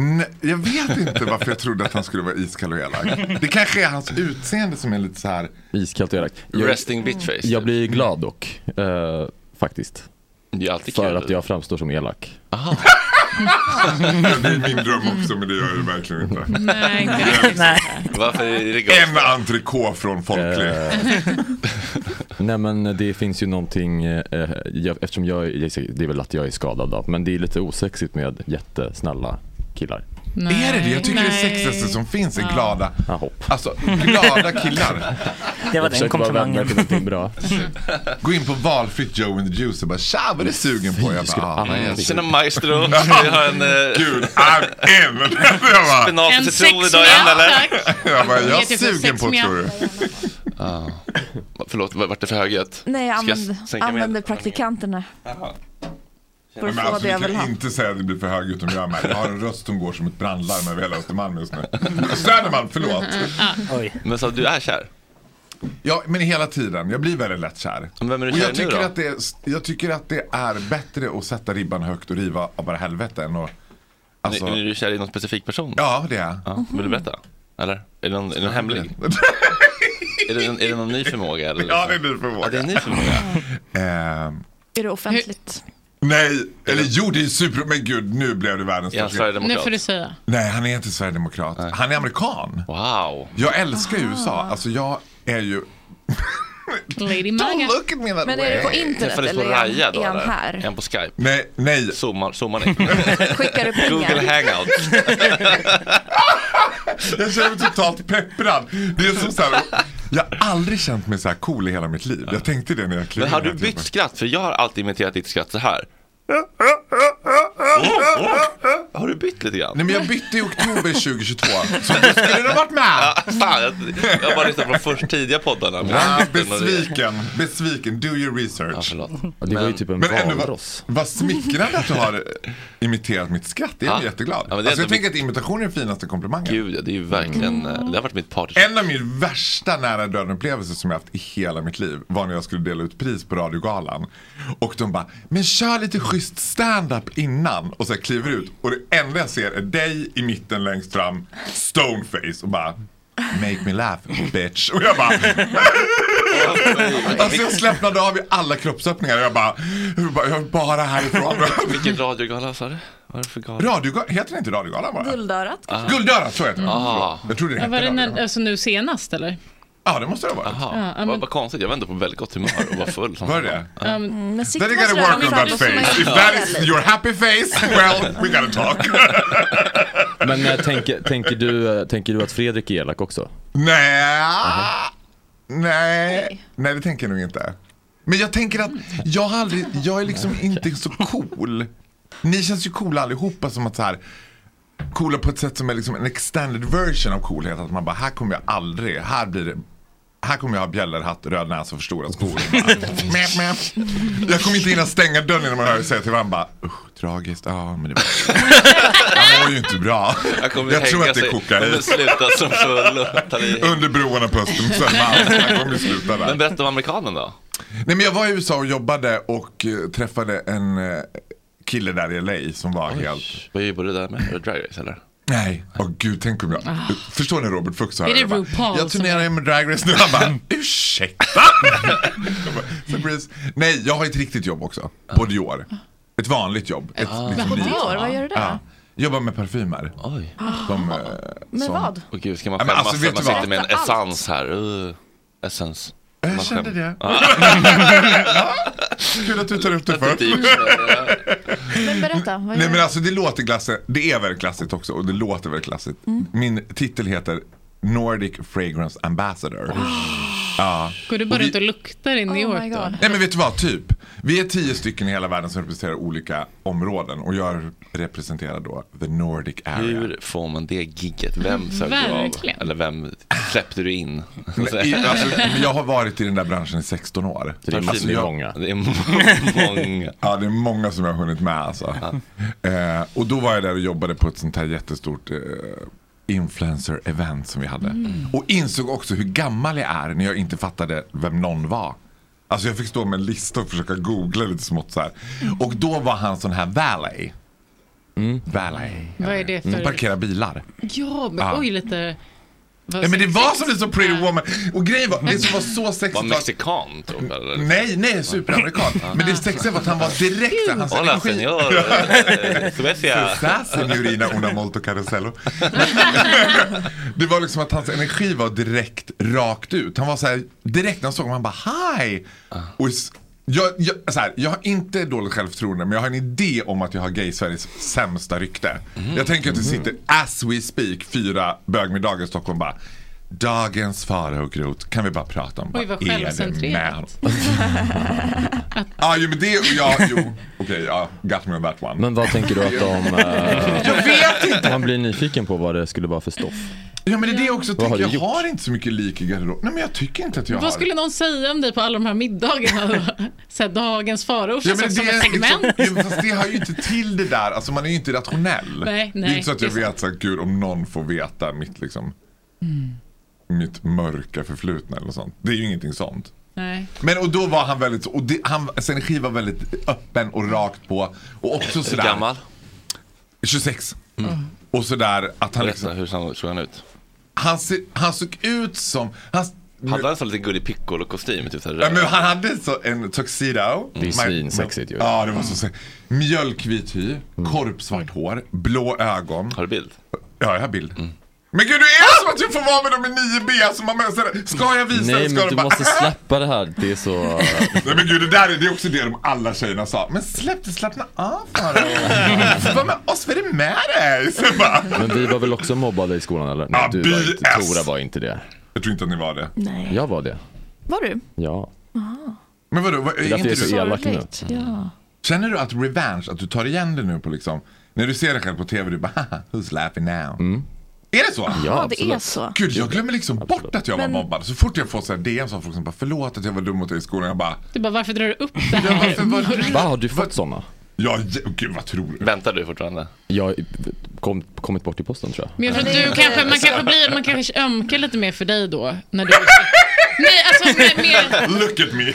S18: Nej, jag vet inte varför jag trodde att han skulle vara iskall och elak. Det kanske är hans utseende som är lite så här.
S8: Iskallt och elakt.
S1: Resting bitch face.
S8: Jag blir glad dock, eh, faktiskt.
S1: Det är alltid
S8: För
S1: kul.
S8: att jag framstår som elak.
S18: Det är min dröm också men det gör jag verkligen inte.
S7: Nej,
S18: Nej.
S1: Varför är det
S18: En entrecote från folklig.
S8: Nej men det finns ju någonting, eh, jag, eftersom jag, är- det är väl att jag är skadad då, men det är lite osexigt med jättesnälla killar.
S18: är det det? Jag tycker
S8: nej.
S18: det sexigaste som finns är glada. Alltså, glada killar.
S9: Det var den komplimangen.
S8: bra.
S18: Gå in på valfritt Joe and the Juice och bara tja vad är du sugen på? Jag bara, ah, vad är det?"
S1: Tjena maestro, vi har en... eh,
S18: Gud, I'm in! Jag bara,
S1: Spenat och citron idag igen eller?
S18: Jag bara, jag
S1: Vet
S18: är
S1: jag för
S18: sugen
S1: sex
S18: på
S1: med-
S18: tror du.
S1: Ah. Förlåt, vart det för högret?
S4: Nej, jag
S1: Ska jag
S4: använder,
S1: sänka mig?
S4: använder praktikanterna. För att
S18: men
S4: få
S18: alltså,
S4: det jag
S18: du
S4: vill ha.
S18: kan inte säga att det blir för högljutt om jag med. Jag har en röst som går som ett brandlarm över hela Östermalm just nu. Södermalm, förlåt.
S1: Men så att du är kär?
S18: Ja, men hela tiden. Jag blir väldigt lätt kär.
S1: Vem är du
S18: Och
S1: kär
S18: jag
S1: i nu
S18: tycker,
S1: då?
S18: att det, jag tycker att det är bättre att sätta ribban högt och riva av bara helvete än att... Alltså,
S1: Är, är du kär i någon specifik person?
S18: Ja, det är
S1: ja. Vill du berätta? Eller? Är den, är den hemlig? är, det, en- är det någon ny förmåga? Eller?
S18: Ja, det är en ny förmåga.
S1: Ja, det är en ny förmåga.
S18: Ehm,
S4: Är det offentligt?
S18: nej, eller jo, det är super... Men gud, nu blev det världens
S1: Är han
S18: största-
S7: Nu får du säga.
S18: Nej, han är inte sverigedemokrat. Han är amerikan.
S1: Wow.
S18: Jag älskar ju USA.
S7: Ah.
S18: Alltså, jag är ju...
S7: Lady Maga.
S18: look at me that
S4: Men är det på internet
S1: Träffades på
S4: eller är han,
S1: Raja då?
S4: är han
S1: eller? Är
S4: här?
S1: han på Skype?
S18: Nej, nej.
S1: Zoomar, zoomar ni?
S4: Skickar du
S1: Google
S4: pengar?
S1: hangout.
S18: Jag känner mig typ- totalt pepprad. Det är som så här, jag har aldrig känt mig så här cool i hela mitt liv. Jag tänkte det när jag klev
S1: Men har
S18: in
S1: du
S18: här
S1: bytt skratt? För jag har alltid imiterat ditt skratt så här. Har du bytt lite grann?
S18: Nej men jag bytte i oktober 2022. Så då skulle du ha varit med.
S1: Ja, fan, jag, jag har bara lyssnat på de först tidiga poddarna. men jag
S18: Ah,
S1: bytte nog det.
S18: besviken, besviken. Do your research.
S8: Ja, det var ju typ en
S18: Men ändå, vad,
S8: valross.
S18: vad smickrande att du har imiterat mitt skratt. Det är jag jätteglad.
S1: Ja, men det är
S18: alltså, jag
S1: ändå
S18: tänker att imitation är den finaste komplimangen. Mm.
S1: Gud, ja, det är ju verkligen, eh, det har varit mitt partner.
S18: En av min värsta nära döden upplevelser som jag haft i hela mitt liv var när jag skulle dela ut pris på radiogalan. Och de bara, men kör lite schysst stand-up innan. Och så jag kliver ut och det enda jag ser är dig i mitten längst fram, stoneface och bara Make me laugh bitch. Och jag bara. alltså jag slappnade av i alla kroppsöppningar. Jag bara. Jag bara, jag vill bara härifrån.
S1: Vilken radiogala sa du? Vad är det för gala?
S18: Radiogalan, heter det inte radiogalan bara?
S4: Guldörat?
S1: Ah.
S18: Guldörat, så heter det.
S1: Ah.
S18: Jag trodde det
S7: Ja,
S18: hette
S7: var det
S18: radiogalan.
S7: när, alltså nu senast eller?
S18: Ja, det måste det ha varit.
S7: Ja, ja,
S1: Jaha,
S7: men-
S1: vad, vad konstigt. Jag var ändå på väldigt gott humör och var full.
S18: Var det?
S4: Mm, men
S18: Then
S4: Sigtuna
S18: you gotta
S4: slår
S18: work on
S4: fram
S18: that
S4: och så man
S18: face. If
S4: gör
S18: that
S4: det
S18: is
S4: lite.
S18: your happy face, well, we gotta talk.
S8: Men eh, tänker, tänker, du, eh, tänker du att Fredrik är elak också?
S18: Nej. Nej. Nej, det tänker jag nog inte. Men jag tänker att jag, har aldrig, jag är liksom
S1: Mm.
S18: inte så cool. Ni känns ju coola allihopa som att så här coola på ett sätt som är liksom en extended version av coolhet. Att man bara, här kommer jag aldrig, här blir det här kommer jag ha bjällerhatt, röd näsa och för stora skor. Mäp, mäp. Jag kommer inte hinna stänga dörren innan man hör säga till varandra bara, usch tragiskt, ja men det var Han mår ju inte bra.
S1: Jag, kommer
S18: Jag tror
S1: hänga
S18: att det
S1: sig-
S18: är
S1: kommer
S18: kokain.
S1: sluta som full och ta i.
S18: Under broarna på Östermalm. Jag kommer sluta där.
S1: Men berätta om amerikanen då.
S18: Nej men jag var i USA och jobbade och eh, träffade en eh, kille där i LA som var helt...
S1: Vad jobbar du där med? Är det Drag Race eller?
S18: Nej, åh gud tänk om jag... Förstår ni Robert Fuchs? så här?
S1: Ah. Är det
S18: Jag bara,
S1: RuPaul
S18: Jag
S1: som
S18: turnerar ju med Drag Race nu. Han bara, ursäkta? Jag bara, så Bruce, Nej, jag har ett riktigt jobb också. På Dior. Ett vanligt jobb. Ett,
S1: Ah.
S4: På
S18: liv.
S4: Dior, vad gör du där?
S18: Ja. Jobbar med parfymer.
S1: Oj.
S18: Som, eh,
S4: Med
S18: som-
S4: vad?
S1: Åh gud, ska man
S18: Ja, men
S1: skämmas
S18: alltså,
S1: för
S18: vet
S1: att man
S18: du vad?
S1: sitter med en
S18: Berätta allt.
S1: essens här? Uh, essens. Man
S18: Jag kände
S1: skäm-
S18: det.
S1: Ja.
S18: Kul att du tar upp det först.
S1: eh,
S4: Men berätta, vad
S18: Nej
S4: gör
S18: men
S4: du?
S18: alltså det låter glassigt, det är väldigt glassigt också och det låter väldigt glassigt.
S4: Mm.
S18: Min titel heter Nordic Fragrance Ambassador. Ja.
S7: Går du bara
S18: Och vi-
S7: runt och luktar i
S4: Oh
S7: New York då?
S18: Nej men vet du vad, typ. Vi är tio stycken i hela världen som representerar olika områden och jag representerar då the Nordic area.
S1: Hur får man det gigget? Vem sög du av?
S7: Verkligen.
S1: Eller vem släppte du in?
S18: Nej, i, alltså, men jag har varit i den där branschen i 16 år. Alltså,
S1: Det är massor, det är många. Det är många.
S18: ja, det är många som jag har hunnit med alltså. Eh, och då var jag där och jobbade på ett sånt här jättestort eh, influencer-event som vi hade.
S1: Mm.
S18: Och insåg också hur gammal jag är när jag inte fattade vem någon var. Alltså jag fick stå med en lista och försöka googla lite smått så här.
S1: Mm.
S18: Och då var han sån här valet. Valet.
S7: Vad är
S1: Mm.
S7: det för...
S18: Parkera bilar.
S7: Ja, men
S18: Ja.
S7: oj lite... vad
S18: Nej men det
S7: sexigt.
S18: var som det så Pretty Woman. Och grejen var, det som var så sexigt
S1: Var mexikan typ? Eller?
S18: Nej, nej, superamerikan. Men det sexiga var att han var direkt så här, hans
S1: Hola
S8: Alltså,
S18: energi.
S1: senor. Eh, Suecia.
S18: Cesar signorina una molto carosello. det var liksom att hans energi var direkt rakt ut. Han var så här, direkt när han såg mig, han bara hi.
S8: Ah.
S18: Och s- jag, jag, så här, jag har inte dåligt självförtroende men jag har en idé om att jag har gay-Sveriges sämsta rykte.
S8: Mhm.
S18: Jag tänker att det sitter as we speak fyra bögmiddagar i Stockholm bara Dagens fara och grot kan vi bara prata om.
S7: Oj, vad
S18: Vad är det
S7: självcentrerat.
S18: med honom? Ja, jo men det, ja, jo. Okej, ja, got me on that one.
S8: Men vad tänker du att de... eh,
S18: Jag vet inte!
S7: Typ.
S8: Man blir nyfiken på vad det skulle vara för stoff.
S18: Ja men det är det jag också
S8: Vad har
S18: tänker.
S8: du
S18: Jag
S8: gjort?
S18: har inte så mycket lik i garderoben. Nej men jag tycker inte att jag har.
S7: Vad skulle någon säga om dig på alla de här middagarna? så här, dagens faror
S18: Ja,
S7: känns
S18: men
S7: också
S18: det,
S7: som ett
S18: är
S7: segment.
S18: liksom, ja, men fast det har ju inte till det där, alltså man är ju inte rationell.
S7: Nej,
S18: det är
S7: nej,
S18: inte så att jag
S7: det är
S18: vet så här, gud om någon får veta mitt, liksom,
S7: Mm.
S18: mitt mörka förflutna eller något sånt. Det är ju ingenting sånt.
S7: Nej.
S18: Men och då var han väldigt, och det, han, hans energi var väldigt öppen och rakt på. Och också sådär.
S1: Hur gammal?
S18: 26.
S8: Mm.
S18: Och sådär att han liksom,
S1: Hur såg såg han ut?
S18: han, ser, han såg ut som, han,
S1: Hade han en sån lite gullig piccolo-kostym? Typ så här
S18: Ja,
S1: röd?
S18: men han hade så en tuxedo.
S8: Det är ju
S18: Man-
S8: svinsexigt ju. Mm.
S18: Ja, det var så sexigt. Mjölkvit hy, korpsvart hår, blå ögon. Har
S1: du bild? Mm.
S18: Ja, jag har bild. Men gud, det är som att jag får vara med dem i 9B som man möter. Ska jag visa eller
S8: Nej
S18: ska
S8: men
S18: de
S8: du
S18: bara,
S8: måste släppa det här, det är så...
S18: Nej men gud, det där är, det är också det de alla tjejerna sa. Men släpp det, slappna av bara. Får vara med oss, vad är det med dig? Så jag bara,
S8: Men vi var väl också mobbade i skolan eller? Nej,
S18: Ja,
S8: du var inte,
S18: BS.
S8: Tora var inte det.
S18: Jag tror inte att ni var det.
S4: Nej.
S8: Jag var det,
S4: Var du?
S8: ja.
S4: Aha.
S18: men vadå, vad,
S8: Det är därför jag är så elak nu.
S4: Sorgligt, Ja.
S18: Känner du att revenge, att du tar igen det nu på liksom, när du ser dig själv på tv, du bara haha, who's laughing now?
S8: Mm.
S18: Är det så?
S4: Ja, det absolut. är så.
S18: Gud, jag glömmer liksom bort att jag
S4: Men-
S18: var mobbad. Så fort jag får så här DM så har folk som bara, förlåt att jag var dum mot dig i skolan. Jag bara,
S7: Du bara, varför drar du upp det här?
S8: Va, har du fått sådana?
S18: Ja, gud vad tror du?
S1: Väntar du fortfarande?
S8: Jag har kom, kommit bort i posten tror jag.
S7: Men jag
S4: Alltså,
S7: tror att du kanske, man kanske blir, man kanske ömkar lite mer för dig då. När du, nej, alltså mer, mer,
S18: look at me.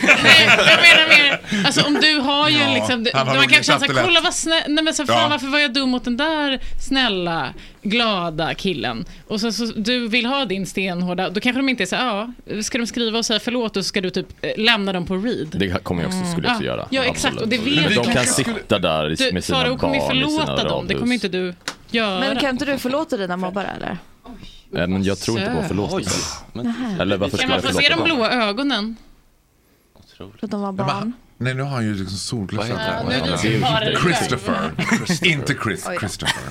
S7: alltså om du har ju
S18: Ja,
S7: liksom, du,
S18: han har
S7: man
S18: nog
S7: kanske känner
S18: knappt
S7: såhär,
S18: lätt.
S7: kolla vad snäll, nej men så fan
S18: Ja.
S7: varför var jag dum mot den där snälla, glada killen? Och så, så du vill ha din stenhårda, då kanske de inte är såhär, ja, ska de skriva och säga förlåt och så ska du typ eh, lämna dem på read.
S8: Det kommer jag också, skulle jag också
S7: Mm. Ja.
S8: göra.
S7: Ja, exakt, och det
S8: Absolut.
S7: vet
S8: Men
S7: jag.
S8: de kan sitta där i-
S7: Du,
S8: med sina
S7: Farao kommer ju
S8: barn i sina
S7: förlåta dem, det
S8: radhus.
S7: kommer inte du göra.
S4: Men kan inte du förlåta dina mobbare eller?
S8: Nej, Äh, men jag tror inte på
S7: Sö.
S8: förlåtelse.
S4: Nähä.
S8: Eller
S7: Kan
S8: varför skulle
S7: man
S8: jag
S7: få se
S8: förlåta
S7: de
S8: dem?
S7: blåa ögonen?
S4: För att de var barn?
S18: Nej, nu har han ju liksom solglasögon.
S7: heter han? Ja, nu är det
S18: Christopher.
S7: bara det där.
S18: Christopher. inte Chris,
S4: Oj då.
S18: Christopher.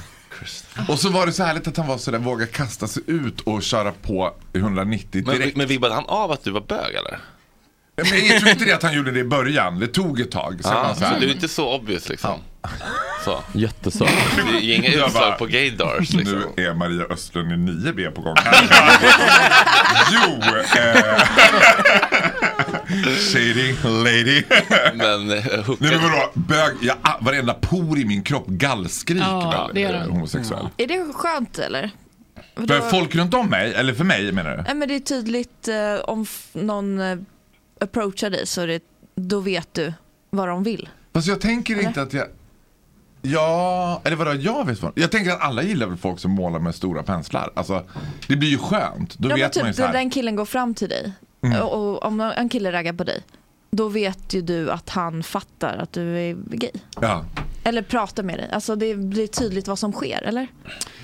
S18: Och så var det så härligt att han var sådär, våga kasta sig ut och köra på 190
S1: Men,
S18: direkt.
S1: men vibbade han av att du var bög eller?
S18: Men jag tror inte det att han gjorde det i början, det tog ett tag. Sen var
S1: Ah,
S18: han
S1: så
S18: så här,
S1: du är inte så obvious liksom? Så.
S8: Jättesöt.
S1: Det är inga
S18: Jag bara,
S1: utslag på gaydars liksom.
S18: Nu är Maria Östlund i 9B på gång. jo! Eh, shady lady.
S1: men eh,
S18: Nej
S1: hookade...
S18: men vadå, bög, jag, ah, varenda por i min kropp gallskrik
S4: Ja,
S18: väl,
S4: det gör
S18: eh,
S4: den.
S18: homosexuell.
S4: Är det skönt eller? För
S18: För
S4: då-
S18: folk runt om mig, eller för mig menar du?
S4: Nej, men det är tydligt eh, om f- någon eh, approachar dig så är det, då vet du vad de vill.
S18: Fast jag tänker inte att jag... Ja, eller vadå, jag vet vad. Jag tänker att alla gillar väl folk som målar med stora penslar. Alltså, det blir ju skönt. Då
S4: ja, men
S18: vet man ju
S4: typ
S18: så här.
S4: den killen går fram till dig
S18: Mm.
S4: och, och om en kille raggar på dig då vet ju du att han fattar att du är gay.
S18: Ja.
S4: Eller pratar med dig. Alltså det blir tydligt vad som sker, eller?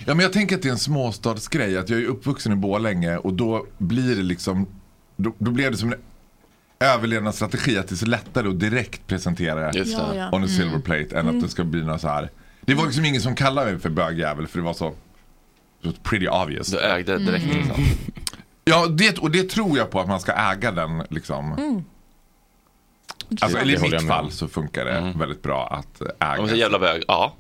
S18: Ja men jag tänker att det är en småstadsgrej. Att jag är uppvuxen i Borlänge och då blir det liksom, då, då blir det som en överlevnadsstrategi att det är så lättare att direkt presentera
S1: Just det. Ja, ja.
S18: on
S1: Mm.
S18: a silver plate än att det ska bli några så här. Det var liksom ingen som kallade mig för bögjävel för det var så, så pretty obvious. Du
S1: ägde direkt Mm. liksom.
S18: Ja det, och det tror jag på att man ska äga den liksom.
S1: Mm.
S18: Alltså, eller i
S1: Det håller jag
S18: mitt
S1: med
S18: fall så funkar det
S1: Mm.
S18: väldigt bra att
S1: Om man
S18: äga. Mm.
S1: säger jävla bög, ja.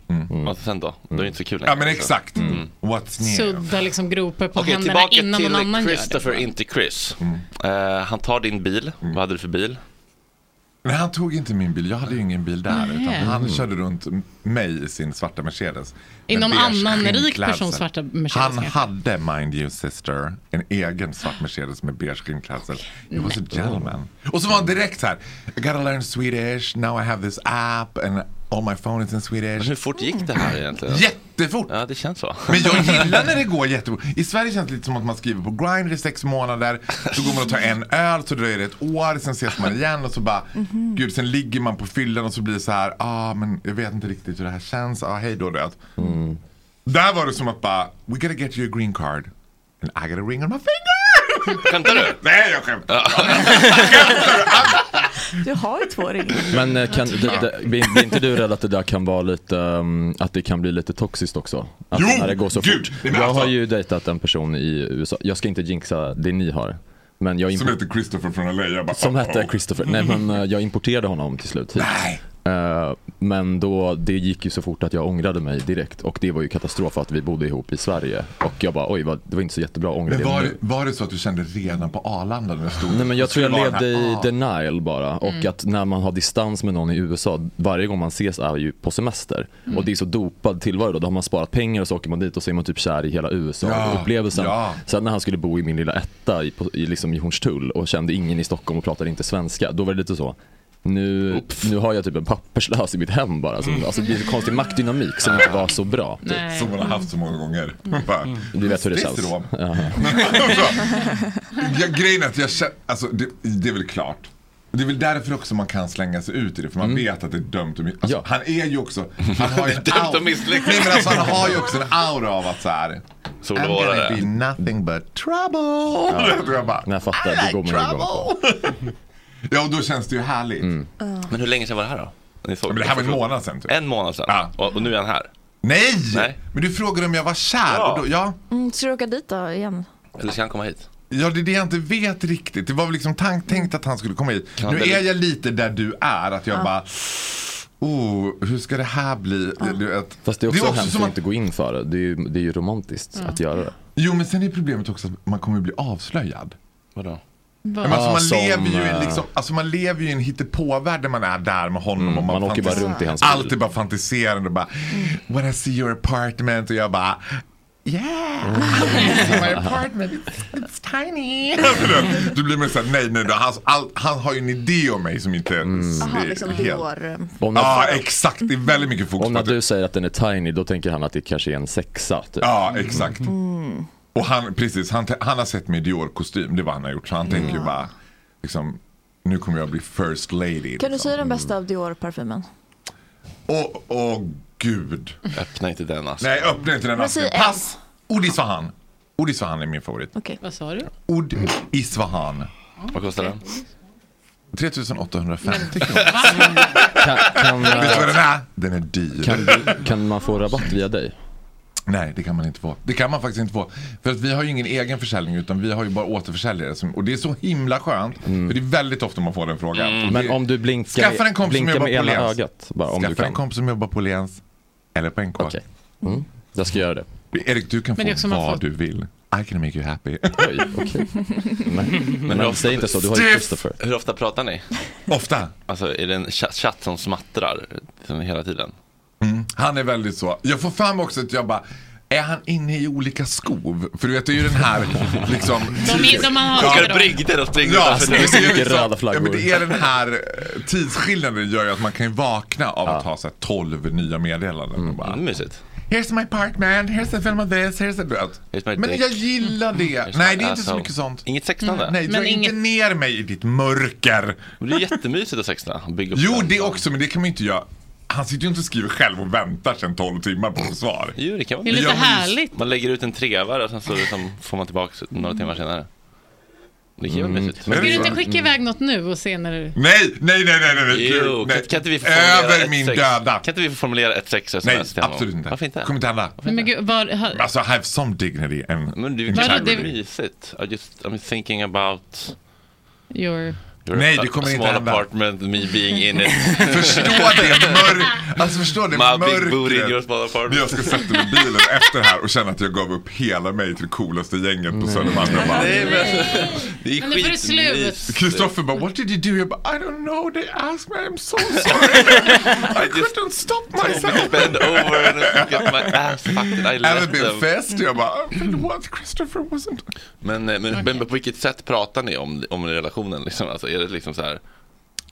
S1: Och sen då? Då är det inte så kul liksom. Mm.
S18: Ja men exakt. What's new?
S7: Sudda liksom gropar på
S1: Okej,
S7: händerna
S1: tillbaka
S7: innan
S1: till
S7: någon annan gör det.
S1: Christopher, inte Chris.
S18: Mm.
S1: Eh, han tar din bil. Vad hade du för bil?
S18: Nej, han tog inte min bil. Jag hade ju ingen bil där.
S7: Nej.
S18: Utan han
S7: Mm.
S18: körde runt mig i sin svarta Mercedes.
S7: Är
S18: Med
S7: någon
S18: beige
S7: annan rik
S18: skinnklädsel.
S7: persons svarta Mercedes
S18: Han
S7: kanske?
S18: hade, mind you sister, en egen svart Mercedes med beige skinnklädsel. Jag var så gentleman. Och så var han direkt så här. I gotta learn Swedish, now I have this app and all my phone is in Swedish.
S1: Hur fort gick det här egentligen?
S18: Jättefort!
S1: Ja, det känns så.
S18: Men jag gillar när det går jättebra. I Sverige känns det lite som att man skriver på Grindr i sex månader, så går man och tar en öl, så dröjer det ett år, sen ses man igen och så bara, gud, sen ligger man på fyllan och så blir det så här, ah men jag vet inte riktigt hur det här känns, ah hej då död.
S8: Mm.
S18: Där var det som att bara, we gotta get you a green card, and I gotta ring on my finger.
S1: Skämtar du?
S18: Nej, jag skämtar.
S4: Du har ju två ringar.
S8: Men eh, kan, det, det, blir blir inte du rädd att det där kan vara lite, um, att det kan bli lite toxiskt också? Att
S18: Jo,
S8: när det går så
S18: gud,
S8: fort.
S18: nej, men
S8: Jag har
S18: alltså.
S8: ju dejtat en person i USA, jag ska inte jinxa det ni har. Men jag
S18: Som heter Christopher från LA, jag bara,
S8: Som hette
S18: oh.
S8: Christopher, nej men eh, jag importerade honom till slut hit. Nej. Eh, Men då, det gick ju så fort att jag ångrade mig direkt och det var ju katastrof att vi bodde ihop i Sverige. Och jag bara oj, vad, det var inte så jättebra, ångra
S18: Men
S8: det
S18: var,
S8: nu.
S18: det- var det så att du kände redan på Arlanda när du stod
S8: Nej men jag tror jag
S18: skulle vara
S8: levde
S18: här?
S8: i
S18: Ah.
S8: denial bara och
S18: Mm.
S8: att när man har distans med någon i USA, varje gång man ses är ju på semester
S18: Mm.
S8: och det är så dopad tillvaro då, då har man sparat pengar och så åker man dit och så är man typ kär i hela USA
S18: Ja,
S8: upplevelsen.
S18: ja.
S8: Sen när han skulle bo i min lilla etta i, på, i, liksom i Hornstull och kände ingen i Stockholm och pratade inte svenska, då var det lite så nu, nu har jag typ en papperslös i mitt hem bara. Alltså, alltså, det blir en konstig maktdynamik som inte var så bra. Typ.
S18: Nej. Mm. Som man har haft så många gånger. Bara,
S8: Du vet hur det känns.
S18: "Strom."
S8: Ja.
S18: jag, grejen är att jag känner, alltså det, det är väl klart. Det är väl därför också man kan slänga sig ut i det, för
S8: Mm.
S18: man vet att det är dömt att miss- alltså, Han är ju också, han har ju en
S1: Det är dömt att
S18: aura.
S1: misslyckas.
S18: Nej men alltså han har ju också en aura av att såhär,
S1: Så
S18: I'm
S1: var
S18: gonna
S1: det.
S18: be nothing but trouble.
S1: Ja.
S18: Jag bara,
S8: Nej, jag fattar.
S18: I
S8: Det
S18: like
S8: går man ju igång på.
S18: trouble. Ja och då känns det ju härligt.
S1: Mm. Men hur länge sedan var det här då? Ni såg-
S18: Ja, men det här var en månad sedan, typ.
S1: En månad sedan? Och, och nu är han här?
S18: Nej!
S1: Nej.
S18: Men du frågade om jag var kär
S1: Ja.
S18: och då, ja.
S4: Mm, ska du åka dit då igen?
S1: Eller ska han komma hit?
S18: Ja, det är det jag inte vet riktigt. Det var väl liksom tank, tänkt att han skulle komma hit.
S1: Kan
S18: nu
S1: det-
S18: är jag lite där du är, att jag
S4: Ja.
S18: bara... Oh, hur ska det här bli? Du vet.
S8: Fast det är också, hemskt
S18: som
S8: att
S18: att...
S8: inte gå in för det. Det är ju, det är ju romantiskt
S18: Mm.
S8: att göra det.
S18: Jo, men sen är problemet också att man kommer bli avslöjad.
S8: Vadå?
S18: Men alltså,
S8: Ah,
S18: man,
S8: som,
S18: lever ju i
S8: eh,
S18: liksom, alltså man lever ju i en hittepåvärld där man är där med honom. och
S8: Mm, man åker bara runt i hans bil.
S18: Allt är bara fantiserande och bara, when I see your apartment och jag bara, "Ah." yeah, see my apartment, it's, it's tiny. du blir mer såhär, nej, nej, då, han, all, han har ju en idé om mig som inte mm.
S4: Jaha, liksom vår...
S8: Om
S18: Ja,
S8: när-
S18: exakt. Det är väldigt mycket fokus
S8: Om när du säger att den är tiny, då tänker han att det kanske är en sexa. Typ.
S18: Ja, exakt.
S1: Mm.
S18: Och han, precis, han, han har sett mig i Dior-kostym, det var han har gjort. Så han
S1: Mm.
S18: tänker ju bara, liksom, nu kommer jag bli first lady. liksom. Mm.
S4: Kan du säga den bästa av Dior-parfymen?
S18: Åh, åh gud.
S1: Öppna inte den alltså. asken.
S18: Nej, öppna inte den
S4: Men
S18: asken.
S4: säg en.
S18: Pass! Odisvahan. Odisvahan är min favorit.
S4: Okej.
S7: Vad sa du?
S18: Odisvahan.
S1: Vad kostar
S4: Mm.
S1: den?
S18: 3850 kronor.
S8: Kan, kan, eh,
S18: Vet du vad den är? Den är dyr.
S8: Kan, du- kan man få rabatt via dig?
S18: Nej, det kan man inte få. Det kan man faktiskt inte få. För att vi har ju ingen egen försäljning utan vi har ju bara återförsäljare. Som, och det är så himla skönt. För det är väldigt ofta man får den frågan. Och
S8: Mm. Men
S18: det-
S8: om du blinkar,
S18: Mm. Skaffa en kompis som
S8: blinkar
S18: jobbar
S8: med
S18: på
S8: ena
S18: Lens.
S8: ögat. Bara, om
S18: Skaffa
S8: du kan.
S18: en kompis som jobbar på Lens eller på NK. Okay.
S8: Mm. Jag ska göra det.
S18: Erik, du kan
S7: Men det är också
S18: få
S7: man
S18: vad
S7: får-
S18: du vill. I can make you happy.
S8: Oj, okej. Men, men, säg inte så, du har ju Christopher.
S1: Hur ofta pratar ni?
S18: Ofta.
S1: Alltså är det en cha- chatt som smattrar liksom, hela tiden?
S18: Mm. Han är väldigt så. Jag får fram också att jag bara, är han inne i olika skov? För du vet, det är ju den här liksom...
S7: De är- de man har- Kokar
S1: brygder och springer
S18: Ja,
S1: utanför.
S18: så det
S1: Det är så
S18: är ju
S1: mycket
S18: liksom-
S1: röda flaggor.
S18: Ja, men det är den här eh, tidsskillnaden gör ju att man kan ju vakna av att ha så här 12 nya meddelanden. Och bara,
S1: Mm, mysigt.
S18: Here's my apartment, here's a film of this, here's a... Du vet.
S1: Here's my
S18: Men
S1: dick. Mm.
S18: jag gillar det.
S1: Here's
S18: Nej,
S1: my
S18: det är inte så
S1: asshole.
S18: mycket sånt. Mm.
S1: Inget sextande?
S18: Nej, dra
S7: Men
S18: inte ner mig i ditt mörker.
S1: Men det är jättemysigt att sexta. Bygga upp
S18: Jo,
S1: den.
S18: det också, men det kan man ju inte göra. Han sitter ju inte och skriver själv och väntar sedan 12 timmar på ett svar.
S1: Jo, det kan man.
S7: Det är lite
S1: Ja, men-
S7: härligt.
S1: Man lägger ut en trevare och sen så liksom får man tillbaka några timmar senare. Det kan ju vara mysigt.
S7: Ska du inte skicka iväg något nu och se när du...
S18: Mm. Nej, nej, nej, nej, nej, nej.
S1: Jo,
S18: Gud,
S1: kan-
S18: nej.
S1: Kan inte vi få formulera
S18: Över
S1: ett
S18: min
S1: sex?
S18: döda.
S1: Kan inte vi få formulera ett sex
S18: Nej,
S1: sms till honom?
S18: absolut inte.
S1: Varför inte?
S18: Kommer inte hända.
S7: Nej, men gud, var, ha,
S18: Men Alltså, have some dignity and
S1: Men det är
S7: Vadå,
S1: ju
S7: det-
S1: det... mysigt. I just, I'm thinking about
S7: your...
S1: your
S18: Nej, det kommer inte
S1: small
S18: hända.
S1: apartment, me being in it.
S18: Förstå det mörk... Alltså förstå det
S1: My big booty in your
S18: mörkret.
S1: small
S18: När
S1: apartment.
S18: jag ska sätta mig i bilen efter det här och känna att jag gav upp hela mig till det coolaste gänget på Södermalm. Jag bara-
S1: Nej, men, det är
S7: Men nu får det slut.
S1: skitmysigt.
S18: Kristoffer bara, what did you do? Jag bara, I don't know, they asked me, I'm so sorry. I couldn't stop myself.
S1: Bend over and get my ass fucked. I
S18: Have a
S1: let
S18: bit
S1: them.
S18: fest. Jag bara, but what? Christopher wasn't...
S1: Men, eh, men, men på vilket sätt pratar ni om, om relationen? Liksom? Alltså, är det liksom så här,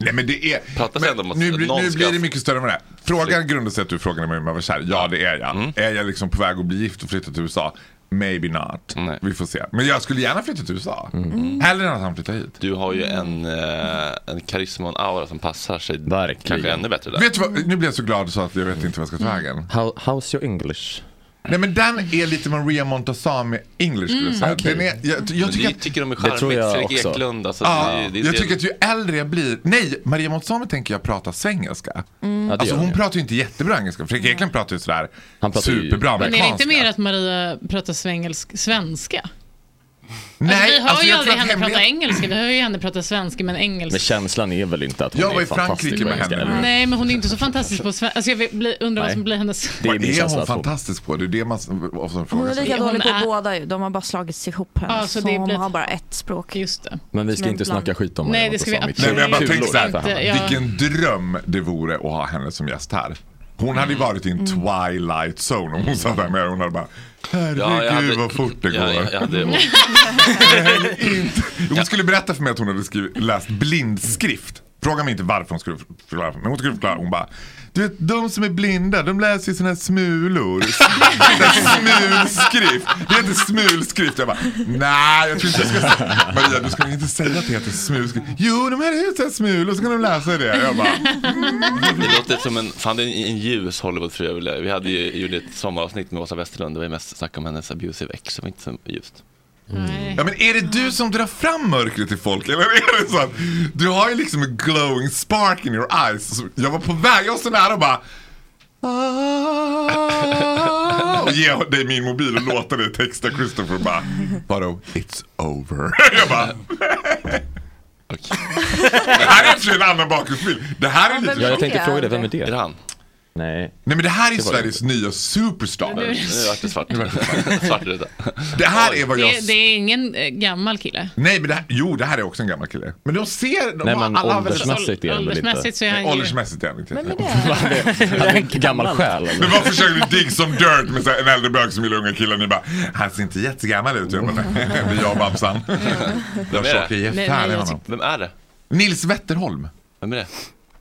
S18: Nej men det är...
S1: pratas det ändå om att
S18: Nu, blir-
S1: någon
S18: nu
S1: ska...
S18: blir det mycket större än vad det är. Frågan grundar sig att du frågade mig om jag var kär. Ja, det är jag. Är jag liksom på väg att bli gift och flytta till USA? Maybe not. Vi får se. Men jag skulle gärna flytta till USA. Mm. Hellre än att han flyttar hit.
S1: Du har ju en, eh, en karisma och en aura som passar sig kanske ännu bättre där.
S18: Vet du vad? Nu blev jag så glad så att jag vet inte vad jag ska ta vägen.
S8: Mm. How, how's your English?
S18: Nej men den är lite Maria Montazami English skulle jag säga.
S8: Mm, Okej.
S18: Den är, jag, jag tycker
S1: det
S18: att...
S1: tycker de är
S8: Det tror
S1: charmigt,
S8: jag
S1: Fredrik
S8: också.
S1: Eklund. Alltså,
S18: Ja,
S1: det är ju- det är
S18: jag
S1: det-
S18: tycker att ju äldre jag blir, nej Maria Montazami tänker jag prata svengelska.
S8: Mm.
S7: Ja, det
S18: Alltså
S7: gör
S18: hon
S7: hon
S18: pratar ju inte jättebra engelska, Fredrik Eklund pratar ju sådär
S8: pratar ju-
S18: superbra
S7: Men är det
S18: amerikanska.
S7: inte mer att Maria pratar svengelsk, svenska? alltså, vi hör
S18: alltså,
S7: ju
S18: jag tror
S7: aldrig
S18: att
S7: henne prata
S18: hemligheten-
S7: engelska. Vi hör ju henne prata svenska, men engelska.
S8: Men känslan är väl inte att hon
S18: Jag var
S8: är
S18: i Frankrike
S8: fantastisk på
S18: med
S8: engelska,
S18: henne.
S8: eller?
S7: Nej, men hon är inte så fantastisk på svenska. Alltså, jag vill- blir- undrar vad
S18: Nej.
S7: som blir hennes...
S18: Vad
S8: min
S18: är alltså.
S8: känsla
S18: hon
S8: att hon-
S18: fantastisk på? Det är det man s- ofta
S4: Hon
S18: frågar
S4: är lika
S18: sig.
S4: dålig på
S7: är-
S4: båda ju. De har bara slagits ihop här.
S7: Ja, så
S4: så
S7: det
S4: hon
S7: blir-
S4: har bara ett språk.
S7: Just det.
S8: Men vi ska
S4: Som
S8: inte
S4: en bland-
S8: snacka skit om
S4: Nej,
S8: henne
S4: det
S8: på
S4: ska vi
S8: Samic.
S18: Nej, men jag bara
S8: Kulor
S18: tänkte så här,
S8: för henne.
S18: vilken dröm det vore att ha henne som gäst här. Hon hade ju
S4: Mm.
S18: varit i en twilight zone om hon satt här med Hon hade bara, herregud
S1: Ja, jag hade-
S18: vad fort det går.
S1: Ja, jag- jag hade-
S18: Hon skulle berätta för mig att hon hade skrivit, läst blindskrift. Fråga mig inte varför hon skulle förklara för mig. Men hon skulle förklara. Hon bara, du vet de som är blinda de läser ju såna här smulor. Det är Smulskrift. Det heter smulskrift. Jag bara, nej jag tror inte jag ska säga. Maria du ska inte säga att det heter smulskrift. Jo de här är ju såna här smulor så kan de läsa det. Jag bara,
S1: Det låter som en, fan det är en, en ljus Hollywoodfru överlag. Vi hade ju, gjorde ett sommaravsnitt med Åsa Westerlund. Det var ju mest snack om hennes abusive ex. Det var inte så ljust.
S18: Ja men är det du som drar fram mörkret till folk? Eller är det så att du har ju liksom en glowing spark in your eyes. Så Jag var på väg, jag var så nära och bara och ge dig min mobil och låta dig texta Christopher och bara Vadå, it's over. Jag bara Det här är i och för sig en annan bakgrundsbild. Det här är
S8: Ja,
S18: lite
S8: jag tänkte fråga dig, vem är det? Är
S1: det han?
S8: Nej.
S18: Nej men det här är
S8: Det var
S18: Sveriges nya superstar.
S7: Nu- nu
S1: vart det svart. ruta.
S18: Det här är vad jag...
S7: Det, det är ingen eh, gammal kille.
S18: Nej men det här, jo det här är också en gammal kille. Men de ser, de
S8: Nej,
S18: har
S8: men
S18: alla har väl-
S8: åldersmässigt är han väl inte- Åldersmässigt
S7: så är han ju-
S18: Åldersmässigt är han inte. Men,
S8: Han är en gammal själ.
S18: men varför försöker du dig som dirt med så här en äldre bög som gillar unga killar? Ni bara, han ser inte jättegammal ut. Jag bara, "Nej, det är jag och Babsan.
S1: Vem
S18: Jag
S1: är
S18: försöker ge fan i
S1: det?
S18: honom.
S1: Vem är det?
S18: Nils Wetterholm.
S1: Vem är det?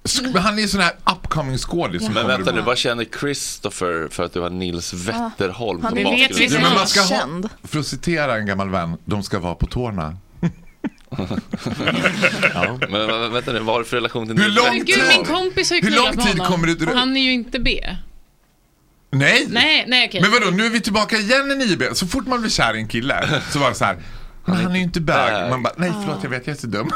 S18: Sk- men Han är ju sån här upcoming skådis. som
S1: Men
S18: kommer
S1: vänta nu,
S18: upp.
S1: vad känner Christopher för att du har Nils Wetterholm
S4: Han
S1: som
S4: vet
S1: bakgrund?
S4: vi
S18: Jo, men man ska ha,
S4: Känd.
S18: för att citera en gammal vän, de ska vara på tårna.
S1: Ja. Men vä- vänta nu, vad har du för relation till
S18: Hur
S1: Nils
S18: lång
S7: Men gud, min kompis har ju
S18: Hur
S7: knullat
S18: lång
S7: med
S18: tid
S7: honom.
S18: kommer det-
S7: Och Han är ju inte B.
S18: Nej!
S7: Nej, nej okej.
S18: Men vadå, nu är vi tillbaka igen i 9B. Så fort man blir kär i en kille så var det så här. Men han är ju inte bög. Man bara, nej förlåt jag vet jag är så dum.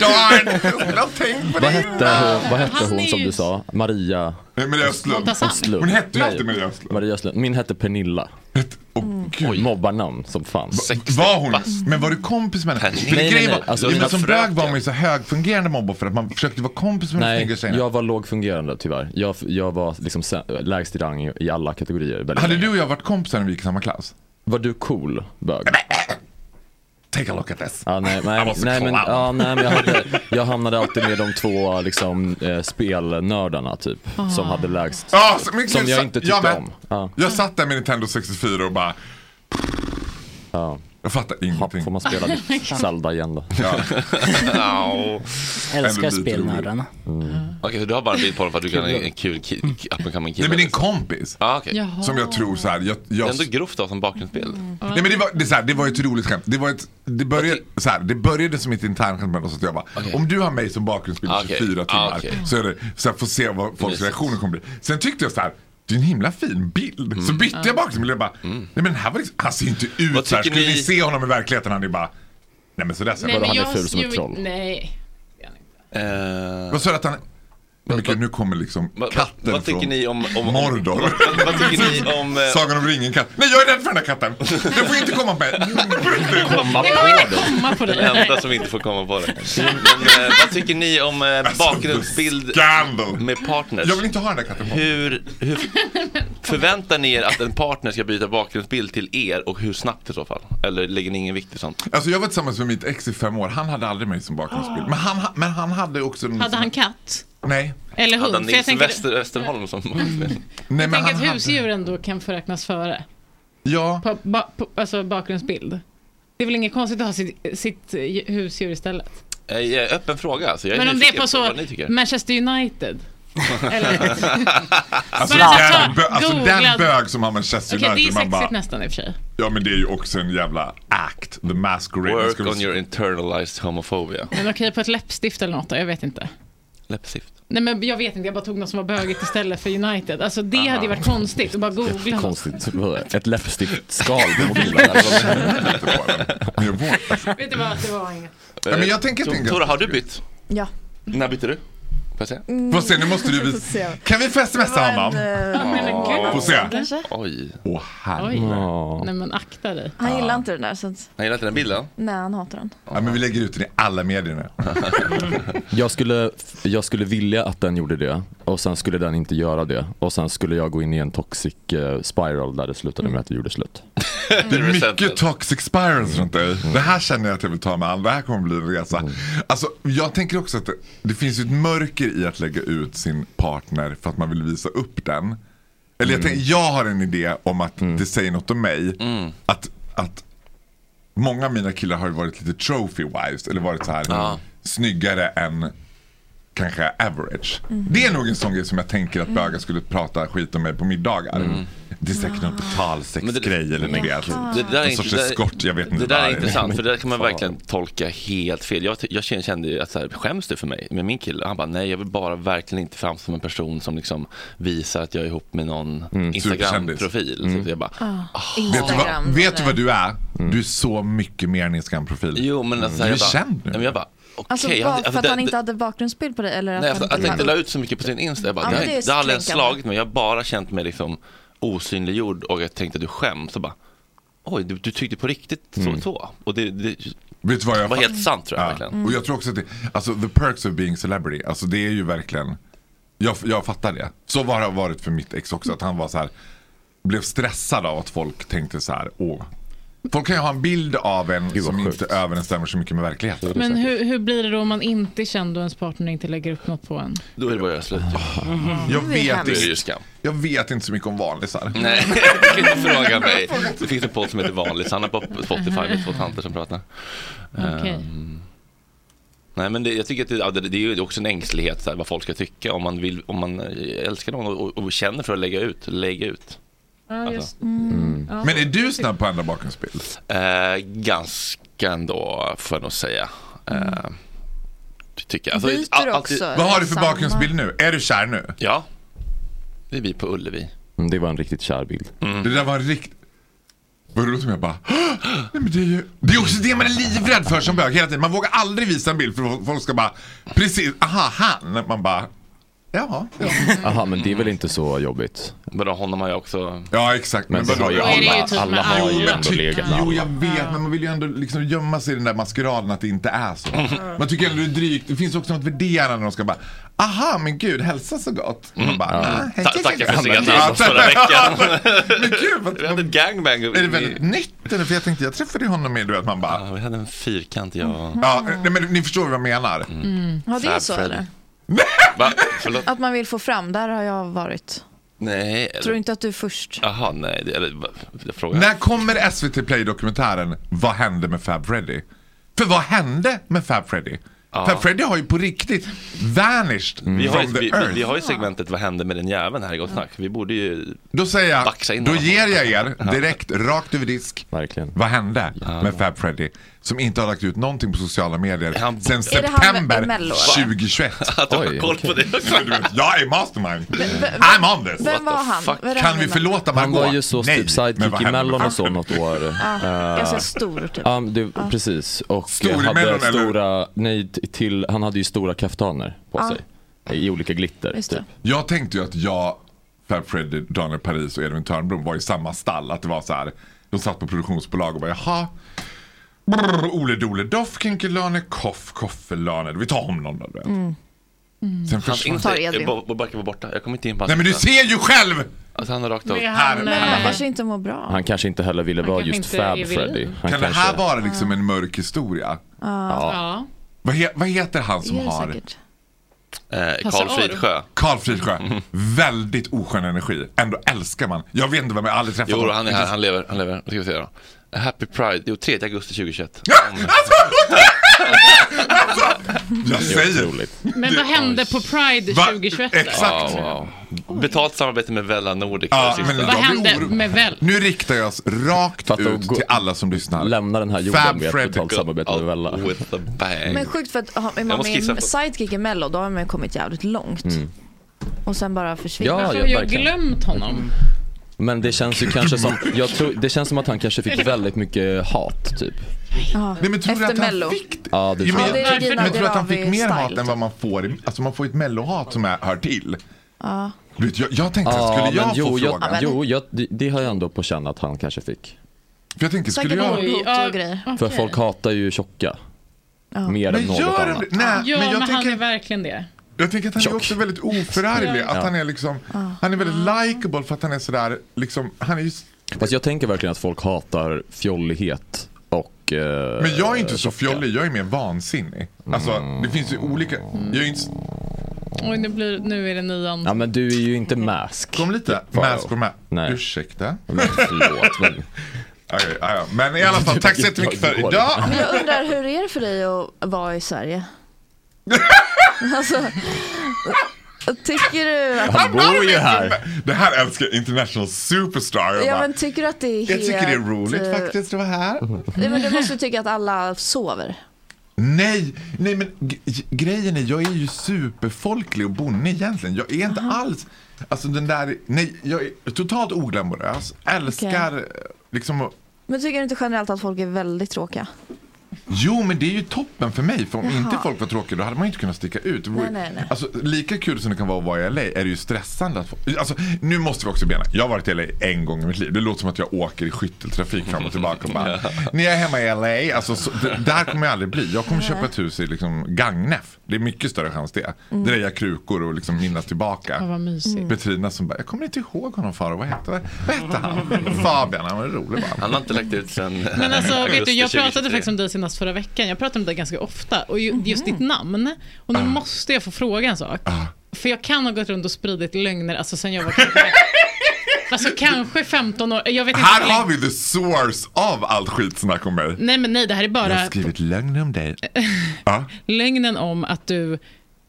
S18: Darn! Jag har tänkt på
S8: Vad
S18: det.
S8: hette hon, vad hette
S18: Han
S8: hon
S18: är
S8: som
S18: ju-
S8: du sa? Maria?
S18: Nej, Maria Östlund. Lotta Sand.
S8: Östlund.
S18: Hon hette ju
S8: Nej,
S18: alltid Maria Östlund.
S8: Maria Östlund. Min hette Pernilla.
S18: Oj,
S8: mobbarnamn som fan.
S18: Var hon, men var du kompis med henne? För
S8: Nej,
S18: grejen
S8: nej,
S18: var,
S8: nej. Alltså,
S18: jo,
S8: mina
S18: men som
S8: fröken.
S18: bög var man ju så högfungerande mobbare för att man försökte vara kompis med de snygga
S8: Nej,
S18: tjejerna.
S8: jag var lågfungerande tyvärr. Jag, jag var liksom sä- lägst i rang i- i alla kategorier. väldigt
S18: Hade
S8: länge.
S18: du och jag varit kompisar när vi gick i samma klass?
S8: Var du cool bög?
S18: Take a look at this.
S8: Ja, nej,
S18: I
S8: nej,
S18: was a
S8: nej, men,
S18: clown.
S8: ja, nej, men jag, hade, jag hamnade alltid med de två liksom, eh, spelnördarna typ. Som hade lägst.
S18: Ja, Ah, så- men-
S8: som jag
S18: så-
S8: inte
S18: jag
S8: tyckte
S18: med.
S8: om. Ja.
S18: Jag satt där med Nintendo 64 och bara,
S8: Ja.
S18: jag fattar ingenting.
S8: Får man spela ditt Zelda igen då?
S18: Ja.
S9: Älskar spelnördarna.
S1: Okej, så du har bara en bild på honom för att du kan en en kul ki- up and coming kille?
S18: Mm. Nej men din kompis.
S1: Ah, okej.
S7: Jaha. Mm.
S18: Som jag tror så här. Jag,
S1: Det
S18: jag,
S1: är ändå grovt av som bakgrundsbild.
S18: nej men det var, det, är så här, det var ju ett roligt skämt. Det, var ett, det, började, så här, det började som ett internskämt mellan oss. Att jag bara, om du har mig som bakgrundsbild i
S1: Ah, okej.
S18: 24 timmar
S1: Ah, okej.
S18: så är det, så här, får se vad folks
S1: Precis.
S18: reaktioner kommer bli. Sen tyckte jag så här. Det är en himla fin bild. Så
S1: Mm.
S18: bytte jag bakgrundsbild och bara, nej men den här var liksom, han ser inte ut så här.
S1: tycker
S18: Skulle ni
S1: ni-
S18: se honom i verkligheten han är bara, nej men sådär ser
S7: Nej,
S18: jag.
S7: men jag- jo, Nej.
S18: Vad sa du att han, men gud nu kommer liksom katten
S1: Eh, vad tycker
S18: från
S1: ni om- om- om-
S18: Mordor.
S1: vad- vad- vad tycker ni om, eh,
S18: Sagan om ringen katt. Nej jag är rädd för den här katten. Du får inte komma med.
S1: Komma
S7: Det kommer inte komma på
S1: Den
S7: dig.
S1: enda som inte får komma på det. Men, eh, vad tycker ni om eh, bakgrundsbild med partners?
S18: Alltså, Jag vill inte ha den där katten.
S1: Hur, hur förväntar ni er att en partner ska byta bakgrundsbild till er och hur snabbt i så fall? Eller lägger ni ingen vikt i sånt?
S18: Alltså jag var tillsammans med mitt ex i fem år. Han hade aldrig mig som bakgrundsbild. Men han, ha- men han hade också. en-
S7: Hade han katt?
S18: Nej.
S7: Eller hund?
S1: Hade han
S7: För jag
S1: Nils
S7: tänker, Mm.
S1: Wester, Westerholm som bakgrundsbild?
S18: Nej
S7: jag
S18: men
S7: tänker
S18: han
S7: att
S18: hade.
S7: husdjur ändå kan förräknas före.
S18: Ja.
S7: På, ba, på, alltså bakgrundsbild. Det är väl inget konstigt att ha sitt, sitt eh, husdjur istället?
S1: Eh, ja, Öppen fråga. Så jag är
S7: Men om det är
S1: nyfiken
S7: på så
S1: vad ni tycker.
S7: Manchester United. Eller,
S18: Alltså
S7: Bara
S18: den,
S7: ta-
S18: bö- alltså
S7: googlad.
S18: den bög som har Manchester
S7: Okej, det är
S18: United.
S7: sexigt
S18: Man bara,
S7: nästan i och för sig.
S18: ja men det är ju också en jävla act. The masquerade.
S1: Work
S18: Ska vi-
S1: on your internalized homophobia.
S7: Men okej, på ett läppstift eller något då, jag vet inte.
S1: Läppstift.
S7: Nej men jag vet inte, jag bara tog något som var bögigt istället för United. Alltså det hade ju varit konstigt att bara googla. något.
S8: Konstigt. Ett läppstiftskal på mobilen.
S7: Vet du vad, det var inget.
S18: Ja, men jag tänker-
S1: Tor-
S18: tänker-
S1: Tora, har du bytt?
S4: Ja.
S1: När bytte du? Får jag se?
S4: Mm.
S18: Får se, nu måste du
S4: Får
S18: visa.
S4: se.
S18: Kan vi
S4: Det var
S18: smsa
S4: en,
S18: honom?
S4: eh,
S18: Ja, Får se.
S4: Kanske.
S1: Oj.
S18: Åh
S4: Oj.
S18: herre.
S4: Nej men akta dig. Han gillar inte den där så att,
S1: Jag gillar inte den bilden.
S4: nej han hatar den.
S18: Ja, men vi lägger ut den i alla medier nu.
S8: Jag skulle, jag skulle vilja att den gjorde det och sen skulle den inte göra det och sen skulle jag gå in i en toxic eh, spiral där det
S18: Mm.
S8: slutade med att vi gjorde slut.
S18: Det är mycket toxic spirals runt dig. Det här känner jag att jag vill ta mig an. Det här kommer bli en resa. Alltså, jag tänker också att det, det finns ju ett mörker i att lägga ut sin partner för att man vill visa upp den. Eller jag,
S1: Mm.
S18: tänker, jag har en idé om att det säger något om mig. Att, att många av mina killar har ju varit lite trophy wives. Eller varit så här snyggare än kanske average.
S1: Mm.
S18: Det är nog en sån grej som jag tänker att bögar skulle prata skit om mig på middagar. Det är säkert någon betalsexgrej eller något
S1: Mm. det,
S18: grej.
S1: det där är
S18: Någon
S1: inte-
S18: sorts
S1: det där-
S18: eskort, jag vet inte
S1: Det där
S18: vad
S1: är intressant, för det där kan man
S18: Fan.
S1: verkligen tolka helt fel. Jag, jag kände- kände ju att så här, skäms du för mig med min kille? Han bara, nej jag vill bara verkligen inte fram som en person som liksom visar att jag är ihop med någon
S18: Mm,
S1: Instagram-profil. Så jag bara,
S4: Mm.
S7: Ah,
S18: Vet du, vad,
S4: Instagram,
S18: vet du vad du är? Du är så mycket mer än Instagram-profil.
S1: Mm. Jo, men alltså,
S18: du är
S1: jag bara-
S18: känd nu.
S1: Men jag bara, okej.
S4: Alltså
S1: han-
S4: bara
S1: alltså,
S4: för att
S1: det-
S4: han inte
S1: det-
S4: hade bakgrundsbild på dig eller att
S1: Nej,
S4: han
S1: alltså, att jag
S4: la
S1: inte
S4: upp-
S1: la ut så mycket på sin Insta. Jag bara,
S4: Ja,
S1: det,
S4: men
S1: har-
S4: det är
S1: det har aldrig ens
S4: kränkande.
S1: slagit mig. Jag har bara känt mig liksom osynliggjord och jag tänkte att du skäms. Och bara, oj, du, du tyckte på riktigt så. så. Och det, det
S18: Vet du vad jag
S1: var helt sant tror jag. Verkligen.
S18: Och jag tror också att det, alltså the perks of being celebrity, alltså det är ju verkligen, jag, jag fattar det. Så var det varit för mitt ex också, att han var så här, blev stressad av att folk tänkte så här, åh. Folk kan ju ha en bild av en som inte överensstämmer så mycket med verkligheten.
S7: Men hur, hur blir det då om man inte är känd och ens partner inte lägger upp något på en?
S1: Då är det bara slut.
S18: Mm. Jag
S7: Det är
S18: vet,
S7: hemskt.
S1: Det är ju
S18: inte,
S1: skam.
S18: jag vet inte så mycket om vanlisar.
S1: Nej, du kan inte fråga mig. Det finns en podd som heter Vanligt. Sanna på Spotify med två tanter som pratar.
S7: Okej.
S1: Ehm, nej, men det, jag tycker att det, ja, det, det är ju också en ängslighet så här, vad folk ska tycka. Om man, vill, om man eh, älskar någon och, och, och känner för att lägga ut, lägga ut.
S7: Ja,
S18: Alltså.
S7: just.
S1: Mm.
S7: Ja.
S18: Men är du snabb på att ändra bakgrundsbild?
S1: Eh, ganska ändå, får jag nog säga. Eh, tycker jag.
S18: Byter
S1: all-
S18: du
S1: alltid-
S18: också, Vad har du för eller bakgrundsbild samma? nu? Är du kär nu?
S1: Ja. Det är vi på Ullevi.
S8: Mm, det var en riktigt kär bild.
S18: Mm. Det där var en rikt... Vad roligt om jag bara... "Hå! Nej, men det, är ju... det är också det man är livrädd för som bög hela tiden. Man vågar aldrig visa en bild för folk ska bara... Precis, aha, han. Man bara... Ja. ja.
S8: Mm. Aha, men det är väl inte så jobbigt?
S1: Vadå, honom har jag också...
S18: Ja, exakt.
S8: Men,
S18: Men
S8: så har ju
S18: vadå? Då är det ju
S8: alla,
S18: typ
S8: alla
S18: med
S8: har ju
S18: alla.
S8: ändå legat med
S18: Jo,
S8: alla.
S18: jag vet, men man vill ju ändå liksom gömma sig i den där maskeraden att det inte är så. Man tycker ändå det är drygt. Det finns också något värderande när de ska bara... Aha, men gud, hälsa så gott. Man bara... "Ah, hej,
S1: Mm. Ta-
S18: hej,
S1: Tackar
S18: hej."
S1: för
S18: Ja,
S1: cigaretterna
S18: tack.
S1: förra veckan.
S18: Men gud, vad...
S1: Vi hade ett gangbang.
S18: Är det väldigt nytt? Eller? För jag tänkte, jag träffade ju honom med, du vet, man bara...
S1: Vi hade en fyrkant, jag och...
S18: Ja, nej, men ni förstår vad jag menar.
S4: Mm. Ja det är
S1: Fab
S4: så
S1: Freddy.
S4: eller?
S1: Va? Förlåt?
S4: Att man vill få fram, där har jag varit.
S1: Nej. eller-
S4: Tror inte att du är först.
S1: Jaha, nej. det- Eller, va- jag frågar.
S18: När kommer SVT Play-dokumentären Vad hände med Fab Freddy? För vad hände med Fab Freddy?
S1: Ja.
S18: Fab Freddy har ju på riktigt vanished
S1: Vi har, ju,
S18: Mm. from the
S1: vi,
S18: earth.
S1: vi har ju segmentet Vad hände med den jäveln här i Gott Snack. Vi borde ju...
S18: Då säger jag,
S1: Baxa in
S18: då
S1: honom.
S18: ger jag
S1: Ja.
S18: er direkt rakt över disk. Vad hände med Fab Freddy? Som inte har lagt ut någonting på sociala medier
S1: Han-
S18: sedan
S1: Är det han med- i
S18: september
S1: Mello, eller?
S18: 2021.
S1: Att du har Oj, koll på okej. det också.
S18: Du vet, jag är mastermind. I'm on this.
S4: Vem var han? Vad är det
S18: Kan
S4: han
S18: vi
S4: innan?
S18: förlåta
S8: Han
S18: Margot?
S8: var ju så
S18: Nej,
S8: typ sidekick
S18: men vad
S8: i
S18: hände med
S8: Mellon
S18: Fab
S8: och så något år.
S4: Ja,
S8: Eh,
S4: Ah, ganska stor typ.
S8: Ja, du,
S4: Ja.
S8: precis. Och
S18: Stor
S8: eh,
S18: i
S8: hade
S18: Mellon, eller?
S8: stora, nej, t- till, han hade ju stora kaftaner på
S4: Ja.
S8: sig. I olika glitter.
S4: Just
S8: Typ.
S18: Jag tänkte ju att jag, Fab Freddy, Daniel Paris och Edvin Törnblom var i samma stall. Att det var så här, de satt på produktionsbolag och bara jaha. Brr, Ole Dole Doff, Kinkelane, Koff, Koffelane. Vi tar om någon då. du vet.
S1: Mm.
S18: Sen
S1: Han
S18: försvann-
S1: inte... eh, Bo- Bo- Backe var borta. Jag kommer inte in på hans
S18: Nej men du
S1: lista.
S18: ser ju själv!
S1: Alltså han har rakt av...
S4: Men
S18: Här-
S4: han,
S8: eh,
S18: här-
S4: han kanske inte mår bra.
S8: Han kanske inte heller ville vara
S4: kanske
S8: just
S4: inte
S8: Fab
S4: är
S8: Freddy.
S4: villig.
S8: Han
S18: Kan det
S8: kanske...
S18: här vara liksom en mörk historia?
S7: Ja.
S18: Vad, he- vad heter han som
S7: Det är det
S18: har...
S7: säkert.
S1: Karl Hasse Aro. Fridsjö.
S18: Karl Fridsjö. Väldigt oskön energi. Ändå älskar man. Jag vet inte vem jag har aldrig träffat
S1: Jo,
S18: honom.
S1: han är här. Han lever. Han lever. Vad ska vi se då? Happy Pride. Jo, 3 augusti 2021.
S18: Jag säger.
S7: Men vad hände på Pride
S1: Va?
S7: 2021? då?
S1: Ja, wow. Betalt samarbete med Vella Nordic.
S18: Ja,
S1: Det sista.
S18: men
S7: Vad hände med väl?
S18: Nu riktar jag oss rakt
S8: Fatta att
S18: ut
S8: gå-
S18: till alla som lyssnar. Lämna
S8: den här
S18: jorden Fab
S8: med ett
S18: Freddy.
S8: totalt samarbete med Vella.
S4: Men sjukt för att har- är
S8: Jag
S4: man
S8: måste
S4: med i
S8: skissa på-
S4: en sidekick i Mello då har
S8: Mm.
S4: man ju kommit jävligt långt. Och sen bara försvinner
S8: Ja,
S4: man.
S8: ja, Jag har ju verkligen.
S7: glömt honom.
S8: Men det känns ju kanske som, jag tror, det känns som att han kanske fick väldigt mycket hat typ.
S4: Ja.
S18: Nej, men tror du
S4: Efter
S18: att han
S4: Mello.
S18: fick
S8: Ja, det
S18: Jo,
S8: tror
S18: men
S8: jag.
S18: jag,
S4: det är
S18: men tror du att han
S4: Ravi
S18: fick mer hat
S4: style,
S18: än vad man får? i- Alltså man får ju ett mellohat som är, hör till.
S4: Ja.
S18: Du vet, jag, jag tänkte, skulle jag
S8: men jo,
S18: få
S8: jag,
S18: frågan?
S8: Jo, jag, det, det har jag ändå på känn att han kanske fick.
S18: För jag tänkte,
S4: Säkert skulle jag- mordhot och grejer.
S8: För
S4: Okej.
S8: folk hatar ju tjocka. Mer
S18: Men
S8: än något
S18: gör
S8: annat.
S18: det? Nej,
S7: ja,
S18: men
S7: men,
S18: jag
S7: han
S18: tänker-
S7: är verkligen det.
S18: Jag tänker att han är också väldigt oförarglig.
S7: Ja.
S18: Att
S8: Ja.
S18: han är liksom, han är väldigt likeable för att han är sådär, liksom, han är ju
S8: Fast jag tänker verkligen att folk hatar fjollighet och... eh,
S18: Men jag är inte så
S8: tjocka.
S18: fjollig, jag är mer vansinnig. Alltså, det finns ju olika. Jag är inte...
S7: Oj, nu, blir, nu är det nian.
S8: Ja men du är ju inte mask.
S18: Mm. Kom lite. Mask och mask.
S8: Nej.
S18: Ursäkta.
S8: Men förlåt men.
S18: Okej, ja, ja. Men i alla fall, tack så jättemycket för idag.
S4: Men jag undrar, hur är det för dig att vara i Sverige? alltså, tycker du att...
S18: Alltså, Det här älskar jag, international superstar. Jag
S4: Ja,
S18: bara,
S4: men tycker du att det är helt...
S18: jag tycker det är roligt
S4: eh,
S18: faktiskt att vara här.
S4: Nej, men du måste ju tycka att alla sover.
S18: Nej, nej men g- g- grejen är jag är ju superfolklig och bonne egentligen. Jag är inte alls, alltså den där, nej jag är totalt oglamorös. Älskar liksom att-
S4: Men tycker du inte generellt att folk är väldigt tråkiga?
S18: Jo, men det är ju toppen för mig. För om
S4: Jaha.
S18: inte folk var tråkiga, då hade man ju inte kunnat sticka ut. Det vore-
S4: Nej, nej, nej.
S18: Alltså, lika kul som det kan vara att vara i LA är det ju stressande. Att få... alltså, nu måste vi också bena. Jag har varit i LA en gång i mitt liv. Det låter som att jag åker i skytteltrafik fram och tillbaka. Och bara, när jag är hemma i LA, alltså, så, d- där kommer jag aldrig bli. Jag kommer köpa ett hus i liksom, Gagnef. Det är mycket större chans det.
S7: Mm.
S18: Dreja krukor och liksom, minnas tillbaka.
S7: Ja, vad mysigt. Mm.
S18: Petrina som bara, jag kommer inte ihåg honom faro. Vad hette vad hette han? Fabian, han var rolig bara.
S1: Han har inte lagt ut sen
S7: Men alltså, vet du, jag pratade faktiskt om dig senast förra veckan. Jag pratade om dig ganska ofta. Och
S18: Mhm.
S7: ju, just ditt namn. Och
S18: Ah.
S7: nu måste jag få fråga en sak. För jag kan ha gått runt och spridit lögner, alltså sen jag var kanske, alltså, kanske 15 år. Jag vet inte
S18: Här
S7: hur länge-
S18: har vi the source av allt skitsnack om mig.
S7: Nej men nej, det här är
S18: Jag
S7: bara
S18: har skrivit lögner om dig. ja.
S7: lögnen om att du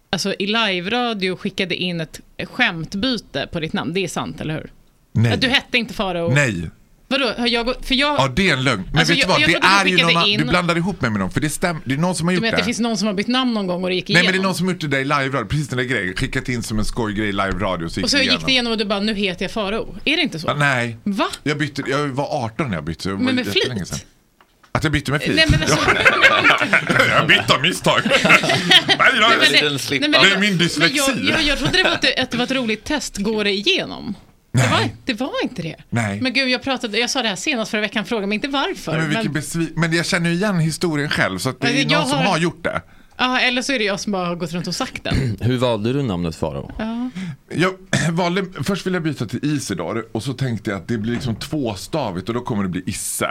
S7: alltså, i live-radio skickade in ett skämtbyte på ditt namn. Det är sant, eller hur?
S18: Nej.
S7: Att du hette inte Farao.
S18: Nej.
S7: Vadå, har jag gått... För jag...
S18: Ja, det är en lögn. Men
S7: Alltså,
S18: vet
S7: jag-
S18: du vad?
S7: jag
S18: Det
S7: trodde du
S18: är ju
S7: skickade
S18: någon,
S7: in-
S18: Du blandar ihop mig med någon. För det, stäm, det är någon som har
S7: Du
S18: gjort
S7: menar att det
S18: det.
S7: finns någon som har bytt namn någon gång och det gick
S18: Nej,
S7: igenom?
S18: men det är någon som har gjort det där i live-radio. Precis den där grejen. Skickat in som en skojgrej i live-radio. Så gick
S7: Och så
S18: det
S7: gick det igenom och du bara, nu heter jag Farao. Är det inte så?
S18: Ja, Nej.
S7: Va?
S18: Jag, bytte, jag var 18 när jag bytte. Det var
S7: Men med
S18: jättelänge
S7: flit?
S18: sedan. Att jag bytte med flit?
S7: Nej, men alltså-
S18: jag bytte av misstag. nej,
S7: Nej, men
S18: jag,
S7: det- nej, men
S18: det är min
S7: Men
S18: dyslexi.
S7: jag, jag, jag trodde det var att det, att det var ett roligt test, går det igenom? Det var, det var inte det.
S18: Nej.
S7: Men gud, jag, pratade, jag sa det här senast förra veckan, fråga mig inte varför.
S18: Nej, men, vilken
S7: men-
S18: besvi- men jag känner ju igen historien själv. Så att det
S7: Men
S18: är någon
S7: jag
S18: som
S7: har-
S18: har gjort det.
S7: Ja, eller så är det jag som bara har gått runt och sagt den.
S8: Hur valde du namnet Farao?
S7: Ja.
S18: Jag valde, först ville jag byta till Isidor och så tänkte jag att det blir liksom tvåstavigt och då kommer det bli Isse.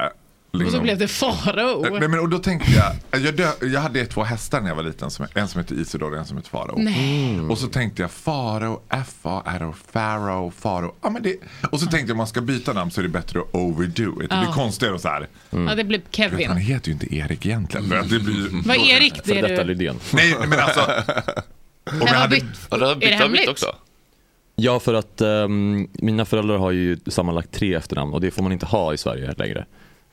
S7: Och
S18: Liksom.
S7: så blev det Farao.
S18: Nej, men, och då tänkte jag, eh, jag, dö, jag hade två hästar när jag var liten, som, en som hette Isidor och en som hette Farao. Mm.
S7: Nej.
S18: Och så tänkte jag Farao, F-A-R-O, Farao, Farao. Ja, men det, och så tänkte jag om man ska byta namn så är det bättre att overdo it. Det blir
S7: Ja.
S18: konstigare och så här.
S7: Ja, det blev
S18: Du vet, han
S7: Kevin.
S18: heter ju inte Erik egentligen. För att det blir,
S7: Vad Erik, det är För detta du-
S8: Lydén.
S18: Mm. Nej, men alltså. Om
S7: har
S18: jag hade,
S7: bytt- Har du bytt- är det har du bytt hemligt? också?
S8: Ja, för att ehm, mina föräldrar har ju sammanlagt tre efternamn och det får man inte ha i Sverige längre.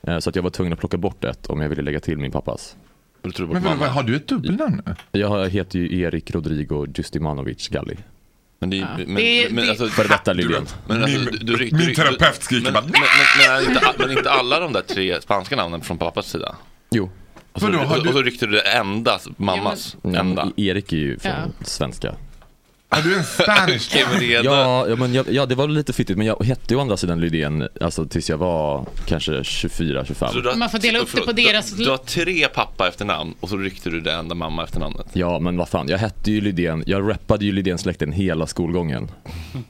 S8: Eh, så att jag var tvungen att plocka bort ett om jag ville lägga till min pappas.
S18: men vad- vad- har du ett dubbelnamn nu?
S8: Jag har- jag heter ju Erik Rodrigo Justimanovic Galli. Men det,
S1: Ja. men- Det- men det- alltså-
S8: Före detta Lydén.
S1: Men alltså, du, du, du,
S18: min terapeut skriker
S1: men,
S18: bara,
S1: men, men, men, inte, men inte alla de där tre spanska namnen från pappas sida?
S8: Jo.
S1: Och så,
S8: Vadå, har
S1: och,
S8: du-
S1: och så ryckte du det enda, alltså, mammas enda.
S8: Erik är ju från
S1: Ja.
S8: svenska.
S18: Är du en spanish?
S8: Ja, ja, men jag, ja, det var lite fittigt men jag hette ju å andra sidan Lydén alltså, tills jag var kanske 24-25.
S7: Man får dela upp det på
S1: förlåt,
S7: deras-
S1: Du, du har tre pappa efternamn och så ryckte du det enda mamma efternamnet.
S8: Ja men vad fan, jag hette ju Lydén, jag rappade ju Lydén-släkten hela skolgången.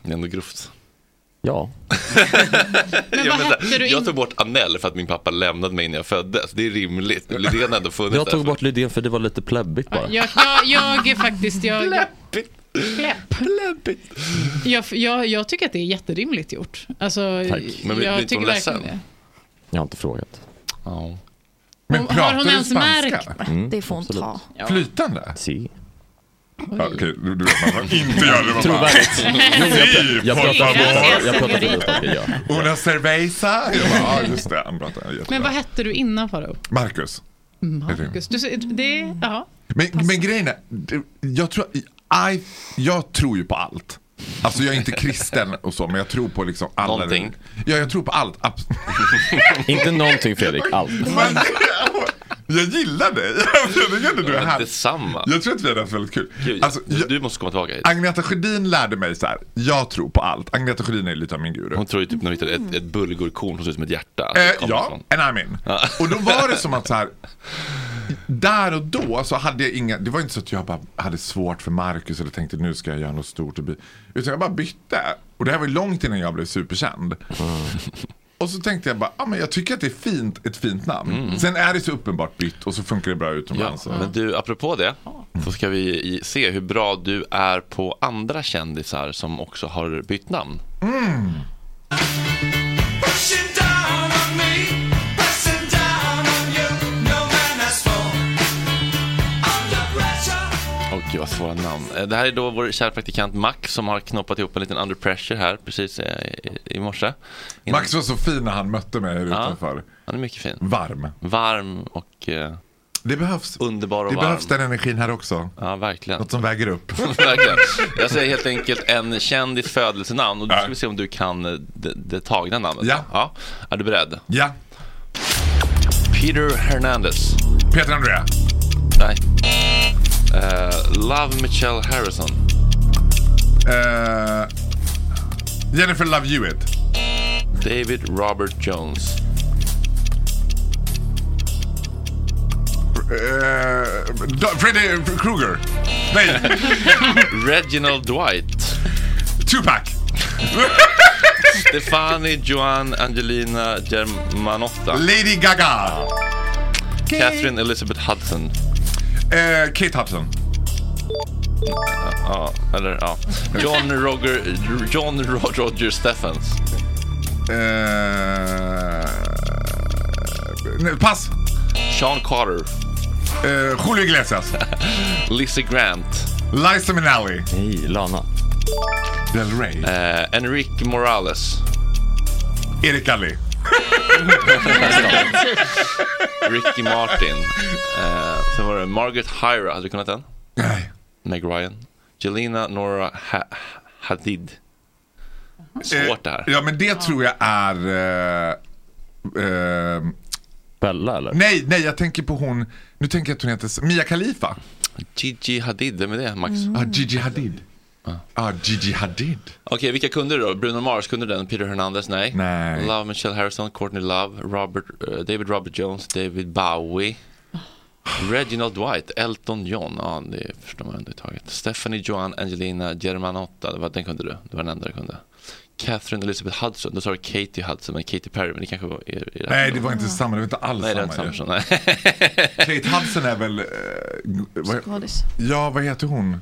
S1: Det är ändå grovt.
S8: Ja.
S1: Men jag, jag tog bort Anell för att min pappa lämnade mig när jag föddes. Det är rimligt. Lydén har ändå funnits
S8: Jag
S1: där
S8: tog
S1: för-
S8: bort Lydén för det var lite plebbigt bara.
S7: Jag, jag, jag är faktiskt... Jag,
S1: Läppigt.
S7: Läpp. Jag, jag, jag tycker att det är jätterimligt gjort. Alltså,
S8: Tack. Men blir-
S7: jag
S8: blir inte hon
S7: tycker verkligen
S8: ledsen?
S7: det.
S8: Jag har inte frågat.
S18: Men
S7: Hon- har pratar hon du ens spanska?
S18: märkt?
S4: Det får hon ta. Ja.
S18: Flytande?
S8: Mm, Si.
S18: Ja, Okej, du, du vet man får inte göra det. man bara-
S8: Trovärdigt. Jo, men jag-
S18: Si,
S8: jag
S18: por
S8: pratar-
S18: favor.
S8: jag- jag pratar portugisiska, ja.
S18: Una cerveza. Jag bara, ja just det, han pratar jättebra.
S7: Men vad hette du innan Farao?
S18: Marcus.
S7: Marcus? Du, ser- det, ja.
S18: Men, men grejen är, det- jag tror, I, jag tror ju på allt. Alltså jag är inte kristen och så, men jag tror på liksom alla... Någonting? Ja, jag tror på allt. abs-
S8: Inte någonting Fredrik, allt.
S18: Men, jag gillar dig. Jag tycker ändå du är
S1: Men
S18: här.
S1: detsamma.
S18: Jag tror att vi hade haft väldigt kul.
S1: Gud,
S18: Alltså,
S1: du, du måste komma tillbaka hit.
S18: Agneta Sjödin lärde mig så här. jag tror på allt. Agneta Sjödin är lite av min guru.
S1: Hon tror ju typ när hon hittade ett, ett bulgurkorn som ser ut som ett hjärta. att det
S18: Eh,
S1: kommer
S18: ja,
S1: från-
S18: and I'm in. Och då var det som att så här, där och då så hade jag inga, det var inte så att jag bara hade svårt för Marcus eller tänkte nu ska jag göra något stort. Och bli, utan jag bara bytte. Och det här var ju långt innan jag blev superkänd. Och så tänkte jag bara, ah, men jag tycker att det är fint, ett fint namn. Sen är det så uppenbart bytt och så funkar det bra
S1: Mm. Ja,
S18: utomlands.
S1: men du, apropå det, så ska vi i- se hur bra du är på andra kändisar som också har bytt namn.
S3: Mm. down on me, pressing down on you. No man has fallen under pressure.
S1: Åh gud vad svåra namn. Eh, Det här är då vår kära praktikant Max som har knoppat ihop en liten under pressure här precis eh, i, i morse.
S18: Max var så fin när han mötte mig här utanför.
S1: Han är mycket fin.
S18: Varm.
S1: Varm och... Eh,
S18: det behövs.
S1: Underbar och
S18: Det
S1: varm.
S18: behövs den energin här också.
S1: Ja, verkligen.
S18: Något som väger upp.
S1: Verkligen. Jag säger helt enkelt en kändis födelsenamn och då ska vi se om du kan eh, det, det tagna namnet. Ja. Är du beredd?
S18: Ja.
S1: Peter Hernandez.
S18: Peter Andrea.
S1: Nej. Eh, Love Michelle Harrison.
S18: Eh, Jennifer Love Hewitt.
S1: David Robert Jones.
S18: Eh, Do- Freddy Krueger. Nej.
S1: Reginald Dwight.
S18: Tupac.
S1: Stefani Joan Angelina Germanotta.
S18: Lady Gaga.
S1: Catherine Elizabeth Hudson.
S18: Eh, Kate Hudson.
S1: Ja, eller ja. John Roger, John Ro- Roger Stephens.
S18: Uh, Eh, nej, pass.
S1: Sean Carter.
S18: Eh, Julio Iglesias.
S1: Lizzie Grant.
S18: Liza Minnelli.
S1: Nej, Lana.
S18: Del Rey.
S1: Eh, Enrique Morales.
S18: Erik Galli.
S1: Ricky Martin. Eh, sen var det Margaret Hira. Hade du kunnat den?
S18: Nej.
S1: Meg Ryan. Jelena Nora ha- Hadid.
S18: Eh,
S1: Svårt det här.
S18: Ja, men det tror jag är... Eh, eh,
S8: Bella eller?
S18: nej, nej, jag tänker på hon... Nu tänker jag att hon heter Mia Khalifa.
S1: Gigi Hadid, vem är det Max?
S18: Ah, Gigi Hadid. Ja, ah, Gigi Hadid.
S1: Okej, vilka kunde du då? Bruno Mars kunde du den? Peter Hernandez? Nej.
S18: Nej.
S1: Love Michelle Harrison, Courtney Love, Robert, eh, David Robert Jones, David Bowie. Reginald Dwight, Elton John, ja det förstår man ändå i taget. Stephanie Joan Angelina Germanotta, det var, den kunde du, det var den enda du kunde. Catherine Elizabeth Hudson, då sa du Katie Hudson, men Katy Perry, men det kanske var... Är, är
S18: Nej, det var inte samma. Det var inte alls
S1: Nej, det var
S18: samma.
S1: inte samma person,
S18: Kate Hudson är väl... eh, vad-
S4: Skådis.
S18: Ja, vad heter hon?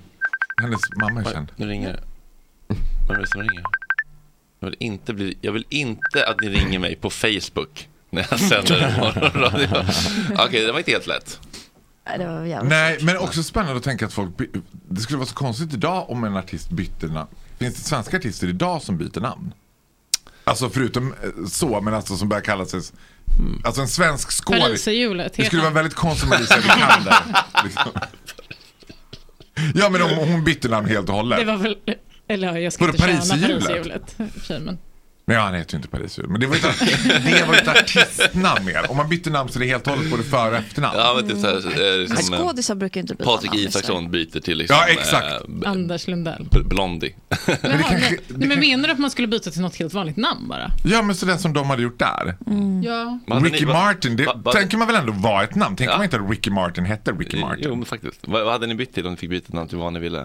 S18: Hennes mamma är
S1: Oj,
S18: känd.
S1: nu ringer det. Vem är det som ringer? Jag vill inte, bli, jag vill inte att ni ringer mig på Facebook när jag sänder morgonradio. Okej, det var inte helt lätt.
S4: Nej, det var jävligt.
S18: Nej, men också spännande att tänka att folk... by- Det skulle vara så konstigt idag om en artist bytte namn. Finns det svenska artister idag som byter namn? Alltså förutom eh, så, men alltså som börjar kalla sig... Alltså en svensk skådis.
S7: Pariserhjulet
S18: Det skulle
S7: heter
S18: vara
S7: han.
S18: väldigt konstigt om Alicia Vikander. liksom. Ja, men om hon bytte namn helt och hållet.
S7: Det var väl, eller ja, jag ska
S18: Vadå,
S7: inte tjäna
S18: Pariserhjulet?
S7: Pariserhjulet. Filmen.
S18: Nej, han heter ju inte Pariserhjulet. Men det var ju ett, det var ju ett artistnamn mer. Om man bytte namn så är det helt och hållet både före och efternamn.
S1: Ja, men typ så här, eh, liksom, eh,
S4: Mm. Skådisar brukar ju inte bli
S1: Patrik Isaksson byter till liksom,
S18: Ja, exakt.
S1: eh,
S7: Anders Lundell.
S1: B- Blondie.
S7: Men, nej, nej, men menar du att man skulle byta till något helt vanligt namn bara?
S18: Ja, men så den som de hade gjort där.
S7: Ja.
S18: Ricky Martin, det
S1: vad- vad-
S18: tänker man väl ändå vara ett namn? Tänker man inte att Ricky Martin hette Ricky Martin?
S1: Jo, men faktiskt. Vad, vad hade ni bytt till om ni fick byta namn till vad ni ville?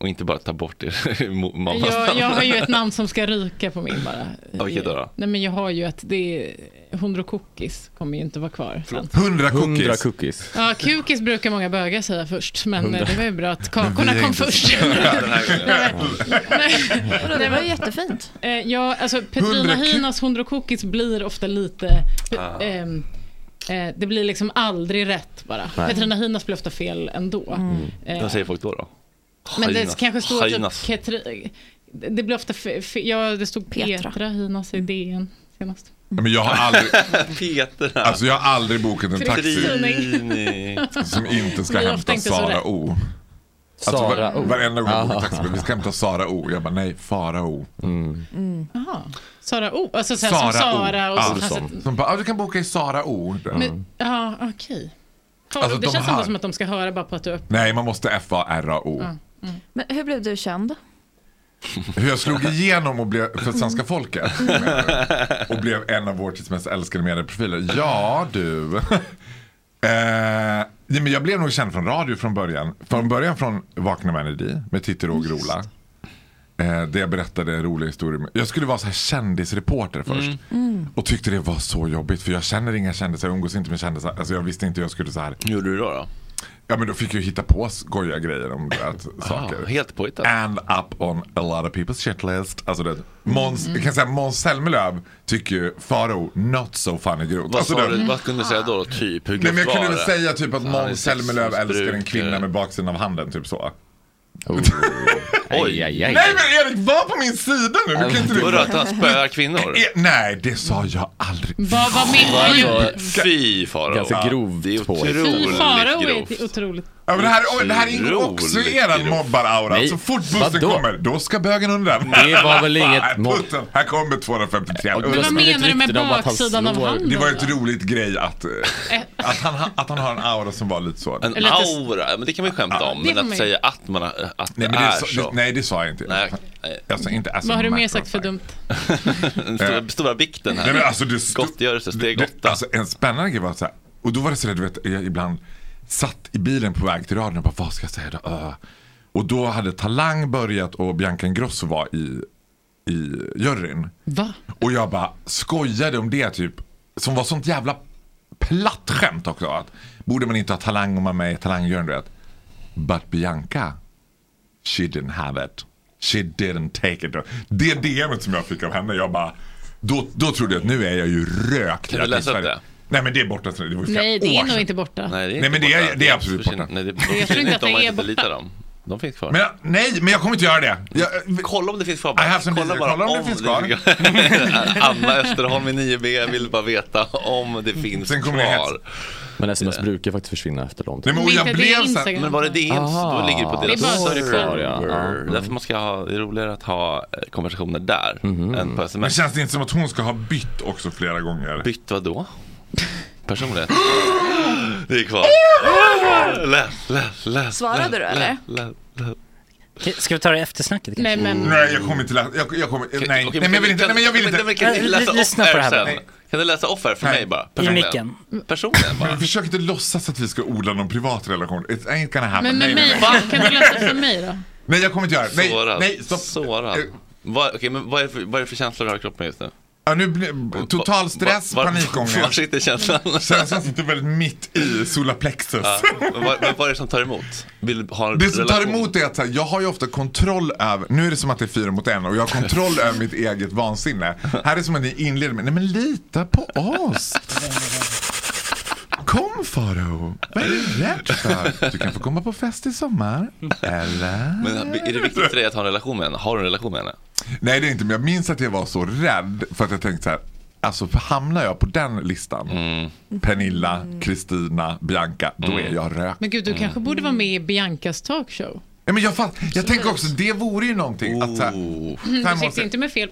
S1: Och inte bara ta bort er mo- mammas
S7: Jag,
S1: namn.
S7: jag har ju ett namn som ska ryka på min bara.
S1: Okej då. då.
S7: Nej men jag har ju ett, det är, hundra cookies kommer ju inte vara kvar sen.
S18: Hundra cookies.
S8: Hundra cookies.
S7: Ja, kukis brukar många bögar säga först, men
S8: Hundra.
S7: eh, det var ju bra att
S8: Men vi
S7: kakorna
S8: är
S7: kom
S8: inte så-
S7: först.
S8: Den här gången.
S4: Vadå, det var ju jättefint.
S7: Ja, alltså Petrina
S4: Hundra ku-
S7: Hinas 100 cookies blir ofta lite...
S1: Ah.
S7: ehm, eh, det blir liksom aldrig rätt bara.
S1: Nej.
S7: Petrina Hinas blir ofta fel ändå.
S4: Mm.
S7: Eh,
S1: Mm. Vad säger folk då? då?
S7: Men
S1: Hainas.
S7: det kanske står
S1: Hainas.
S7: typ Ketri, Det blir ofta fe, fe, ja, det stod Petra, Hinas
S4: Mm.
S7: i DN senast.
S18: Ja, Men jag har aldrig...
S1: Peter.
S18: Alltså jag har aldrig bokat en
S7: Fredrik Tidning.
S18: taxi som inte ska
S7: Blir ofta
S18: hämta
S7: inte så
S18: Sara
S7: rätt.
S18: O. Alltså, var-
S8: Sara O.
S18: Varenda gång jag åker
S8: Ah.
S18: taxibil, vi ska hämta Sara O. Jag bara, nej, Farao.
S7: Mm. Aha. Sara O. Alltså så här,
S18: Sara
S7: som Sara
S18: O.
S7: och så,
S18: Ja.
S7: alltså,
S18: Som bara, ah, du kan boka i Sara O.
S7: men, Ja, okej. Faro,
S18: Alltså,
S7: det
S18: de
S7: känns
S18: här-
S7: ändå som att de ska höra bara på att du är upp. mm.
S18: Nej, man måste F-A-R-A-O.
S7: Ja.
S4: Men hur blev du känd?
S18: Hur jag slog igenom och blev, för svenska folket och blev en av vår tids mest älskade medieprofiler. Ja, du. eh, nej, men jag blev nog känd från radio från början. Från början från Vakna med Energy med Titti och Grola. Eh, där jag berättade roliga historier. Jag skulle vara så här kändisreporter först.
S3: Mm.
S4: Mm.
S18: Och tyckte det var så jobbigt för jag känner inga kändisar, jag umgås inte med kändisar. Alltså jag visste inte hur jag skulle så här.
S1: Gjorde du då? då?
S18: Ja men då fick jag ju hitta på skojiga grejer om det, att, saker.
S1: helt påhittat.
S18: And up on a lot of people's shitlist. Alltså det, Måns,
S1: Mm.
S18: jag kan säga Måns Zelmerlöw tycker ju Faro not so funny grovt.
S1: Vad,
S18: Alltså
S1: sa
S18: det-
S1: du, vad kunde du säga då? då? Typ, hur
S18: Nej, men jag
S1: grovt
S18: kunde
S1: var
S18: väl
S1: det?
S18: säga typ att
S1: Fan, det är
S18: Måns
S1: sexistiskt
S18: Zelmerlöw älskar en
S1: bruk,
S18: kvinna
S1: eh. Oh.
S18: med baksidan av handen, typ så.
S1: Oj, aj, aj.
S18: Nej men Erik, var på min sida nu! Du kan inte
S1: Vadå, att han spöar kvinnor?
S18: Eh, Nej, det sa jag aldrig.
S7: Vad var min...
S1: Fy Farao.
S8: Ganska grovt
S1: Det är
S8: på.
S1: otroligt
S7: Fy Farao är
S1: grovt.
S7: ett otroligt...
S18: Ja, men det, här, oj, det här ingår också i eran mobbaraura.
S8: Nej,
S18: Så fort bussen
S8: vadå?
S18: kommer, då ska bögen under den.
S8: Det var väl inget
S18: Fan,
S8: mobb-
S18: putten. Här kommer 253.
S8: Men vad menar du med baksidan av handen
S18: Det var
S8: då?
S18: ett roligt grej att, eh, att, han, ha- att han har en aura som var lite så.
S1: En
S18: Eller att det-
S1: aura, men det kan man ju skämta om.
S18: Det
S1: Men
S18: kan
S1: att
S18: man ju.
S1: säga att, man, har- att
S18: Nej,
S1: det
S18: men det,
S1: är
S18: sa-
S1: så.
S18: det, nej, det sa jag inte.
S1: Nej.
S18: Jag sa Alltså, inte as
S7: Vad har du
S18: a
S7: mer
S18: matter
S7: sagt
S18: of Eh,
S7: för dumt?
S1: Den stora, stora vikten här.
S18: Nej, men alltså, det stod-
S1: Gottgörelse, steg
S18: Det-
S1: åtta.
S18: Alltså en spännande grej var så här, och då var det så där, du vet, jag ibland satt i bilen på väg till radion och bara, vad ska jag säga då? Öh. Och då hade Talang börjat och Bianca Ingrosso var i, i juryn.
S7: Va?
S18: Och jag bara skojade om det typ, som var sånt jävla platt skämt också. Att, borde man inte ha Talang om man är med i Talangjuryn, du vet. But Bianca, she didn't have it. She didn't take it. Det DMet som jag fick av henne, jag bara, då, då trodde jag att nu är jag ju rökt.
S1: Kan du
S18: Jag
S1: läsa
S18: tänkte,
S1: upp det?
S18: Nej men det är borta. Det var ju flera
S7: Nej, det är
S18: år
S7: nog
S18: sedan.
S7: inte borta.
S18: Nej, men det är- det är absolut
S1: försvinner.
S18: borta.
S1: Nej, det, de
S7: tror
S1: försvinner
S7: inte att
S1: om
S7: det
S1: man
S7: är
S1: inte
S7: borta.
S1: delitar dem. De finns kvar.
S18: Men jag- nej, men jag kommer inte göra det. Jag,
S1: kolla om det finns kvar. bara.
S18: I have some
S1: kolla
S18: kolla, kolla om det finns kvar.
S1: Anna Österholm i 9B vill bara veta om det finns
S18: Mm, Sen kommer det
S1: kvar.
S8: Men sms brukar faktiskt försvinna efter lång tid.
S1: Nej, men och jag
S7: Inte, det är blev så här- Instagram.
S1: Men var det DMs,
S8: Aha.
S1: då ligger
S18: Ah.
S1: det på
S7: Det är
S1: deras
S7: bara
S1: server.
S8: så. Ja, ja.
S1: Därför man ska ha, det är roligare att ha eh, konversationer där
S8: Mhm.
S1: än på
S18: Men
S1: sms.
S18: känns det inte som att hon ska ha bytt också flera gånger?
S1: Bytt vad då? Personlighet? det är kvar. Lä, lä, lä,
S4: Svarade
S1: lä,
S4: du, eller?
S1: lä, lä, lä.
S9: Ska vi ta det efter snacket kanske?
S7: Nej, men-
S18: Nej, jag kommer inte läsa. Jag, jag kommer, nej, nej,
S1: Okej,
S18: men jag vill inte.
S1: kan-
S18: Nej, men jag vill
S1: kan-
S18: inte.
S1: men Kan
S7: Eh,
S1: du läsa off air sen? Kan du läsa off air för mig bara? Personligen. Personligen bara.
S18: Men försök inte låtsas att vi ska odla någon privat relation. It ain't gonna
S7: Men
S18: happen.
S7: med
S18: nej,
S7: mig,
S18: nej, nej.
S7: kan du läsa för mig då?
S18: Nej, jag kommer inte göra det. Nej,
S1: Sårad.
S18: nej, stopp. Eh.
S1: Sårad. Vad, okej, men vad, är det för, vad är det för känslor du har i kroppen just nu?
S18: Ja, nu blir
S1: Va-
S18: total stress,
S1: va- var-
S18: panikångest.
S1: var sitter känslan?
S18: Känslan sitter väldigt mitt i solaplexus.
S1: Ja, men vad, men vad är det som tar emot? Vill du ha en
S18: Det som tar
S1: relation?
S18: emot är att så här, jag har ju ofta kontroll över, nu är det som att det är fyra mot en och jag har kontroll över mitt eget vansinne. Här är som att ni inleder med, nej men lita på oss. Kom Farao, vad är du rädd för? Du kan få komma på fest i sommar. Eller?
S1: Men är det viktigt för dig att ha en relation med henne? Har du en relation med henne?
S18: Nej det är inte, men jag minns att jag var så rädd för att jag tänkte så här, alltså hamnar jag på den listan, Pernilla, Kristina, Bianca, då är jag rökt.
S7: Mm. Men gud, du kanske borde vara med i Biancas talkshow.
S18: Nej, men jag, fatt, jag tänker också, det vore ju någonting att så här,
S7: Mm,
S18: fem
S7: Du
S18: år
S7: sitter
S18: sen-
S7: inte med fel.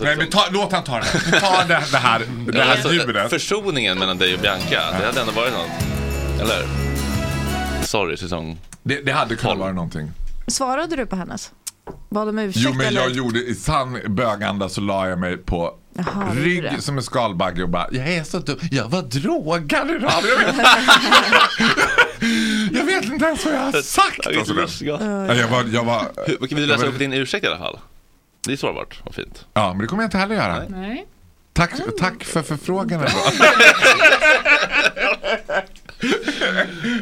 S18: Nej men ta, låt han ta det här. Ta det, det här, det här
S1: Alltså,
S18: ljudet.
S1: Försoningen mellan dig och Bianca, det hade ändå varit något. Eller? Sorry, säsong.
S18: Det, hade kunnat vara någonting.
S4: Svarade du på hennes? Bad om ursäkt
S18: Jo men jag
S4: eller?
S18: gjorde i sann böganda så la jag mig på
S4: Jaha, du gjorde det.
S18: rygg som en skalbagge och bara jag är så dum. Jag var drogad i radion. jag vet inte ens vad jag har sagt. och sådär. Ja, jag var, jag var,
S1: Hur- Kan vi
S18: jag
S1: läsa
S18: var-
S1: upp din ursäkt i alla fall? Det är sårbart och fint.
S18: Ja men det kommer jag inte heller göra.
S7: Nej.
S18: Tack, tack för förfrågan ändå.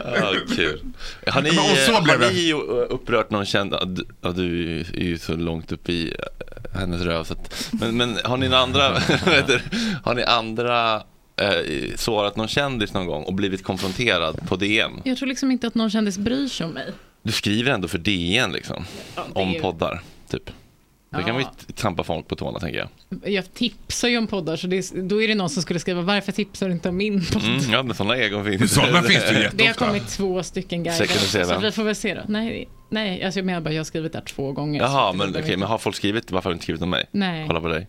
S1: Ja, kul. Har ni,
S18: Men, och så
S1: eh,
S18: blev
S1: har
S18: det.
S1: ni eh, upprört någon känd, ja, du- ja, du är ju så långt upp i eh, hennes röv så att, men, men har ni några andra, vet du, har ni andra eh, sårat någon kändis någon gång och blivit konfronterad på DN?
S7: Jag tror liksom inte att någon kändis bryr sig om mig.
S1: Du skriver ändå för DN liksom,
S7: Ja, det är
S1: om
S7: ju-
S1: poddar, typ. Det kan vi
S7: Ja.
S1: t- trampa folk på tårna tänker jag.
S7: Jag tipsar ju om poddar, så det är, då är det någon som skulle skriva varför tipsar du inte om min podd?
S1: Mm, ja, men sådana egon finns
S18: Sådana finns det ju
S7: Det har kommit två stycken guider,
S1: Sekretessera.
S7: så vi får väl se då. Nej, nej alltså jag menar bara jag har skrivit där två gånger.
S1: Jaha,
S7: så
S1: men,
S7: det-
S1: okej, men har folk skrivit varför har du inte skrivit om mig?
S7: Nej.
S1: Kolla på dig.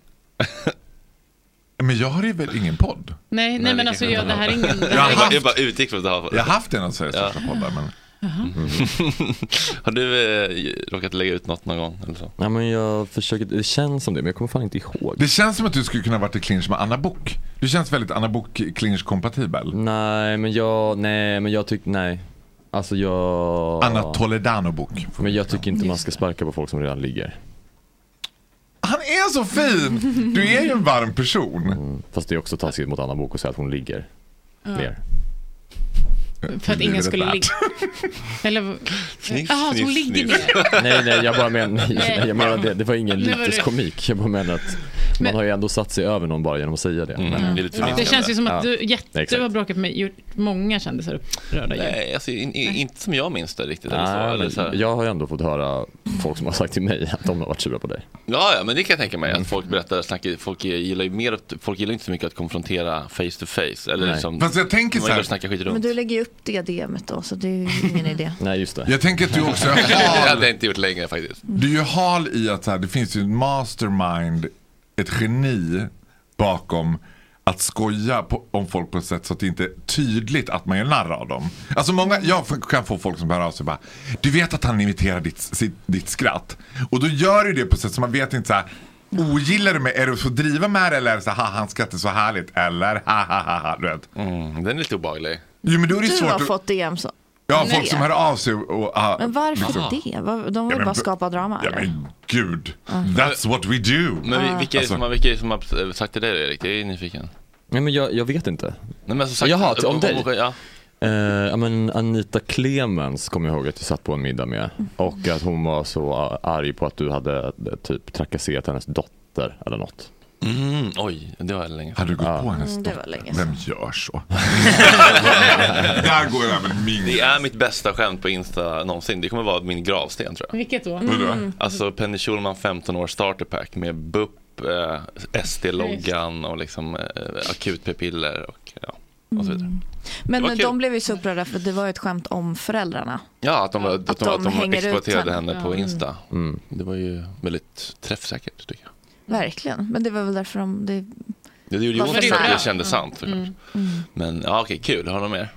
S18: Men jag har ju väl ingen podd?
S7: Nej, nej, men alltså jag, det här är ingen...
S1: Jag,
S7: Det här är
S1: bara,
S7: ingen
S1: jag bara utgick från att du har
S18: Jag har haft en av Sveriges största poddar, men...
S7: Jaha.
S1: Mm. Har du eh, råkat lägga ut något någon gång? Eller så?
S8: Ja, men jag försöker, det känns som det, men jag kommer fan inte ihåg.
S18: Det känns som att du skulle kunna varit i clinch med Anna Bok. Du känns väldigt Anna Bok clinch kompatibel
S8: Nej, men jag, nej, men jag tycker, nej. Alltså jag...
S18: Anna Toledano-bok.
S8: Men jag tycker inte man ska sparka på folk som redan ligger.
S18: Han är så fin! Du är ju en varm person.
S8: Mm. Fast det är också taskigt mot Anna Bok att säga att hon ligger
S7: Ja.
S8: ner.
S7: För att ingen skulle ligga... Eller... Jaha, så hon ligger ner.
S8: Nej, nej, jag bara menar, nej,
S7: Nej.
S8: nej, jag menar det, det var ingen
S7: Det var det.
S8: lyteskomik. Jag bara menar att man
S7: Men-
S8: har ju ändå satt sig över någon bara genom att säga det. Men-
S1: det är lite förminskande.
S7: Det känns ju som att
S8: Ja.
S7: du, jätte,
S8: Exakt.
S7: du har bråkat med gjort många kändisar upprörda ju.
S1: Nej, alltså, in, in, inte som jag minns det riktigt. Eller så,
S8: Nej,
S1: eller
S8: men
S1: så här.
S8: jag har ju ändå fått höra folk som har sagt till mig att de har varit sura på dig.
S1: Ja, ja, men det kan jag tänka mig. Att folk berättar, snackar, folk gillar ju mer, att- folk gillar inte så mycket att konfrontera face to face. Eller
S18: Nej.
S1: liksom,
S18: Fast jag tänker
S1: man
S18: så här-
S1: gillar att snacka skit
S4: Men
S1: runt.
S4: du lägger ju upp det DMet då, så det är ju ingen idé.
S8: Nej, just det.
S18: Jag tänker att du också
S1: det
S18: har...
S1: hade jag inte gjort längre faktiskt.
S18: Du är ju hal i att så här, det finns ju en mastermind, ett geni bakom att skoja på, om folk på ett sätt så att det inte är tydligt att man gör narr av dem. Alltså många, jag f- kan få folk som hör av sig och bara, du vet att han imiterar ditt, sitt, ditt skratt. Och då gör du det på ett sätt som man vet inte så här, ogillar du mig, är du så driva med det eller är det så här, "Ha, hans skratt är så härligt eller ha ha ha ha, du vet.
S1: Mm, den är lite obehaglig.
S18: Jo men då är det
S4: Du
S18: svårt
S4: har
S18: att,
S4: fått DM så.
S18: ja
S4: Nej.
S18: folk som hör av sig och, och ah,
S4: Men varför
S18: liksom-
S4: det? Vad- De vill
S18: men
S4: bara
S18: b-
S4: skapa drama.
S18: Ja
S4: eller?
S18: men gud, that's what we do.
S1: Men vi- vilka är det
S8: Alltså-
S1: som, har- vilka är det som har sagt till dig Erik? Jag är nyfiken.
S8: Nej, men jag, jag vet inte.
S1: Nej, men alltså, sagt-
S8: Jaha, till- om
S1: om-
S8: dig?
S1: om- ja.
S8: Eh, ja, men Anita Clemens kommer jag ihåg att jag satt på en middag med. Och att hon var så arg på att du hade eh, typ trakasserat hennes dotter eller något.
S1: Mm, oj, det var länge
S18: Hade du gått på hennes
S4: Mm, det var länge
S18: Vem gör så? Där går jag över min
S1: Det är mitt bästa skämt på Insta någonsin. Det kommer vara min gravsten tror jag.
S7: Vilket då?
S1: Mm. Alltså Penny Schulman 15 år starterpack med BUP, eh, SD-loggan och liksom eh, akut p-piller och ja. Och så vidare.
S4: Mm. Men
S1: Det var kul.
S4: de blev ju så upprörda för det var ju ett skämt om föräldrarna.
S1: Ja, att de, var- att de, Mm.
S4: de
S1: att de,
S4: hänger ut
S1: exploaterade
S4: henne.
S1: henne på
S4: Ja.
S1: Insta. Det var ju väldigt träffsäkert tycker jag.
S4: Verkligen. Men det var väl därför de... Det...
S1: Det gjorde ju
S4: Varför
S1: ont att
S4: det?
S1: det kändes sant såklart.
S4: Mm. Mm.
S1: Men ja, okej, kul. Har du något mer?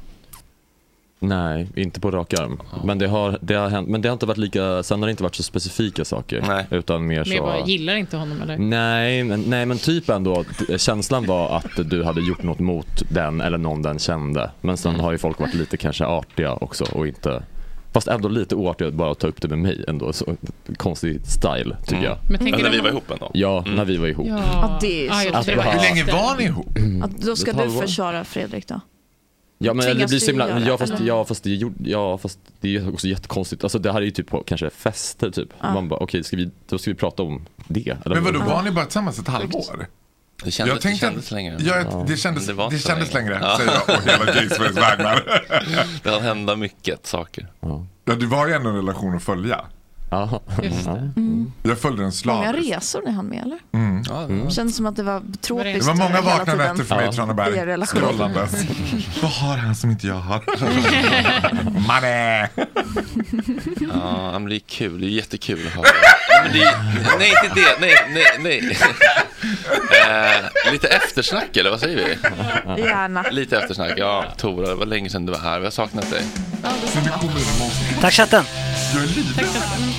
S8: Nej, inte på rak arm. Men, det har, det har hänt, men det har inte varit lika, sen har det inte varit så specifika saker. Utan mer
S7: Men jag bara
S8: så...
S7: gillar inte honom eller?
S8: Nej men, nej, men typ ändå. att- Känslan var att du hade gjort något mot den eller någon den kände. Men sen
S4: Mm.
S8: har ju folk varit lite kanske artiga också och inte Fast ändå lite oartiga bara att ta upp det med mig ändå. Så, konstig style tycker jag.
S4: Mm. Men tänker Ja, när du- vi var
S1: ihop ändå?
S8: Ja,
S18: Mm.
S8: när vi var ihop.
S4: Ja, det är
S7: Ja,
S4: ju
S7: jag
S4: så.
S8: Att vi har-
S18: ihop?
S4: Ja, då ska
S8: Ett halvår.
S4: du försvara Fredrik då.
S8: Ja men det
S4: Tvingas
S8: blir så
S4: du
S8: himla,
S4: göra,
S8: ja fast,
S4: eller?
S8: ja, fast det gjorde, ja fast det är ju också jättekonstigt. Alltså det här är ju typ på kanske fester typ.
S4: Ja.
S8: Man bara okej, ska vi, då ska vi prata om det. Eller
S18: Men vadå,
S8: något.
S18: var ni bara tillsammans ett halvår?
S1: Det kändes,
S18: Jag tänkte-
S1: det kändes längre.
S18: Ja, jag- det kändes-
S1: var
S18: det
S1: så
S18: kändes längre, säger jag å hela James Wales vägnar.
S1: Det har hända mycket saker.
S18: Ja, du var ju ändå en relation att följa. Mm.
S7: Just det.
S4: Mm.
S18: Jag följde den
S4: Många
S18: slaviskt.
S4: resor ni hann med eller?
S18: Mm.
S4: Det kändes som att det var tropiskt.
S18: Det var många
S4: hela
S18: vakna
S4: tiden.
S18: nätter för mig i
S4: Ja. I er
S18: Traneberg,
S4: relation.
S18: scrollandes. Vad har han som inte jag har? Mané!
S1: Ja, men det är kul. Det är jättekul att höra. Men det är, nej, inte det. Nej, nej, nej. Eh, lite eftersnack eller vad säger vi?
S4: Gärna.
S1: Lite eftersnack. Ja, Tora, det var länge sedan du var här. Vi har saknat dig.
S9: Tack chatten!
S18: Jag är livrädd.